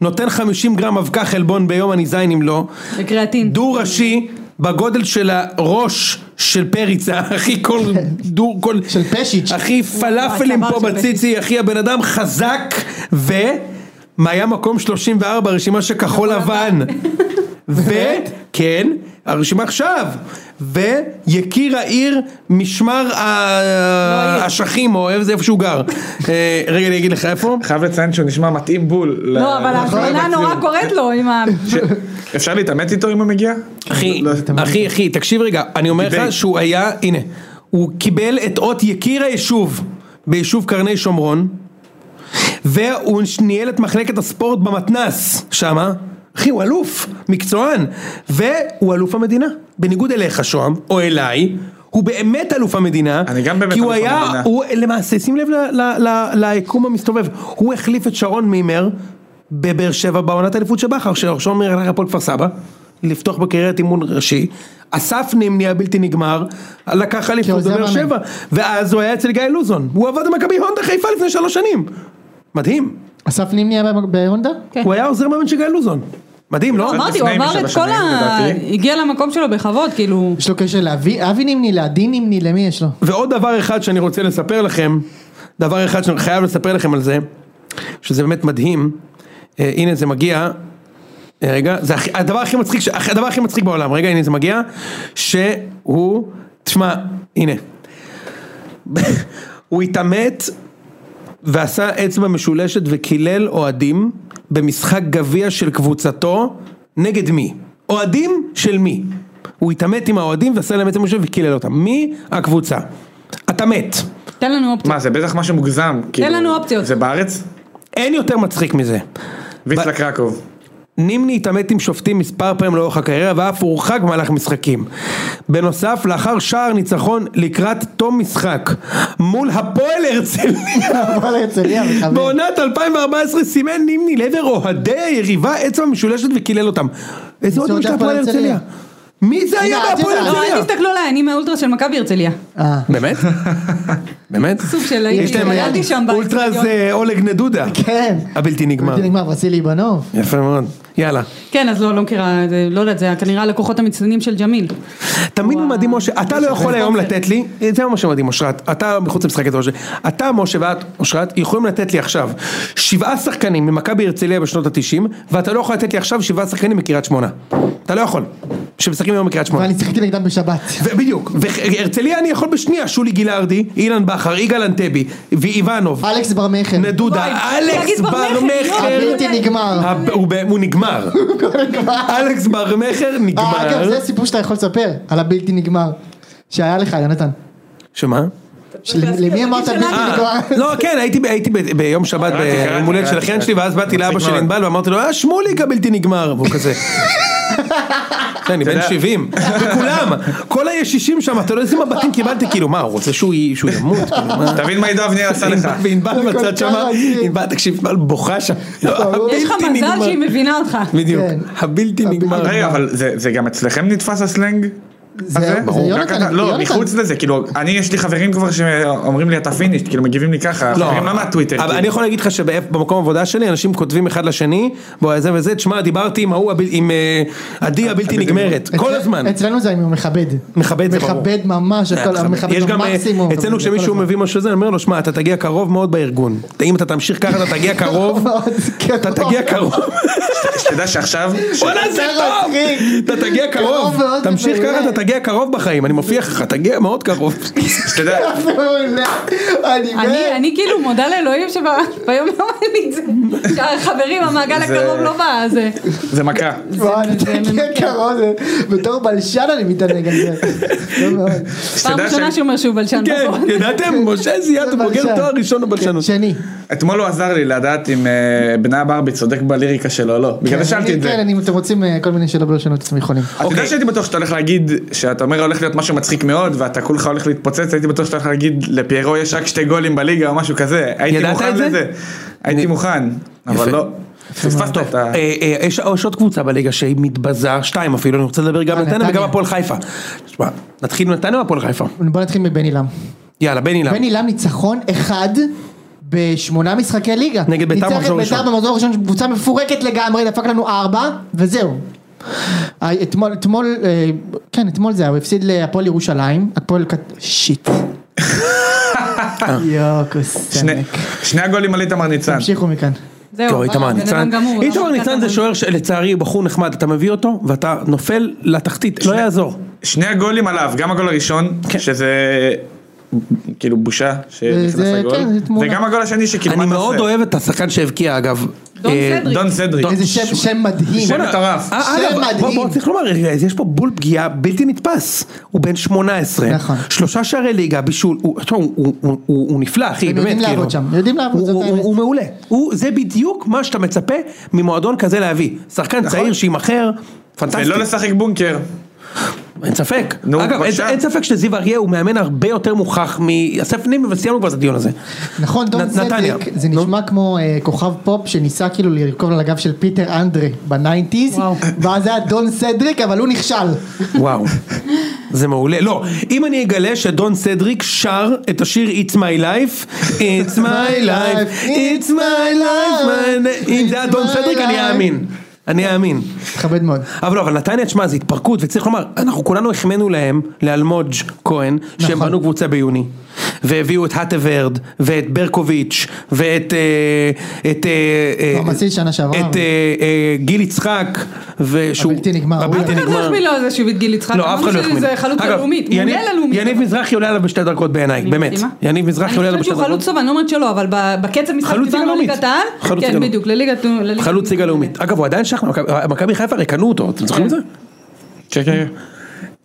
S2: נותן 50 גרם אבקה חלבון ביום, אני זין אם לא.
S3: בקריאטין.
S2: דו ראשי, בגודל של הראש של פריצה, אחי כל דו, כל...
S1: של פשיץ'.
S2: אחי פלאפלים
S3: הצוואר
S2: פה
S3: של
S2: בציצי, אחי הבן אדם חזק, ו... היה מקום 34, רשימה של כחול לבן. ו... כן, הרשימה עכשיו. ויקיר העיר, משמר ה-
S3: העיר.
S2: האשכים, או איפה- איפה שהוא גר. אה, רגע, אני אגיד לך איפה.
S4: חייב לציין שהוא נשמע מתאים בול. ל-
S3: לא, אבל
S4: לחבר
S3: ההזמנה
S4: בציון.
S3: נורא קוראת לו עם ה...
S4: ש- אפשר להתעמת איתו אם הוא מגיע?
S2: אחי,
S4: לא,
S2: אחי, אחי, תקשיב רגע, אני אומר
S4: דיבייט.
S2: לך שהוא היה, הנה, הוא קיבל את אות יקיר היישוב ביישוב קרני שומרון, והוא ניהל את מחלקת הספורט במתנס שמה, אחי, הוא אלוף, מקצוען, והוא אלוף המדינה. בניגוד אליך, שוהם, או אליי, הוא באמת אלוף המדינה.
S4: אני גם באמת
S2: כי הוא
S4: אלוף
S2: היה,
S4: המדינה.
S2: הוא למעשה, שים לב ל- ל- ל- ליקום המסתובב, הוא החליף את שרון מימר בבאר שבע בעונת האליפות של בכר, ששרון מימר הלך לפועל כפר סבא, לפתוח בקריירת אימון ראשי, אסף נמני בלתי נגמר, לקח אליפות
S1: כעוזר
S2: בבאר
S1: מאמן.
S2: שבע, ואז הוא היה אצל גיא לוזון, הוא עבד במכבי הונדה חיפה לפני שלוש שנים, מדהים,
S1: אסף נימני היה בהונדה?
S3: כן.
S2: הוא היה עוזר מאמן של גיא לוזון, מדהים לא?
S3: אמרתי, הוא
S4: לפני
S3: עבר את
S4: משבע
S3: כל
S4: שנים,
S3: ה...
S4: לדעתי.
S3: הגיע למקום שלו בכבוד, כאילו...
S1: יש לו קשר לאבי אבי נימני, לעדי נימני, למי יש לו?
S2: ועוד דבר אחד שאני רוצה לספר לכם, דבר אחד שאני חייב לספר לכם על זה, שזה באמת מדהים, אה, הנה זה מגיע, אה, רגע, זה הכי- הדבר הכי מצחיק, ש- הכ- הדבר הכי מצחיק בעולם, רגע הנה זה מגיע, שהוא, תשמע, הנה, הוא התעמת ועשה אצבע משולשת וקילל אוהדים במשחק גביע של קבוצתו, נגד מי? אוהדים של מי? הוא התעמת עם האוהדים ועשה להם אצבע משולשת וקילל אותם, מי הקבוצה? אתה מת.
S3: תן לנו אופציה.
S4: מה זה בטח משהו מוגזם. כאילו,
S3: לנו אופציות.
S4: זה בארץ?
S2: אין יותר מצחיק מזה.
S4: ויסלה קרקוב.
S2: נימני התעמת עם שופטים מספר פעמים לאורך הקריירה ואף הורחק במהלך משחקים. בנוסף, לאחר שער ניצחון לקראת תום משחק מול הפועל הרצליה
S1: אבל הרצליה וחבר.
S2: בעונת 2014 סימן נימני לעבר אוהדי היריבה אצבע משולשת וקילל אותם. איזה אוהדים של הפועל הרצליה? מי זה היה
S1: רגע, אל
S2: בהפועל
S1: תדע,
S3: לא,
S2: הרצליה?
S3: אל תסתכלו עליי, אני מהאולטרה של מכבי הרצליה.
S1: אה,
S2: באמת? באמת?
S3: סוג של...
S2: יש להם
S3: גדלתי שם
S2: אולטרה
S3: באצטדיון.
S2: זה אולג נדודה.
S1: כן.
S2: הבלתי נגמר.
S1: בלתי נגמר, וסילי איבנוב.
S2: יפה מאוד. יאללה.
S3: כן, אז לא, לא מכירה, זה- לא יודעת, זה היה כנראה הלקוחות המצטיינים של ג'מיל.
S2: תמיד
S3: וואו.
S2: מדהים משה, אתה לא יכול היום לתת לי, זה ממש מדהים אושרת, אתה מחוץ למשחק הזה משה, אתה משה ואת אושרת יכולים לתת לי עכשיו שבעה שחקנים ממכבי הרצליה בשנות התשעים, ואתה לא יכול לתת לי עכשיו שבעה שחקנים מקריית שמונה, אתה לא יכול, שמשחקים היום מקריית שמונה.
S1: ואני שיחקתי נגדם בשבת.
S2: ו- בדיוק, והרצליה אני יכול בשנייה, שולי גילארדי, אילן בכר, יגאל אנטבי, ואיבנוב,
S1: אלכס בר מכר.
S2: נדודה,
S3: וואי,
S2: אלכס
S3: תגיד
S2: בר
S3: בר-מכר,
S2: מכר,
S3: לא,
S1: הבלתי נגמר.
S2: הפ- הוא ב- הוא נגמר, אלכס בר מכר
S1: אה, אגב,
S2: נגמר,
S1: זה סיפור שאתה יכול לספר, על הבלתי נגמר. שהיה לך, יונתן.
S2: שמה?
S1: של- למי אמרת בלתי נגמר?
S2: אה, לא כן הייתי ב- הייתי ב- ביום שבת
S4: קראתי,
S2: ביום
S4: קראתי,
S2: הולדת של
S4: קראתי,
S2: אחיין
S4: קראתי.
S2: שלי ואז באתי לאבא
S4: מצחיק
S2: של
S4: מאוד.
S2: ענבל ואמרתי לו אה שמוליק הבלתי נגמר והוא כזה. "כן, אני בן
S4: יודע-
S2: 70 וכולם כל הישישים שם אתה לא יודע איזה מבטים קיבלתי כאילו מה הוא רוצה שהוא י- שהוא ימות כאילו, מה?
S4: תבין מה עידו אבניה עשה לך.
S2: ענבל- וענבל
S1: זה כל
S2: בצד
S1: כך
S2: שמה
S1: רגיל.
S2: ענבל תקשיב ענבל בוכה שם. לא,
S3: יש לך
S2: הבלתי
S3: מזל
S2: נגמר.
S3: שהיא מבינה אותך.
S2: בדיוק
S1: כן.
S2: הבלתי
S1: הבלתי
S2: נגמר.
S4: רגע, אבל זה- זה גם אצלכם נתפס הסלנג?
S1: זה-
S4: הזה?
S1: זה
S4: ברור.
S1: יונתן,
S4: רק אתה- לא,
S1: יונתן.
S4: מחוץ לזה, כאילו, אני יש לי חברים כבר שאומרים לי אתה פינישט, כאילו מגיבים לי ככה,
S2: לא,
S4: חברים לא מהטוויטר.
S2: אבל
S4: כאילו.
S2: אני יכול להגיד לך שבמקום עבודה שלי אנשים כותבים אחד לשני, בוא זה וזה, תשמע דיברתי עם ההוא, הבל- עם אה, עדי הבלתי נגמרת, כל
S1: אצל-
S2: הזמן.
S1: אצלנו זה אם הוא מכבד.
S2: מכבד זה ברור.
S1: אה, מכבד ממש,
S2: זה היה
S1: הכל-
S2: מכבד.
S1: מכבד
S2: יש גם, אה,
S1: במקסימום.
S2: אצלנו כשמישהו מביא משהו זה, אני אומר לו, שמע, אתה תגיע קרוב מאוד בארגון. אם אתה תמשיך ככה, אתה תגיע קרוב,
S1: מאוד, כן,
S2: אתה
S1: מאוד.
S2: תגיע קרוב.
S4: שתדע שעכשיו, ש-
S2: וואלה, זה
S1: יותר
S2: טוב!
S1: מצחיק.
S2: אתה תגיע
S1: קרוב
S2: קרוב.
S1: מאוד,
S2: תמשיך
S1: מעולה.
S2: ככה, אתה תגיע קרוב בחיים, אני מבטיח לך, תגיע מאוד קרוב.
S4: שתדע,
S1: מעולה. אני
S3: אני,
S1: מת.
S3: אני כאילו מודה לאלוהים שביום יום אין לי את זה. שהחברים, המעגל
S4: זה-
S3: הקרוב לא בא, אז... אה,
S4: זה מכה.
S1: וואי, אני
S3: זה
S1: תגיע
S3: ממכר.
S1: קרוב, זה- בתור בלשן אני מתענג על זה. טוב מאוד.
S3: פעם
S4: שתדע
S3: ראשונה
S4: שאני-
S3: שהוא אומר שהוא בלשן.
S2: כן,
S3: נכון?
S2: ידעתם, משה זיאת הוא בוגר
S1: בלשן.
S2: תואר ראשון בבלשנות.
S1: שני.
S4: אתמול הוא עזר לי לדעת אם אה, בנה ברבי צודק בליריקה שלו או לא, בגלל זה שאלתי את זה.
S1: כן, אני- אתם רוצים אה, כל מיני שלא בלשנות אתם יכולים.
S4: אתה
S2: אוקיי.
S4: יודע שהייתי בטוח שאתה הולך להגיד, שאתה אומר הולך להיות משהו מצחיק מאוד ואתה כולך הולך להתפוצץ, הייתי בטוח שאתה הולך להגיד לפיירו יש רק שתי גולים בליגה או משהו כזה, הייתי
S2: ידעת
S4: מוכן
S2: את זה?
S4: לזה, הייתי מוכן, אבל לא, פספסת את ה...
S2: אה, אה, יש יש עוד קבוצה בליגה שהיא מתבזה, שתיים אפילו, אני רוצה לדבר גם
S1: אה,
S2: על נתניה
S1: נתניה.
S2: וגם על הפועל חיפה. תשמע, נתחיל מנתניה או הפועל חיפה?
S1: בוא נתחיל מבן עילם.
S2: יאללה, בני למה.
S1: בן עילם ניצחון אחד בשמונה משחקי ליגה.
S2: נגד ביתר
S1: ניצח
S2: במחזור
S1: את ביתר
S2: ראשון.
S1: במחזור הראשון, קבוצה מפורקת לגמרי, דפק לנו ארבע, וזהו. אה, אתמול, אתמול, אה, כן, אתמול זה היה, הוא הפסיד להפועל ירושלים, הפועל קט... שיט. יואו, כוס
S4: שני-
S1: צמק.
S4: שני הגולים על איתמר ניצן.
S1: תמשיכו מכאן.
S3: זהו,
S2: טוב, איתמר
S3: הבן אה, אדם
S2: ניצן,
S3: גמור, לא
S2: איתמר
S3: אבל-
S2: ניצן זה שוער שלצערי הוא בחור נחמד, אתה מביא אותו ואתה נופל לתחתית, לא יעזור.
S4: שני הגולים עליו, גם הגול הראשון,
S2: כן.
S4: שזה כאילו בושה שנכנס
S1: זה-
S4: הגול,
S1: כן, זה תמונה.
S4: וגם הגול השני שכאילו מה
S2: אני
S4: אתה
S2: מאוד
S4: עושה?
S2: אוהב את השחקן שהבקיע אגב,
S3: דון
S2: אה,
S3: סדריק.
S4: דון סדריק.
S1: איזה שם, שם מדהים.
S4: שם מטורף.
S2: אה,
S1: שם
S2: אגב,
S1: מדהים.
S2: בוא, בוא, צריך לומר, אז יש פה בול פגיעה בלתי נתפס, הוא בן 18,
S1: נכון.
S2: שלושה שערי ליגה, בישול, הוא, תשמע, הוא, הוא, הוא, הוא, הוא נפלא אחי,
S1: הם
S2: באמת, כאילו.
S1: יודעים לעבוד שם, יודעים לעבוד,
S2: הוא,
S1: זאת
S2: הוא, הוא,
S1: האמת.
S2: הוא מעולה, הוא, זה בדיוק מה שאתה מצפה ממועדון כזה להביא, שחקן צעיר שימכר, פנטסטי,
S4: נכון. ולא לשחק בונקר.
S2: אין ספק,
S4: נו,
S2: אגב, אין,
S4: בבקשה.
S2: אין ספק שזיו אריה הוא מאמן הרבה יותר מוכח מאסף נימי, וסיימנו כבר את הדיון הזה,
S1: נכון,
S2: נ-
S1: דון
S2: נתניה.
S1: צדק, זה נשמע כמו אה, כוכב פופ שניסה כאילו לרכוב על הגב של פיטר אנדרה בניינטיז,
S3: וואו.
S1: ואז היה דון סדריק, אבל הוא נכשל.
S2: וואו, זה מעולה. לא, אם אני אגלה שדון סדריק שר את השיר It's My Life, It's My Life, It's My Life, my na- אם זה היה
S1: It's
S2: דון
S1: my
S2: סדריק אני
S1: life.
S2: אאמין. אני אאמין.
S1: מתכבד מאוד.
S2: אבל לא, אבל נתניה, תשמע, זה התפרקות, וצריך לומר, אנחנו כולנו החמאנו להם, לאלמוג' כהן, שהם
S1: נכון.
S2: בנו קבוצה ביוני. והביאו את האטה ורד, ואת ברקוביץ', ואת... אה, את... אה, אה,
S1: רמסיס לא, שנה שעברה.
S2: את אה, אה, גיל יצחק, ושהוא...
S1: הבלתי נגמר, הוא
S2: הבלתי
S1: ירד.
S3: אף אחד לא
S2: נגמר.
S3: החמיא לו על זה שהוא הביא את גיל יצחק,
S2: לא, אף אחד לא
S3: אמרנו
S2: יחמיא.
S3: שזה חלוץ
S2: אגב,
S3: ללאומית,
S2: יניב-
S3: מעולה ללאומית.
S2: יניב מזרחי עולה עליו בשתי דרגות בעיניי, באמת. יניב מזרחי עולה עליו
S3: אני
S2: בשתי
S3: חושבת שהוא
S2: דרגות.
S3: חלוץ טוב, אני לא אומרת שלא, אבל ב- בקצב משחק
S2: חלוץ ליגה
S3: דיברנו על
S2: לאומית.
S3: ליגת העל.
S2: חלוץ ליגה
S3: כן,
S2: לאומית.
S3: בדיוק, לליגת... לליגת-
S2: חלוץ ליגה לאומית. אגב, הוא עדיין שחמט, מכבי- מכבי חיפה הרי קנו אותו, אתם זוכרים את זה?
S4: כן, כן,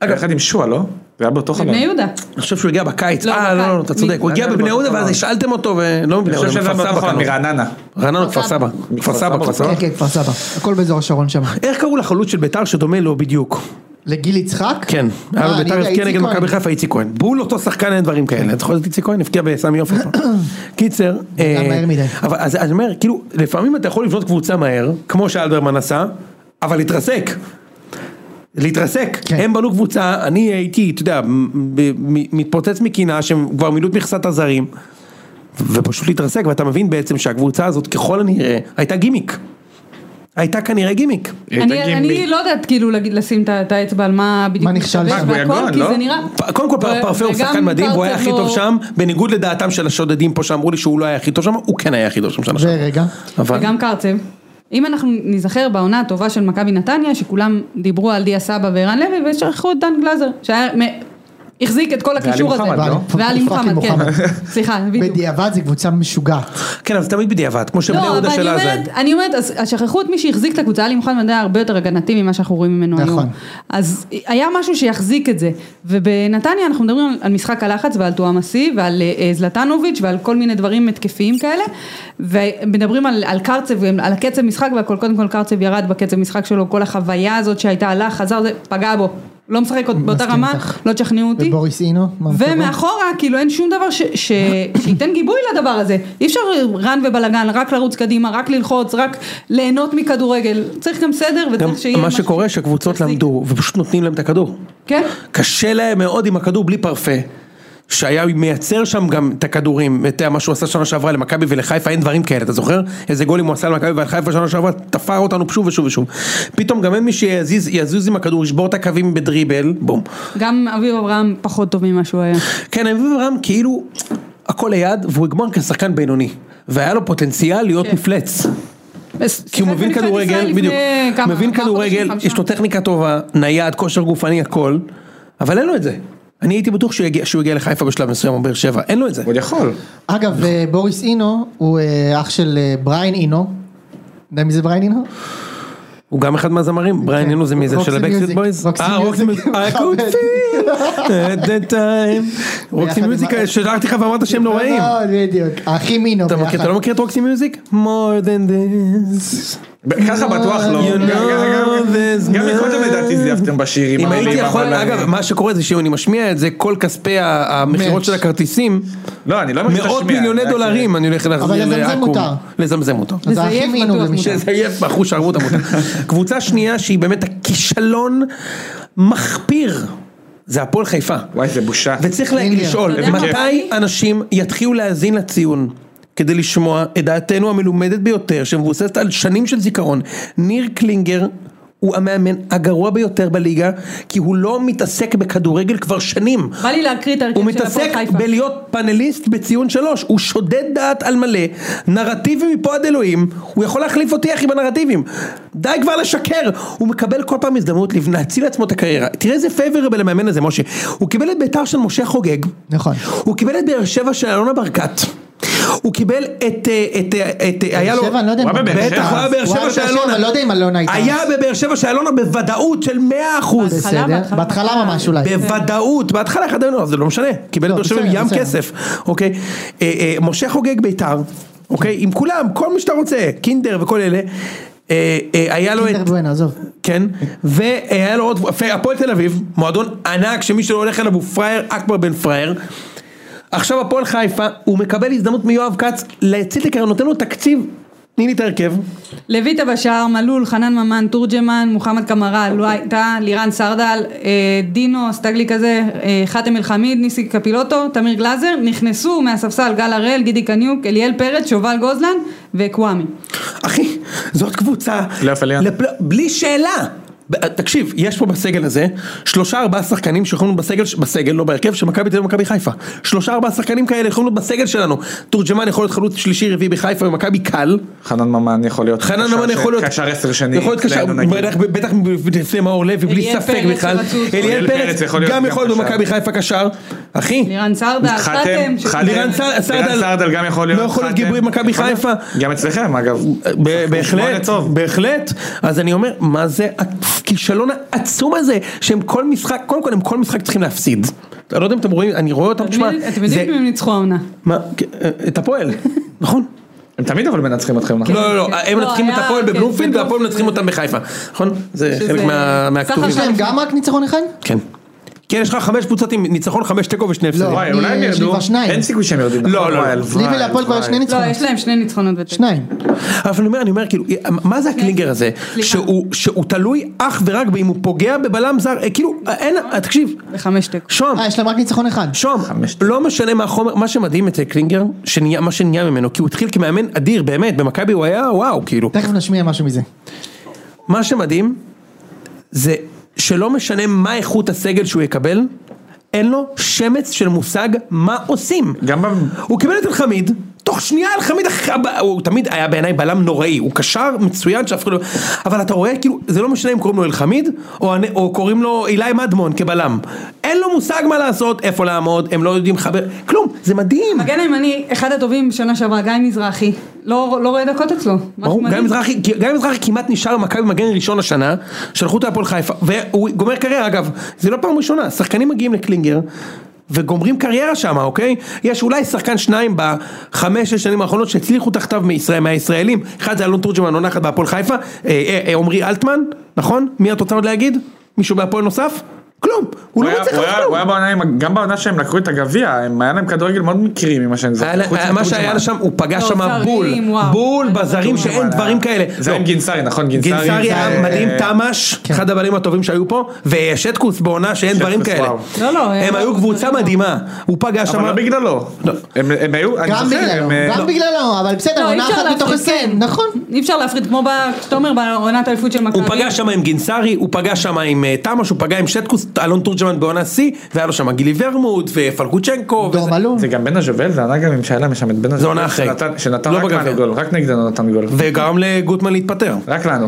S4: כן. יחד עם שועה, לא? זה היה באותו חלון.
S3: בני
S4: אני
S3: יהודה.
S2: אני חושב שהוא הגיע בקיץ.
S3: לא,
S2: אה,
S3: בקיץ. לא.
S2: לא, לא, אתה צודק. הוא הגיע
S4: אני-
S2: בבני יהודה
S4: אני-
S2: ואז השאלתם אותו ולא מבני
S4: חושב
S2: יהודה,
S4: שזה היה
S2: מכפר
S4: באותו
S2: סבא
S4: חלון,
S2: קנו. אותו.
S4: מרעננה.
S2: רעננה כפר סבא. כפר סבא, כפר
S1: כן,
S2: סבא.
S1: כן, כפר סבא. הכל באזור השרון שם.
S2: איך קראו לחלוץ של ביתר שדומה לו בדיוק?
S1: לגיל יצחק?
S2: כן, היה
S1: אה,
S2: לו
S1: אני
S2: ביתר
S1: יודע,
S2: הבקיע
S1: איציק
S2: נגד
S1: כהן.
S2: מכבי חיפה איציק כהן. בול אותו שחקן אין דברים כאלה. אתה זוכר את איציק כהן? הבקיע בסמי עופר. קיצר, אה,
S1: מהר מדי.
S2: אבל אז אני אומר, כאילו, לפעמים אתה יכול לבנות קבוצה מהר, כמו שאלברמן עשה, אבל להתרסק. להתרסק,
S1: כן.
S2: הם בנו קבוצה, אני הייתי, אתה יודע, מ- מ- מ- מתפוצץ מקינה שהם כבר מילאו את מכסת הזרים, ופשוט להתרסק, ואתה מבין בעצם שהקבוצה הזאת ככל הנראה הייתה גימיק. הייתה כנראה גימיק.
S4: היא
S3: אני-
S4: הייתה
S3: אני
S4: גימבי.
S3: לא יודעת כאילו להגיד- לשים את ה- את האצבע על מה בדיוק...
S1: מה נכשל
S3: מסתבר
S1: שם?
S3: והכל,
S4: גויגון,
S3: כי
S4: לא?
S3: זה נראה-
S2: פ- קודם כל פ-
S3: ו-
S2: פרפה הוא
S3: וגם
S2: שחקן מדהים והוא היה הכי
S3: פרצב
S2: טוב
S3: לא-
S2: שם, בניגוד לדעתם של השודדים פה שאמרו לי שהוא לא היה הכי טוב שם, הוא כן היה הכי טוב שם שנה שעברה.
S1: ורגע,
S2: אבל-
S3: וגם קרצב. אם אנחנו נזכר בעונה הטובה של מכבי נתניה, שכולם דיברו על דיה סבא וערן לוי, ושכחו את דן גלאזר, שהיה... מ- החזיק את כל הקישור הזה.
S4: מוחמד,
S1: לא?
S3: ועלי מוחמד,
S1: פאקינג
S3: כן.
S1: מוחמד.
S3: סליחה, בדיוק.
S1: בדיעבד זה קבוצה משוגעת.
S2: כן, אבל זה תמיד בדיעבד, כמו שבני
S3: לא, אבל
S2: יהודה
S3: אני
S2: שלה זה.
S3: אומרת, אני אומרת, אז אז שכחו את מי שהחזיק את הקבוצה, היה לי מוכן מדע הרבה יותר הגנתי ממה שאנחנו רואים ממנו
S1: נכון.
S3: היום. אז היה משהו שיחזיק את זה. ובנתניה אנחנו מדברים על- על משחק הלחץ ועל טועמסי ועל אה, זלטנוביץ' ועל כל מיני דברים התקפיים כאלה. ומדברים על, על קרצב, על הקצב משחק והכל, קודם כל קרצב ירד בקצב משחק שלו, כל החוויה הזאת שהייתה הלך, חזר, זה פגע בו. לא משחק עוד באותה
S1: מסכים
S3: רמה,
S1: איתך.
S3: לא תשכנעו אותי.
S1: ובוריס אינו, מה מצבו?
S3: ומאחורה, כאילו אין שום דבר ש- ש- שייתן גיבוי לדבר הזה. אי אפשר רן ובלאגן, רק לרוץ קדימה, רק ללחוץ, רק ליהנות מכדורגל. צריך גם סדר
S2: גם
S3: וצריך שיהיה
S2: מה
S3: משהו
S2: שקורה שקבוצות
S3: שיחזיק.
S2: למדו, ופשוט נותנים להם את הכדור.
S3: כן?
S2: קשה להם מאוד עם הכדור בלי פרפה. שהיה מייצר שם גם את הכדורים, את מה שהוא עשה שנה שעברה למכבי ולחיפה, אין דברים כאלה, אתה זוכר? איזה גולים הוא עשה למכבי ולחיפה שנה שעברה, תפר אותנו שוב ושוב ושוב. פתאום גם אין מי שיזיז יזוז עם הכדור, ישבור את הקווים בדריבל, בום.
S3: גם אביב אברהם פחות טוב ממה שהוא היה.
S2: כן, אביב אברהם כאילו, הכל ליד, והוא יגמר כשחקן בינוני. והיה לו פוטנציאל להיות
S3: כן.
S2: מפלץ. כי
S3: שיחק
S2: הוא מבין
S3: בנבחרת ישראל
S2: כדורגל, בדיוק.
S3: לפני כמה,
S2: מבין
S3: ארבעה
S2: כדורגל,
S3: חודשים,
S2: יש לו
S3: חמישה.
S2: טכניקה טובה, נייד, כושר גופני, הכל, אבל אין לו את זה. אני הייתי בטוח שהוא יגיע, שהוא יגיע לחיפה בשלב מסוים או באר שבע, אין לו את זה.
S4: עוד יכול.
S1: אגב, אה, בוריס אינו הוא אה, אח של אה, בריין אינו. אתה יודע מי זה בריין אינו?
S2: הוא גם אחד מהזמרים, בריין אינו זה מי זה
S1: כן. רוקסי
S2: של הבקסט
S1: מיוזיק,
S2: בויז?
S1: רוקסי
S2: אה, רוקסי
S1: מיוזיק,
S2: מיוזיק, I could
S1: מכבד.
S2: feel at that time. רוקסי
S1: עם
S2: מיוזיק,
S1: ה-
S2: שלחתי לך ואמרת שהם נוראים.
S1: מאוד, אה, בדיוק. האחים אינו.
S2: לא אתה מכיר-
S1: ביחד.
S2: אתה לא מכיר את רוקסי מיוזיק? more than this.
S4: ככה בטוח לא.
S2: You
S4: גם- גם-
S2: know
S4: גם-
S2: this
S4: גם מקודם
S2: man.
S4: לדעתי זייפתם בשיר עם
S2: אם הייתי
S4: המילים,
S2: יכול,
S4: אבל, אה,
S2: אגב, מה שקורה זה שאם אני משמיע את זה, כל כספי ה- המכירות
S1: מאץ'.
S2: של הכרטיסים,
S4: לא, אני לא מכיר את
S2: מאות
S4: השמיעה.
S2: מיליוני
S4: זה-
S2: דולרים אני הולך להחזיר
S1: אבל לזמזם
S2: לעכו"ם.
S1: מותר.
S2: לזמזם אותו.
S1: אז
S3: לזייף
S1: האחים
S3: בטוח
S1: אינו
S3: מותר.
S1: ומשם.
S2: לזייף בחוש ערבות המותר. קבוצה שנייה שהיא באמת הכישלון מחפיר, זה הפועל חיפה.
S4: וואי, זה בושה.
S2: וצריך לה-
S1: אינדיה.
S2: לשאול,
S3: אתה יודע מה
S2: מתי
S3: הכי-
S2: אנשים יתחילו להאזין לציון? כדי לשמוע את דעתנו המלומדת ביותר, שמבוססת על שנים של זיכרון. ניר קלינגר הוא המאמן הגרוע ביותר בליגה, כי הוא לא מתעסק בכדורגל כבר שנים.
S3: בא לי להקריא את ההרכב
S2: הוא
S3: של הפועל
S2: מתעסק
S3: חיפה.
S2: בלהיות פאנליסט בציון שלוש, הוא שודד דעת על מלא, נרטיבים מפה עד אלוהים, הוא יכול להחליף אותי אחי בנרטיבים. די כבר לשקר, הוא מקבל כל פעם הזדמנות לבנ- להציל לעצמו את הקריירה. תראה איזה פייבורבל המאמן הזה, משה. הוא קיבל את ביתר של משה חוגג,
S1: נכון.
S2: הוא קיבל את באר שבע של אלונה ברקת. הוא קיבל את, אה, את, אה, את, אה, היה לו,
S1: שבע, אני לא יודע
S4: הוא
S1: אם-
S4: היה בבאר שבע.
S2: בטח, הוא היה בבאר
S1: הוא
S2: שבע
S1: היה
S2: של
S1: בבאר שבע,
S2: אלונה,
S1: אני לא יודע אם אלונה הייתה.
S2: היה בבאר שבע של אלונה בוודאות של 100%,
S3: בהתחלה,
S1: בסדר,
S3: בהתחלה.
S1: בהתחלה ממש אולי.
S2: בוודאות, בהתחלה אחד היו, זה לא משנה, קיבל
S1: כן. לא,
S2: את באר שבע עם
S1: בסדר,
S2: ים
S1: בסדר.
S2: כסף, אוקיי, אה, אה, משה חוגג בית"ר, אוקיי, עם כולם, כל מי שאתה רוצה, קינדר וכל אלה, אה, אה, היה לו את...
S1: קינדר בואנה, עזוב.
S2: כן, והיה לו עוד, יפה, הפועל תל אביב, מועדון ענק שמי שלא הולך אליו הוא פראייר, אכבר בן פראייר. עכשיו הפועל חיפה, הוא מקבל הזדמנות מיואב כץ להציל את הקרן, נותן לו תקציב, תני לי את ההרכב.
S3: לויטה בשער, מלול, חנן ממן, תורג'מן, מוחמד קמרה, לואייטה, לירן סרדל, אה, דינו, סטגלי כזה, אה, חאתם אל-חמיד, ניסי קפילוטו, תמיר גלאזר, נכנסו מהספסל גל הראל, גידי קניוק, אליאל פרץ, שובל גוזלן וקוואמי.
S2: אחי, זאת קבוצה,
S4: פלייאוף עלייה.
S2: לפל- בלי שאלה. ב- תקשיב, יש פה בסגל הזה שלושה ארבעה שחקנים שיכולים להיות בסגל, בסגל, לא בהרכב, של מכבי תל אביב ומכבי חיפה. שלושה ארבעה שחקנים כאלה יכולים להיות בסגל שלנו. תורג'מן יכול להיות חלוץ שלישי רביעי בחיפה במכבי קל.
S4: חנן ממן יכול להיות.
S2: חנן
S4: קשר
S2: ממן
S4: ש-
S2: יכול להיות,
S4: קשר עשר שני.
S2: יכול להיות קשר,
S4: אצלנו נגיד.
S2: בטח- בטח לפני מאור לוי, בלי
S3: אליאל
S2: ספק
S3: פרץ
S2: בכלל,
S3: שרצו אותו.
S2: אליאל
S4: אליאל
S2: פרץ
S4: פרץ יכול להיות
S2: גם
S4: גם
S2: יכול להיות
S4: קשר.
S2: במכבי חיפה קשר, אחי,
S3: לירן סרדל, חאתם,
S4: חתם,
S3: ש-
S4: חתם.
S2: לירן סר-
S4: לירן
S2: סרדל-
S4: סרדל גם יכול להיות.
S2: לא יכול להיות
S4: חתם.
S2: גיבוי במכבי
S4: יכול להיות.
S2: חיפה.
S4: גם אצלכם אגב.
S2: ב-
S4: שמונה
S2: בהחלט,
S4: טוב.
S2: בהחלט, אז אני אומר, מה זה הכישלון העצום הזה, שהם כל משחק, קודם כל הם כל משחק צריכים להפסיד, אני לא יודע אם אתם רואים, אני רואה אותם,
S3: אתם
S2: תשמע,
S3: יודעים- אתם
S2: זה-
S3: יודעים אם הם ניצחו העונה.
S2: מה, את הפועל, נכון?
S4: הם תמיד אבל מנצחים אתכם נכון?
S2: לא, לא, לא,
S3: כן.
S2: הם
S3: לא,
S2: מנצחים את
S3: היה-
S2: הפועל
S3: כן,
S2: בבלומפילד
S3: בבלומפילד.
S2: והפועל מנצחים אותם בחיפה, נכון? זה
S3: שזה-
S2: חלק מה- מהכתובים.
S1: יש להם גם רק ניצחון אחד?
S2: כן. כן, יש לך חמש קבוצות עם ניצחון, חמש תיקו ושני הפסדים.
S4: וואי,
S1: אני-
S4: אולי הם
S1: יש לי
S4: ירדו.
S1: כבר שניים.
S4: אין סיכוי שהם יורדים.
S2: לא, לא,
S4: נכון?
S2: לא.
S4: וואי,
S2: לי
S4: הלוואי,
S1: ולהפועל כבר יש
S4: הלוואי.
S1: שני
S3: לא,
S1: ניצחונות.
S3: יש להם שני ניצחונות ותיקו.
S1: שניים.
S2: אבל אני אומר, אני אומר, כאילו, מה זה הקלינגר הזה?
S3: כן, סליחה.
S2: שהוא- שהוא תלוי אך ורק באם הוא פוגע בבלם זר, אה, כאילו, אין, אה, תקשיב,
S3: וחמש תיקו.
S2: שוהם,
S1: אה, יש להם רק ניצחון אחד.
S2: שוהם,
S4: חמש.
S2: לא משנה מה החומר, מה שמדהים אצל קלינגר, שנהיה- מה שנהיה ממנו, כי הוא התחיל כמאמן אדיר, באמת, במכבי הוא היה וואו, כאילו.
S1: תכף נשמיע משהו מזה.
S2: מה שמדהים זה שלא משנה מה איכות הסגל שהוא יקבל, אין לו שמץ של מושג מה עושים.
S4: גם ב...
S2: הוא קיבל את אלחמיד, תוך שנייה אלחמיד, אח- הוא תמיד היה בעיניי בלם נוראי, הוא קשר מצוין שאף אחד לא... אבל אתה רואה, כאילו, זה לא משנה אם קוראים לו אלחמיד, או, הנ- או קוראים לו אילי מדמון כבלם. אין לו מושג מה לעשות, איפה לעמוד, הם לא יודעים לחבר, כלום, זה מדהים.
S3: מגן הימני, אחד הטובים שנה שעברה, גיא מזרחי. לא לא רואה דקות אצלו. משהו
S2: ברור,
S3: מדהים.
S2: גיא מזרחי, גיא מזרחי כמעט נשאר במכבי מגן ראשון השנה, שלחו אותו להפועל חיפה, והוא גומר קריירה אגב, זה לא פעם ראשונה, שחקנים מגיעים לקלינגר. וגומרים קריירה שם, אוקיי? יש אולי שחקן שניים בחמש, שש שנים האחרונות שהצליחו תחתיו מישראל, מהישראלים. אחד זה אלון תורג'מן, עונה אחת בהפועל חיפה. אה, אה, אה, עמרי אלטמן, נכון? מי את רוצה עוד להגיד? מישהו בהפועל נוסף? כלום. הוא לא
S4: הוא היה-
S2: מצליח
S4: הוא
S2: לעשות
S4: היה- הוא
S2: כלום.
S4: היה בעונה, עם- גם בעונה שהם לקחו את הגביע, הם- היה להם כדורגל מאוד מקרי ממה שאני
S2: היה לה-
S4: זוכר. חוץ
S2: היה- אה, מה
S4: מתורג'מן.
S2: שהיה לו שם, הוא פגש
S3: לא,
S2: שם
S3: זרים,
S2: בול.
S3: וואו.
S2: בול
S3: אני לא
S2: בזרים
S3: בטוח.
S2: שאין דברים כאלה.
S4: זה
S2: לא.
S4: היה עם גינסארי, נכון?
S2: גינסארי היה
S4: זה-
S2: מדהים, תמ"ש, אחד הבעלים הטובים שהיו פה, ושטקוס בעונה שאין דברים
S4: כן. שטקוס,
S2: כאלה.
S4: וואו.
S3: לא, לא,
S2: הם
S3: הם-
S2: היו קבוצה מדהימה, הוא פגש שם...
S4: אבל לא בגללו.
S2: לא.
S4: הם הם היו... אני
S1: גם
S4: זוכר,
S1: בגללו,
S4: הם, אה, לא,
S1: גם בגללו, אבל בסדר,
S3: לא, אי
S1: עונה
S3: אפשר
S1: אחת מתוך
S3: להפריד, כן.
S1: עשרים, נכון.
S3: אי אפשר להפריד, כמו ב- כשאתה אומר בעונת האליפות של מכבי.
S2: הוא פגש שם עם גינסארי, הוא פגש שם עם אה, תמ"ש, הוא פגש עם שטקוס, אלון תורג'מן בעונה שיא, והיה לו שם גילי ורמוט ופלקוצ'נקו.
S1: דור
S2: וזה-
S1: מלול.
S4: זה גם בן הז'ובל, זה ענה גם עם שהיה להם שם את בן הז'ובל.
S2: עונה אחרי.
S4: שנתן- שנתן
S2: לא
S4: רק
S2: בגביע.
S4: לנו גול, רק נגדנו נתן גול.
S2: וגרם לגוטמן להתפטר.
S4: רק לנו.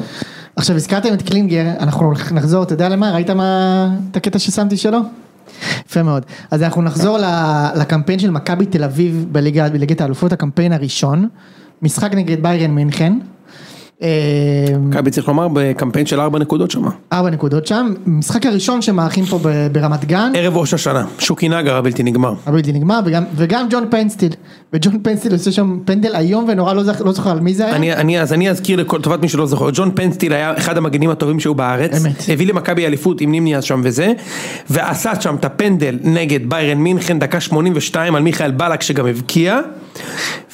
S1: עכשיו הזכרתם את קלינגר, אנחנו נחזור, אתה יודע למה? ראית מה... את הקטע ששמתי שלו? יפה מאוד. אז אנחנו נחזור ל- לקמפיין של מכבי תל אביב בליגה- בליגת האלופות, הקמפיין הראשון. משחק נגד ביירן מינכן. אה,
S2: מכבי צריך לומר בקמפיין של ארבע נקודות שם.
S1: ארבע נקודות שם, משחק הראשון שמארחים פה ב- ברמת גן,
S2: ערב ראש השנה, שוקי נגר הבלתי נגמר.
S1: הבלתי נגמר, וגם, וגם ג'ון פנסטיל, וג'ון פנסטיל עושה שם פנדל איום ונורא, לא, זכ, לא זוכר על מי זה היה,
S2: אני, אני, אז אני אזכיר לטובת מי שלא זוכר, ג'ון פנסטיל היה אחד המגנים הטובים שהיו בארץ,
S1: אמת.
S2: הביא למכבי אליפות עם נימני אז שם וזה, ועשה שם את הפנדל נגד ביירן מינכן, דקה 82 על מיכאל בלק שגם הבקיע,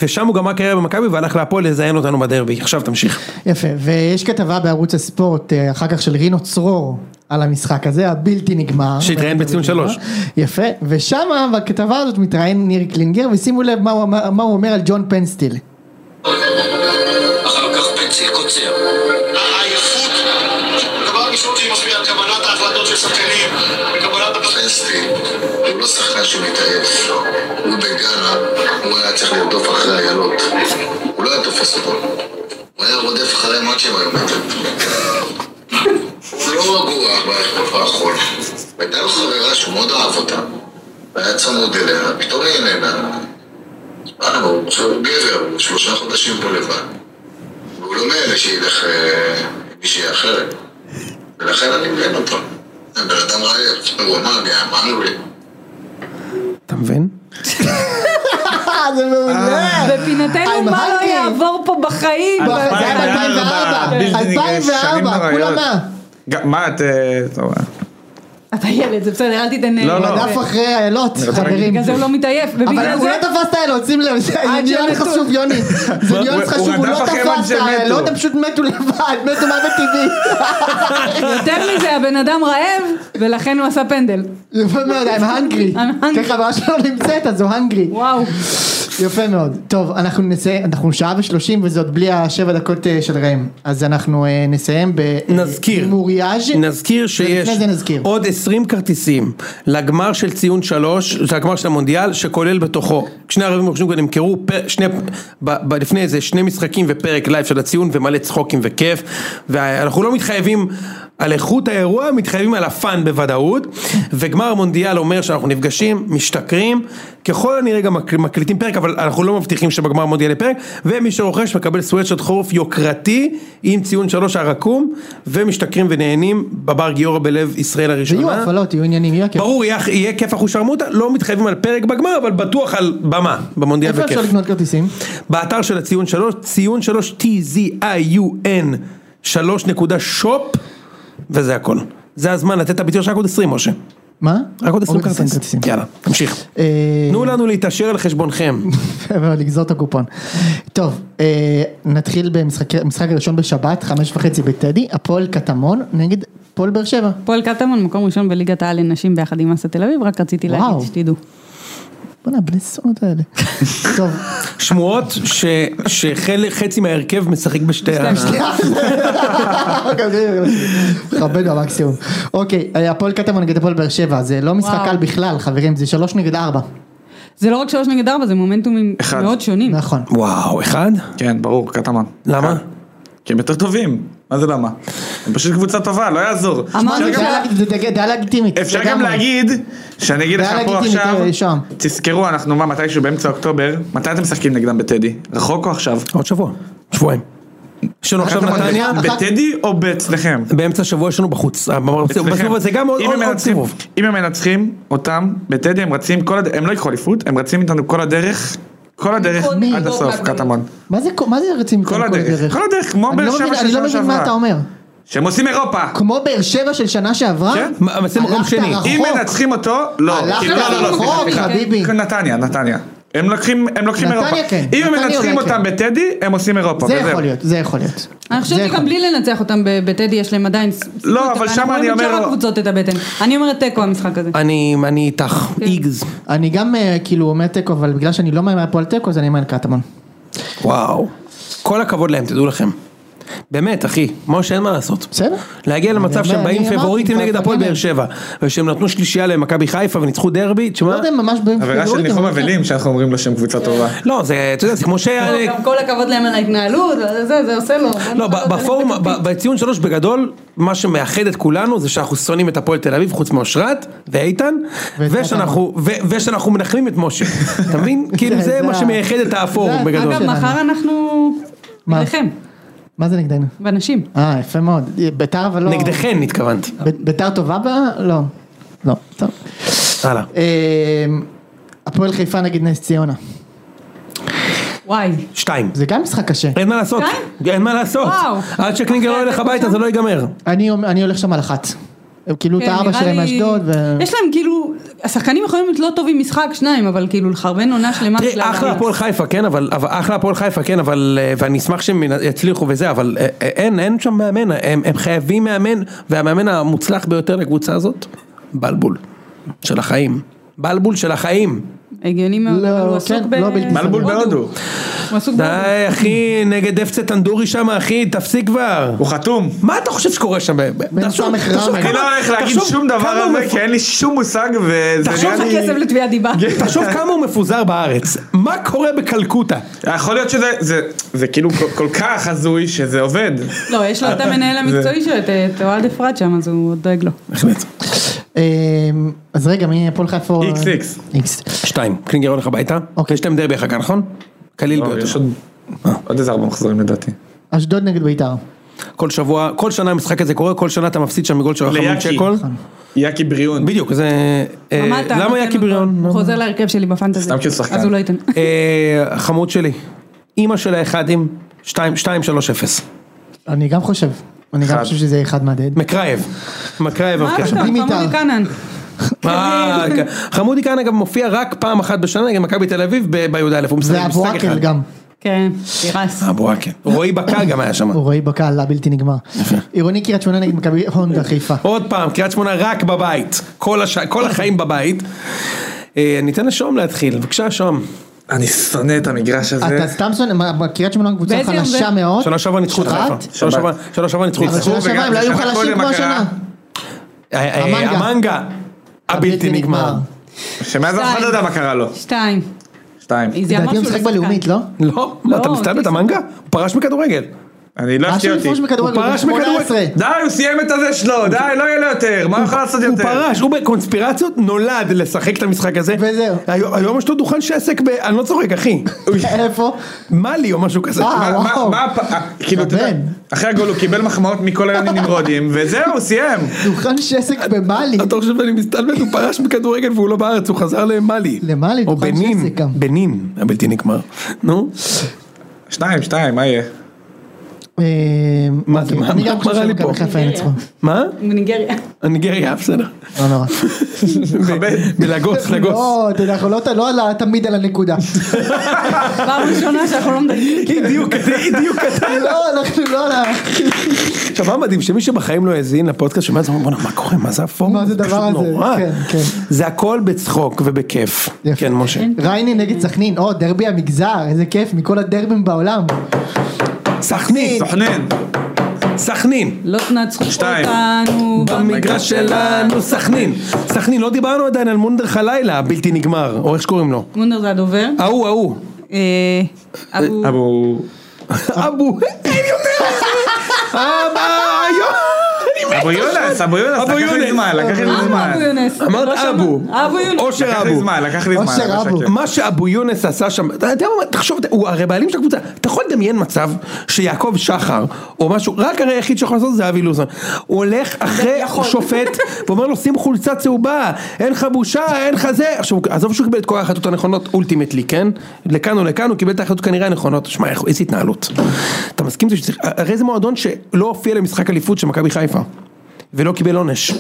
S2: ושם הוא גמר קריירה במכבי והלך להפועל לזיין אותנו בדרבי, עכשיו תמשיך.
S1: יפה, ויש כתבה בערוץ הספורט אה, אחר כך של רינו צרור על המשחק הזה, הבלתי נגמר,
S2: שהתראיין בציון שלוש.
S1: יפה, ושם בכתבה הזאת מתראיין ניר קלינגר, ושימו לב מה הוא, אמר- מה הוא אומר על ג'ון פנסטיל,
S6: אחר כך פנסיל קוצר.
S7: העייפות, הדבר הראשון שמשפיע על קבלת ההחלטות של שחקנים, וקבלת הפ...
S6: פנסטי, הוא לא שחקן שהוא מתעייף. הוא בגאנה, הוא היה צריך לרדוף אחרי איילות. הוא לא היה תופס אותו. הוא היה רודף אחרי מאצ'ים היום. זה לא רגוע בתקופה האחרונה. הייתה לו חברה שהוא מאוד אהב אותה. והיה צמוד אליה, פתאום היא איננה. אה, הוא עכשיו הוא גבר, הוא שלושה חודשים פה לבד. והוא לא מאלה שילך אה, עם מישהי אחרת. ולכן אני מבין אותו. הבן אדם רעב, הוא אמר לי, I'm hungry.
S2: אתה מבין?
S1: אה, זה מעולה.
S3: בפינתנו
S1: I'm
S3: מה לא
S1: hungry.
S3: יעבור פה בחיים.
S1: זה היה ב-2004,
S4: 2004, בלתי נגרש, שנים
S1: 2004,
S4: נוראיות.
S1: כולם מה?
S4: ג- מה את... אה, טוב, אה.
S3: אתה ילד, זה בסדר, אל תיתן...
S4: לא, לא.
S1: הדף אחרי איילות,
S4: רוצה
S1: חברים.
S4: להגיד-
S3: בגלל זה הוא לא מתעייף,
S1: אבל
S3: ובגלל
S1: הוא
S3: זה... אה,
S1: לא תפס את האיילות, שים לב, זה
S3: עד
S1: ניואנס
S3: שהם מתו.
S1: חשוב, יוני. זה ניואנס
S4: הוא
S1: חשוב, הוא
S4: רדף
S1: לא
S4: אחריהם עד
S1: תפס את
S4: שהם מתו.
S1: האיילות, הם פשוט מתו לבד, מתו מוות טבעי.
S3: יותר מזה, הבן אדם רעב, ולכן הוא עשה פנדל.
S1: יפה מאוד, הם הנגרי.
S3: I'm hungry.
S1: ככה הבעיה שלו נמצאת, אז הוא הנגרי.
S3: וואו.
S1: יפה מאוד. טוב, אנחנו נסיים, אנחנו שעה ושלושים וזה עוד בלי השבע דקות אה, של ראם. אז אנחנו אה, נסיים ב... אה,
S2: נזכיר,
S1: מורייאז'.
S2: נזכיר שיש
S1: ולפני זה נזכיר.
S2: עוד 20 כרטיסים לגמר של ציון 3, זה הגמר של המונדיאל, שכולל בתוכו, שני הערבים הראשונים כבר נמכרו, פר- שני, ב, ב, לפני זה שני משחקים ופרק לייב של הציון ומלא צחוקים וכיף, ואנחנו לא מתחייבים על איכות האירוע, מתחייבים על הפאן בוודאות, וגמר המונדיאל אומר שאנחנו נפגשים, משתכרים, ככל הנראה גם מק- מקליטים פרק, אבל אנחנו לא מבטיחים שבגמר המונדיאל יהיה פרק, ומי שרוכש מקבל סוואטשרט חורף יוקרתי, עם ציון שלוש הרקום, ומשתכרים ונהנים בבר גיורא בלב ישראל הראשונה.
S1: ויהיו הפעלות, יהיו עניינים, יהיו הכיף.
S2: ברור, יהיה, יהיה כיף אחושרמוטה, לא מתחייבים על פרק בגמר, אבל בטוח על במה, במונדיאל
S1: איפה
S2: וכיף.
S1: אפשר לקנות כרטיסים?
S2: באתר של הציון 3, ציון 3, T-Z-I-U-N, 3.shop, וזה הכל. זה הזמן לתת את הביטוי שלך רק עוד 20, משה.
S1: מה?
S2: רק עוד 20
S1: עוד עשרים
S2: כרטיס. יאללה, תמשיך.
S1: אה,
S2: תנו לנו להתעשר על חשבונכם.
S1: לגזור את הקופון. טוב, אה, נתחיל במשחק הראשון בשבת, חמש וחצי בטדי, הפועל קטמון נגד פועל באר שבע.
S3: פועל קטמון, מקום ראשון בליגת העל לנשים ביחד עם אסא תל אביב, רק רציתי
S1: וואו.
S3: להגיד שתדעו.
S1: בוא'נה, בני סונות האלה. טוב,
S2: שמועות ש- שחלק, חצי מההרכב משחק בשתי ה...
S1: אה. מכבד במקסימום. אוקיי, אה, הפועל קטמון נגד הפועל באר שבע, זה לא משחק
S3: וואו.
S1: קל בכלל, חברים, זה שלוש נגד ארבע.
S3: זה לא רק שלוש נגד ארבע, זה מומנטומים
S4: אחד.
S3: מאוד שונים.
S1: נכון.
S2: וואו, אחד?
S4: כן, ברור, קטמון.
S2: למה?
S1: אה,
S4: אחד. כי הם יותר טובים. מה זה למה? הם פשוט קבוצה טובה, לא יעזור.
S3: אמרנו
S1: שמע,
S4: אפשר גם
S1: זה
S3: שה-
S4: לה-
S1: דעה לג- זה דעה- דעה לגיטימית.
S4: אפשר
S1: לגמרי.
S4: גם להגיד, שאני אגיד לך
S1: דעה
S4: פה
S1: לגיטימית,
S4: עכשיו,
S1: אה, שם.
S4: תזכרו, אנחנו מה, מתישהו באמצע אוקטובר, מתי אתם משחקים נגדם בטדי? רחוק או עכשיו?
S2: עוד שבוע. שבועיים. יש לנו עכשיו
S4: אתם
S2: נתניה,
S4: מתחילים בטדי או אצלכם?
S2: באמצע השבוע יש לנו בחוץ.
S4: אצלכם.
S2: בסיבוב הזה גם עוד
S4: אם
S2: עוד-
S4: הם
S2: עוד
S4: מנצחים-
S2: סיבוב.
S4: אם הם מנצחים אותם בטדי הם רצים כל הדרך, הם לא יקחו אליפות, הם רצים איתנו כל הדרך, כל הדרך
S3: מי?
S4: עד הסוף,
S3: מי?
S4: קטמון.
S1: מה זה מה זה רצים
S4: כל הדרך, כל הדרך, כמו
S1: אני
S4: באר
S1: לא
S4: שבע
S1: מבין-
S4: של
S1: אני לא
S4: שנה
S1: מבין מה
S4: שעברה.
S1: אתה אומר.
S4: שהם עושים אירופה.
S1: כמו באר שבע של שנה שעברה?
S4: כן.
S2: מה, אבל זה מקום
S1: הלכת
S2: שני.
S1: רחוק.
S4: אם מנצחים אותו, לא,
S1: הלכת
S4: כאילו, לא, לא, לא,
S1: רחוק,
S4: סליחה, סליחה.
S1: חביבי.
S4: נתניה, נתניה. הם לוקחים, הם לוקחים
S1: נתניה,
S4: אירופה.
S1: כן.
S4: אם הם
S1: נתניה
S4: מנצחים
S1: אולי כן.
S4: אותם בטדי, הם עושים אירופה.
S1: זה
S4: וזהו.
S1: יכול להיות, זה יכול להיות.
S3: אני
S1: זה
S3: חושבת
S1: יכול
S3: שגם בלי לנצח אותם ב- בטדי יש להם עדיין... ס- סיכוי
S4: לא, אבל
S3: טוב.
S4: שם
S3: אנחנו
S4: אני
S3: רואים את
S4: אומר
S3: שאר
S4: לא.
S3: הקבוצות את הבטן. אני אומרת תיקו המשחק הזה.
S2: אני אני איתך,
S1: כן.
S2: איגז.
S1: אני גם אה, כאילו אומר תיקו, אבל בגלל שאני לא מהמר פה על תיקו, אז אני אומר קטמון.
S2: וואו. כל הכבוד להם, תדעו לכם. באמת, אחי, משה, אין מה לעשות.
S1: בסדר.
S2: להגיע למצב
S1: אני
S2: שהם
S1: אמרתי,
S2: באים
S1: אני
S2: פבוריטים
S1: אמרתי,
S2: נגד
S1: כבר
S2: הפועל
S1: פרגן.
S2: באר שבע, ושהם נתנו שלישייה למכבי חיפה וניצחו דרבי,
S1: לא
S2: תשמע,
S1: יודע, הם ממש באים...
S4: עבירה של
S1: פבוריטים,
S4: ניחום
S1: אבל כן.
S4: אבלים שאנחנו אומרים לו שהם קבוצה טובה.
S2: לא, זה, אתה יודע, זה כמו
S3: לא,
S2: שהיה...
S3: גם כל הכבוד להם על ההתנהלות, זה- זה זה עושה לו. בוא
S2: לא,
S3: נאכל לו
S2: ב-
S3: את
S2: בפורום,
S3: הלב בכפית.
S2: ב- בציון שלוש בגדול, מה שמאחד את כולנו זה שאנחנו שונאים את הפועל תל אביב, חוץ מאושרת ואיתן,
S1: ואת
S2: ושאנחנו- ו- ושאנחנו מנחמים את משה. אתה מבין? כאילו
S1: זה-
S2: זה
S1: זה
S2: מה
S1: ה-
S2: שמייחד את הפורום
S1: זה-
S2: בגדול.
S1: שלנו.
S3: אגב, מחר אנחנו...
S1: מה?
S3: נגדכם,
S1: מה זה נגדנו?
S3: בנשים.
S1: אה, יפה מאוד. ביתר אבל לא...
S2: נגדכן התכוונת.
S1: ב- ביתר טובה בה? לא. לא, טוב.
S2: הלאה.
S1: אה, הפועל חיפה נגד נס ציונה.
S3: וואי.
S2: שתיים.
S1: זה גם משחק קשה.
S2: אין מה לעשות,
S3: שתיים?
S2: אין מה לעשות,
S3: וואו.
S2: עד שקלינגר לא ילך הביתה זה לא ייגמר,
S1: אני אומר- אני הולך שם על אחת. הם כאילו את
S3: כן,
S1: האבא
S3: נראה
S1: שלהם
S3: לי-
S1: מאשדוד ו...
S3: יש להם כאילו, השחקנים יכולים להיות לא טובים משחק שניים, אבל כאילו לחרבן עונה שלמה. של
S2: תראי אחלה
S3: הגנה.
S2: הפועל חיפה כן אבל, אבל אחלה הפועל חיפה כן אבל אה, ואני אשמח שהם יצליחו וזה אבל אה, אה, אין אין שם מאמן הם, הם חייבים מאמן והמאמן המוצלח ביותר לקבוצה הזאת בלבול של החיים בלבול של החיים
S3: הגיוני מאוד,
S1: לא,
S3: אבל הוא
S1: כן,
S3: עסוק ב...
S1: לא בלתי
S4: מלבול
S1: הודו.
S4: בהודו.
S3: הוא עסוק בהודו.
S2: די אחי נגד אפצה טנדורי שם אחי תפסיק כבר
S4: הוא חתום.
S2: מה אתה חושב שקורה שם תחשוב-
S1: סמך רם.
S2: תחשוב
S4: אני
S2: כמה-
S4: לא הולך להגיד
S2: תחשוב
S4: שום דבר
S2: כמה
S4: על
S2: הוא
S4: זה,
S2: מפ-
S4: כי אין לי שום מושג, וזה
S2: תחשוב
S4: נראה
S3: תחשוב
S4: לי...
S3: הכסף לתביעת דיבה.
S4: כן.
S2: תחשוב כמה הוא מפוזר בארץ מה קורה בקלקוטה
S4: יכול להיות שזה זה- זה כאילו כל- כל כך הזוי שזה עובד.
S3: לא, יש לו את המנהל המקצועי שלו, את את אוהד אפרת שם, אז הוא עוד דואג לו.
S2: בהחלט.
S1: אמ, אז רגע, מי הפועל חיפה? או-
S4: איקס, איקס.
S1: איקס.
S2: שתיים, קלינגר הולך הביתה,
S1: אוקיי.
S2: יש להם דרבי אחר כך, נכון? קליל
S4: לא,
S2: ביותר.
S4: יש עוד-
S2: אה.
S4: עוד איזה ארבע מחזורים לדעתי.
S1: אשדוד נגד בית"ר.
S2: כל שבוע, כל שנה המשחק הזה קורה, כל שנה אתה מפסיד שם מגול של רחמים
S4: ליאקי.
S2: צ'קול.
S4: יאקי בריאון.
S2: בדיוק, זה... אה,
S3: נכון. מה אתה
S2: למה
S3: נותן
S2: היה
S3: אותו?
S2: קיבריון?
S3: הוא חוזר להרכב שלי בפנטזי.
S4: סתם כי הוא שחקן.
S3: אז הוא לא ייתן.
S2: אה, חמוד שלי, אימא של האחדים, 2-3-0.
S1: אני גם חושב. אני גם
S4: אחד.
S1: חושב שזה אחד מהדהד.
S2: מקרייב. מקרייב.
S3: מה
S2: הבקיע שם.
S3: פתאום,
S1: בלי מיטה.
S3: חמודי כנען.
S2: אה, לא, כן. חמודי כהנא גם מופיע רק פעם אחת בשנה נגד מכבי תל אביב ב- בי"א, הוא משחק
S1: זה
S2: משחק
S1: אבו
S2: אחד.
S1: עקל גם.
S3: כן, תירס.
S2: אה, אבו עקל. רועי בקר גם היה שם.
S1: הוא רואה בקהל הבלתי נגמר. עירוני קריית שמונה נגד מכבי הונדה חיפה.
S2: עוד פעם, קריית שמונה רק בבית. כל הש- כל החיים בבית. אה, ניתן לשום להתחיל, בבקשה שום.
S4: אני שונא את המגרש הזה.
S1: אתה סתם שונא, מה, מה, קריית שמונה קבוצה
S3: באיזה יום זה?
S1: חלשה מאוד.
S2: שנה שעברה ניצחו את
S1: שבת?
S2: חיפה. שנה שעברה- שנה שעברה ניצחו את
S1: אבל
S2: חיפה.
S1: שנה שעברה הם לא היו
S4: וגם שנה
S1: חלשים
S4: קודם
S1: כמו
S4: מה
S1: השנה.
S4: קרה?
S2: אה, אה,
S1: המנגה.
S2: המנגה. הבלתי נגמר.
S4: שמאז אף אחד לא יודע מה קרה לו.
S3: שתיים.
S4: שתיים.
S3: איזי אמר
S1: לדעתי הוא
S3: שהוא
S1: משחק
S3: לא
S1: בלאומית,
S3: שחקן.
S1: לא?
S2: לא, מה, אתה
S3: לא,
S2: מסתלבט,
S3: תשע.
S2: המנגה? הוא פרש מכדורגל.
S4: אני לא
S1: משהו
S4: הפתיע אותי.
S1: לפרוש מכדורגל,
S2: הוא
S1: הוא
S2: פרש
S1: ב-18.
S2: מכדורגל.
S4: די, הוא סיים את הזה שלו, די, לא יהיה לו יותר, מה הוא יכול לעשות
S2: הוא
S4: יותר?
S2: פרש, הוא בקונספירציות נולד לשחק את המשחק הזה.
S1: וזהו.
S2: היום- היום יש לו דוכן שעסק ב... אני לא צוחק, אחי.
S1: איפה?
S2: מאלי או משהו כזה.
S1: אה,
S4: מה- מה-
S1: וואו.
S4: מה הפ... אה, כאילו, אתה יודע,
S1: בן.
S4: אחרי הגול הוא קיבל מחמאות מכל היונים נמרודים, וזהו, הוא סיים.
S1: דוכן שסק במאלי.
S2: אתה חושב לא שאני מסתלבט, הוא פרש מכדורגל והוא לא בארץ, הוא חזר למאלי.
S1: למאלי,
S2: או
S1: דוכן
S2: בנין,
S1: שעסק גם.
S2: בנין, הבלתי נגמר. נו,
S4: שניים, שניים, מה יהיה?
S1: אה,
S2: מה
S1: אוקיי.
S2: זה, מה-
S1: אני
S2: מה-
S1: גם
S2: מה
S1: חושב
S2: רע לי פה?
S1: שמכבי חיפה ינצחו.
S2: מה?
S3: מניגריה.
S2: הניגריה, בסדר.
S1: לא נורא.
S2: בלגוס, לגוס.
S1: לא, אתה יודע, אנחנו לא- לא על ה- תמיד על הנקודה.
S3: פעם ראשונה שאנחנו לא מדברים.
S2: כן, בדיוק, בדיוק קטן.
S1: לא, אנחנו לא על ה...
S2: עכשיו מה מדהים שמי שבחיים לא האזין לפודקאסט שומע את זה, אומר, בואנה מה קורה מה זה הפורום,
S1: מה זה
S2: פשוט
S1: הדבר הזה?"
S2: נורא.
S1: כן, כן.
S2: זה הכל בצחוק ובכיף,
S1: יפה.
S2: כן משה,
S1: ריינה נגד סכנין, או דרבי המגזר, איזה כיף, מכל הדרבים בעולם.
S2: סכנין,
S4: סוכנן.
S1: כן.
S2: סכנין,
S3: לא תנצחו
S4: שתיים.
S3: אותנו.
S2: במגרש שלנו סכנין, סכנין לא דיברנו עדיין על מונדר חלילה הבלתי נגמר, או איך שקוראים לו,
S3: מונדר זה הדובר.
S2: ההוא ההוא,
S3: אה, אבו.
S4: אבו...
S2: אבו, אין יותר, אבא, יואו, אני
S4: אבו
S2: מת.
S4: יונס, אבו יונס,
S2: אבו
S4: לקח לי
S2: יונס.
S4: זמן, לקח לי
S3: למה
S4: זמן.
S3: אבו יונס?
S2: אמרת
S3: לא שמע.
S2: אבו,
S3: אבו יונס.
S2: אושר
S4: לקח לי
S2: אבו,
S4: זמן, לקח לי זמן.
S1: אושר
S4: לא
S1: אבו.
S4: שקר.
S2: מה שאבו יונס עשה שם, אתה יודע מה, תחשוב, הוא הרי בעלים של הקבוצה, אתה יכול לדמיין מצב שיעקב שחר, או משהו, רק הרי היחיד שיכול לעשות זה אבי לוזון, הוא הולך אחרי
S3: יכול.
S2: שופט, ואומר לו שים חולצה צהובה, אין לך בושה, אין לך זה, עכשיו עזוב שהוא קיבל את כל ההחלטות הנכונות אולטימטלי, כן? לכאן או לכאן, הוא קיבל את ההחלטות כנראה הנכונות, שמע איך- איזה התנהלות. אתה מסכים עם זה שצריך, הרי זה מועדון שלא הופיע למשחק אליפות של מכבי חיפה, ולא קיבל עונש.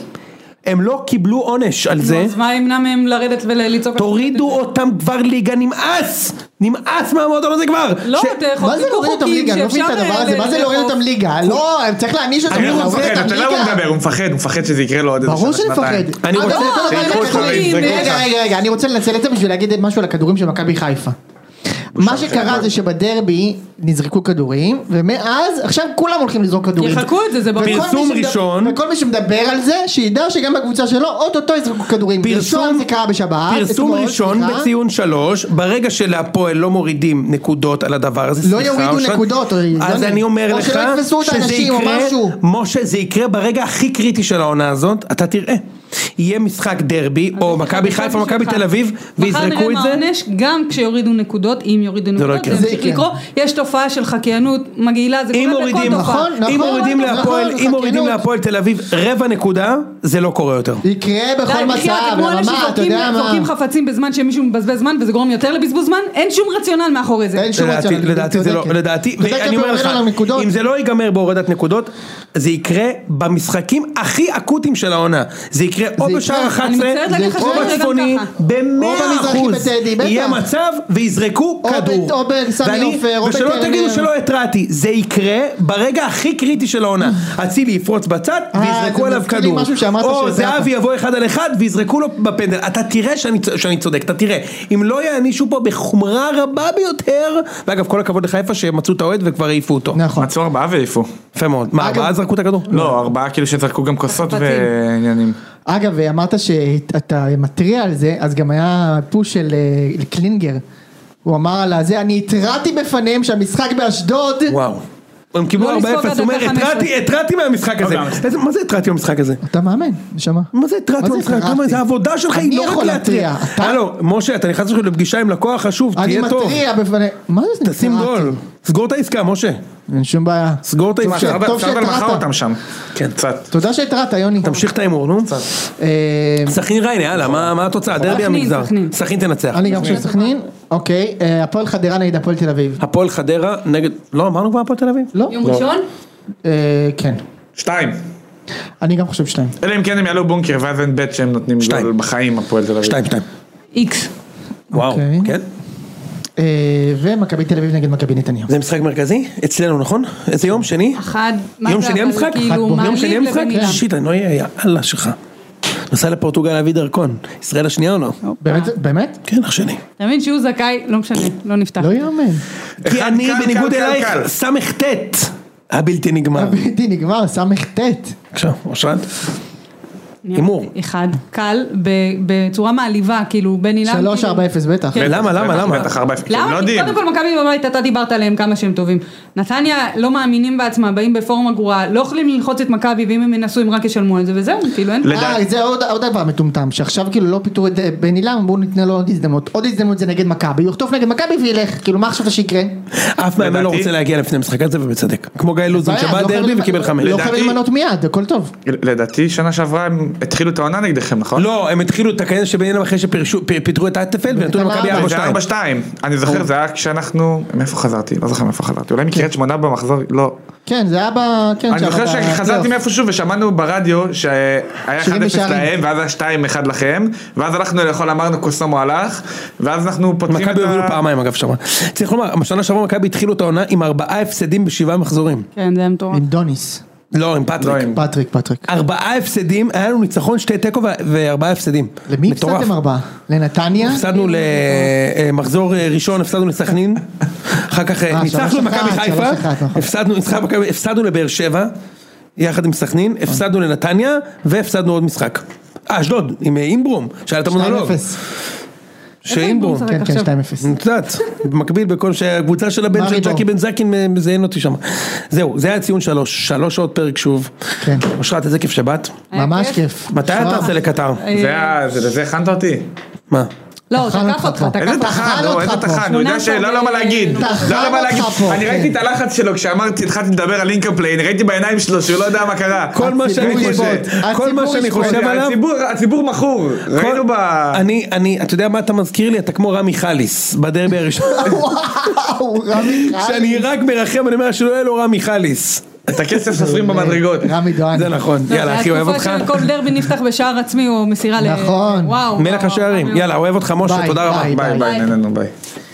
S2: הם לא קיבלו עונש על זה.
S3: אז מה ימנע מהם לרדת ולצעוק? על
S2: תורידו אותם כבר ליגה, נמאס! נמאס מהמועדון הזה כבר!
S3: לא,
S2: ש-
S3: אתה יכול...
S1: מה זה להוריד אותם ליגה? אני לא מבין את הדבר הזה, מה זה להוריד אותם ליגה? לא, צריך להעניש אותם,
S4: אני הוא
S1: להוריד
S4: מפחד, אתה
S1: אותם
S4: יודע
S2: לא
S4: למה הוא
S1: ליגה?
S4: מדבר, הוא מפחד, הוא מפחד שזה יקרה לו עוד איזה
S1: ברור שאני
S4: שנה, שנתיים.
S1: מפחד.
S2: אני
S1: אה,
S2: רוצה-
S1: לא, אבל
S4: שילכו
S1: רגע,
S4: אותך,
S1: רגע,
S4: יזרקו
S1: רגע,
S4: אותך.
S1: רגע, רגע, אני רוצה לנצל את זה בשביל להגיד משהו על הכדורים של מכבי חיפה. מה שקרה זה שבדרבי נזרקו כדורים, ומאז עכשיו כולם הולכים לזרוק כדורים.
S3: יחלקו את זה, זה ברור.
S1: וכל מי
S2: פרסום
S1: שמדבר-
S2: ראשון.
S1: וכל מי שמדבר על זה, שידע שגם בקבוצה שלו, אוטוטו יזרקו כדורים.
S2: פרסום,
S1: פרסום, זה קרה בשבת.
S2: פרסום
S1: אתמול,
S2: ראשון
S1: סליחה.
S2: בציון שלוש, ברגע שלהפועל לא מורידים נקודות על הדבר הזה,
S1: לא
S2: סליחה,
S1: יורידו
S2: אושרת,
S1: נקודות, או-
S2: אז
S1: לא-
S2: אני אומר
S1: או
S2: לך,
S1: שלא יתפסו את
S2: שזה
S1: האנשים או
S2: יקרה,
S1: משהו.
S2: משה זה יקרה ברגע הכי קריטי של העונה הזאת, אתה תראה, יהיה משחק דרבי, או מכבי חיפה, מכבי תל אביב, ויזרקו את
S3: מחר נראה
S2: זה,
S3: מהעונש, גם כשיורידו נקודות, אם יורידו
S2: זה לא
S3: נקודות,
S2: יקרה.
S1: זה כן.
S3: ימשיך
S1: יקרה.
S3: לקרות. יש תופעה של חקיינות, מגעילה, זה
S2: אם
S3: קורה
S2: מורידים,
S3: לכל תופעה.
S1: נכון, נכון.
S2: אם מורידים
S1: נכון,
S2: להפועל,
S1: נכון,
S2: אם מורידים
S1: חקיינות.
S2: להפועל תל אביב רבע נקודה, זה לא קורה יותר.
S1: יקרה
S3: די,
S1: בכל
S3: בחייאת,
S1: נכון, מצב,
S3: זה כמו אלה
S1: ברמה, אתה
S3: שזורקים
S1: יודע מה.
S3: זורקים חפצים בזמן שמישהו מבזבז זמן וזה גורם יותר לבזבוז זמן, אין שום רציונל מאחורי זה.
S1: אין שום
S2: לדעתי-
S1: רציונל,
S2: לדעתי זה לא,
S1: צודקת.
S2: לדעתי,
S1: צודקת,
S2: ואני
S1: אבל
S2: אומר
S1: אין
S2: לך,
S1: לנו נקודות.
S2: אם זה לא ייגמר בהורדת נקודות, זה יקרה במשחקים הכי אקוטיים של העונה. זה יקרה או
S1: יקרה.
S2: בשער 11,
S3: אני מצטערת להגיד לך
S2: או
S1: שזה יקרה
S3: גם
S2: בצפוני,
S3: ככה.
S1: או
S2: במאה
S1: במזרחי
S2: אחוז,
S1: בטדי, בטח.
S2: יהיה מצב ויזרקו
S1: או ב-
S2: כדור.
S1: או בסמי
S2: ואני-
S1: עופר, או
S2: ושלא
S1: בקרן
S2: תגידו
S1: ניר.
S2: שלא התרעתי, זה יקרה ברגע הכי קריטי של העונה. אצילי יפרוץ בצד
S1: אה,
S2: ויזרקו
S1: זה
S2: עליו
S1: מזכיר לי
S2: כדור.
S1: משהו שאמרת
S2: או
S1: שזה
S2: זהבי יבוא אחד על אחד ויזרקו לו בפנדל. אתה תראה שאני צ- שאני צודק, אתה תראה. אם לא יענישו פה בחומרה רבה ביותר, ואגב כל הכבוד לחיפה שמצאו את האוהד וכבר העיפו אותו.
S1: נכון.
S4: מצאו ארבעה והעיפו.
S2: יפה מאוד. מה,
S1: אגב-
S2: ארבעה זרקו את הכדור?
S4: לא, ארבעה כאילו שזרקו גם כוסות
S3: חפצים.
S4: ועניינים.
S1: אגב, אמרת שאתה מתריע על זה, אז גם היה פוש של אה, קלינגר. הוא אמר על הזה, אני התרעתי בפניהם שהמשחק באשדוד
S2: וואו. הם קיבלו
S3: לא
S2: 4-0,
S3: לספוג עד
S2: הוא אומר,
S3: דקה
S2: התרעתי,
S3: 15.
S2: התרעתי מהמשחק
S4: לא,
S2: הזה. איזה- מה זה התרעתי מהמשחק הזה?
S1: אתה מאמן, נשמה.
S2: מה זה התרעתי
S1: מה זה
S2: מהמשחק?
S1: התרעתי?
S2: כמה זה העבודה שלך
S1: אני
S2: היא לא רק
S1: יכול
S2: להתריע.
S1: להתריע, אתה-
S2: הלו, משה, אתה נכנס עכשיו לפגישה עם לקוח חשוב,
S1: אני
S2: תהיה טוב.
S1: מתריע בפני... מה זה נקרא?
S2: תשים גול. סגור את העסקה, משה.
S1: אין שום בעיה.
S2: סגור את
S4: תשמע,
S1: ש-
S2: העסקה.
S1: סבבה. טוב
S4: סרבל סרבל
S1: שהתרעת.
S4: מכר אותם שם.
S2: כן.
S4: קצת.
S1: תודה שהתרעת, יוני.
S2: תמשיך את ההימור, נו.
S1: אה,
S2: סכנין ריינה, יאללה, מה מה התוצאה? דרבי
S3: סכנין,
S2: המגזר.
S3: סכנין.
S2: סכנין תנצח.
S1: אני גם חושב סכנין. אוקיי, אה, הפועל חדרה נגד הפועל תל אביב.
S2: הפועל חדרה נגד... לא, אמרנו כבר הפועל תל אביב?
S1: לא?
S3: יום ראשון?
S1: אה, כן.
S4: שתיים.
S1: אני גם חושב שתיים.
S4: אלא אם כן הם יעלו בונקר ואז אין בית שהם נותנים
S2: שתיים.
S4: גול בחיים הפועל תל אביב.
S2: שתיים, שתיים.
S3: איקס.
S2: וואו,
S1: אוקיי.
S2: כן?
S1: אה, ומכבי תל אביב נגד מכבי נתניהו.
S2: זה משחק מרכזי? אצלנו, נכון? איזה יום? שני?
S3: אחד, מה
S2: יום
S3: זה,
S2: שני
S3: אבל
S2: המשחק?
S3: כאילו,
S2: יום שני
S3: מעליב
S2: המשחק?
S3: לבין עילם.
S2: שיט, אני לא אהיה, יא אללה שלך. נסע לפורטוגל להביא דרכון. ישראל השנייה או לא?
S3: אוקיי.
S1: באמת? באמת?
S2: כן, אח שלי.
S3: אתה מבין שהוא זכאי, לא משנה, לא נפתח.
S1: לא יאמן.
S2: כי
S4: אחד
S2: אני
S4: קל,
S2: בניגוד
S4: קל, קל,
S2: אלייך,
S4: קל.
S2: סט הבלתי נגמר.
S1: הבלתי נגמר, סט.
S2: עכשיו, אושרת.
S3: אני
S2: הימור.
S3: אמרתי, אחד, קל, ב- בצורה מעליבה, כאילו, בין אילן.
S1: 3-4-0 בטח.
S3: כן.
S2: למה, למה,
S4: בטח,
S2: למה?
S4: בטח ארבע אפס. הם לא
S3: למה? כי
S4: יודעים.
S3: קודם כל מכבי בבית, אתה דיברת עליהם כמה שהם טובים. נתניה לא מאמינים בעצמם, באים בפורמה גרועה, לא יכולים ללחוץ את מכבי, ואם הם ינסו הם רק ישלמו על זה, וזהו, כאילו אין...
S4: לדעתי,
S1: אה, זה עוד עוד דבר מטומטם, שעכשיו כאילו לא פיטרו את אה, בן אילם, בואו ניתנה לו עוד הזדמנות. עוד הזדמנות זה נגד מכבי, הוא יחטוף נגד מכבי וילך, כאילו מה חשבת שיקרה?
S2: אף מאמן לא
S4: לדעתי-
S2: רוצה להגיע לפני המשחק הזה ובצדק. כמו גיא לוזון
S1: בעיה, לא
S2: שבא דרבי
S1: חייבים-
S2: וקיבל חמש.
S1: לא
S4: לדעתי-
S1: חייבים למנות מיד, הכל טוב.
S4: לדעתי שנה שעברה הם התחילו את העונה נגדכם, נכון?
S2: לא, הם התחילו את הכנס שבעניינם אחרי שפיטרו את אטפלד ונתנו
S1: ונתן
S2: למכבי
S1: לארבע.
S4: זה היה
S2: 4-2.
S4: 4-2. אני זוכר, זה היה כשאנחנו... מאיפה חזרתי? לא זוכר מאיפה חזרתי. אולי מקריית שמונה במחזור? לא.
S1: כן, זה היה ב... כן,
S4: אני
S1: שם,
S4: זוכר
S1: ב-
S4: שחזרתי
S1: בפלייאוף.
S4: מאיפשהו ושמענו ברדיו שהיה 1-0
S1: 70 שערים.
S4: להם ואז היה 2-1 לכם ואז הלכנו לאכול אמרנו קוסומו הלך ואז אנחנו פותחים את
S2: מכבי הובילו
S4: ה...
S2: פעמיים אגב שמה. צריך לומר, בשנה שעברה מכבי התחילו את העונה עם ארבעה הפסדים בשבעה מחזורים.
S3: כן, זה היה מטורף.
S1: עם דוניס.
S2: לא, עם
S4: לא,
S2: פטריק.
S4: עם-
S1: פטריק, פטריק.
S2: ארבעה הפסדים, היה לנו ניצחון, שתי תיקו ו- וארבעה הפסדים.
S1: למי
S2: מטורף.
S1: הפסדתם ארבעה? לנתניה?
S2: הפסדנו למחזור אה, ראשון, הפסדנו לסכנין, אחר כך אה,
S1: אה,
S2: ניצחנו
S1: שלוש
S2: למכבי
S1: אחת,
S2: חיפה,
S1: שלוש אחת, נכון.
S2: הפסדנו ניצחה מכבי- הפסדנו לבאר שבע, יחד עם סכנין, הפסדנו לנתניה, והפסדנו עוד משחק. אה, אשדוד, עם אה, אינברום, שהיה את
S1: 2-0.
S2: המונולוג.
S3: איפה אינברום
S2: שאינברום,
S3: משחק
S1: כן, כן,
S3: עכשיו?
S1: 2-0.
S2: את יודעת, במקביל בכל שהקבוצה של הבן
S1: מה
S2: של
S1: ריבו?
S2: ג'קי בן זקין מזיין אותי שם. זהו, זה היה ציון שלוש, שלוש שעות פרק שוב.
S1: כן.
S2: אושרת, איזה כיף שבאת.
S3: היה
S1: ממש
S3: כיף.
S1: כיף.
S2: מתי אתה
S1: שואה.
S2: טס לקטר?
S3: אה,
S4: זה היה... זה- לזה הכנת אותי.
S2: מה?
S3: לא, הוא
S1: טחן
S3: תקף
S1: אותך
S3: אותך,
S1: פה.
S3: תקף
S4: איזה
S3: אותך.
S4: טחן,
S1: אותך
S4: הוא איזה
S1: פה.
S4: טחן, הוא יודע שלא לא מה להגיד,
S1: טחן
S4: לא לא מה
S1: אותך
S4: להגיד,
S1: פה,
S4: אני
S1: כן.
S4: ראיתי את הלחץ שלו כשאמרתי, התחלתי לדבר על אינקפליין, ראיתי בעיניים שלו שהוא לא יודע מה קרה,
S2: כל מה שאני
S4: הציבור
S2: חושב,
S1: ישפוט.
S2: כל מה
S1: הציבור
S2: שאני
S1: ישפוט.
S2: חושב עליו,
S4: הציבור, הציבור מכור, ראינו
S2: כל-
S4: ב...
S2: אני, אני, אתה יודע מה אתה מזכיר לי? אתה כמו רמי חליס, בדרבי הראשון.
S1: וואו, רמי חיים.
S2: שאני רק מרחם, אני אומר שלא יהיה לו רמי חליס.
S4: את הכסף סופרים במדרגות.
S1: רמי דואן.
S2: זה נכון,
S3: לא, זה
S2: יאללה
S3: היה
S2: אחי אוהב אותך.
S3: תקופה שכל דרבי נפתח בשער עצמי או מסירה ל...
S1: נכון.
S3: וואו.
S2: מלך
S3: וואו,
S2: השערים,
S3: וואו.
S2: יאללה אוהב אותך משה,
S1: ביי,
S2: תודה רבה.
S1: ביי.
S4: ביי ביי, נהנינו ביי.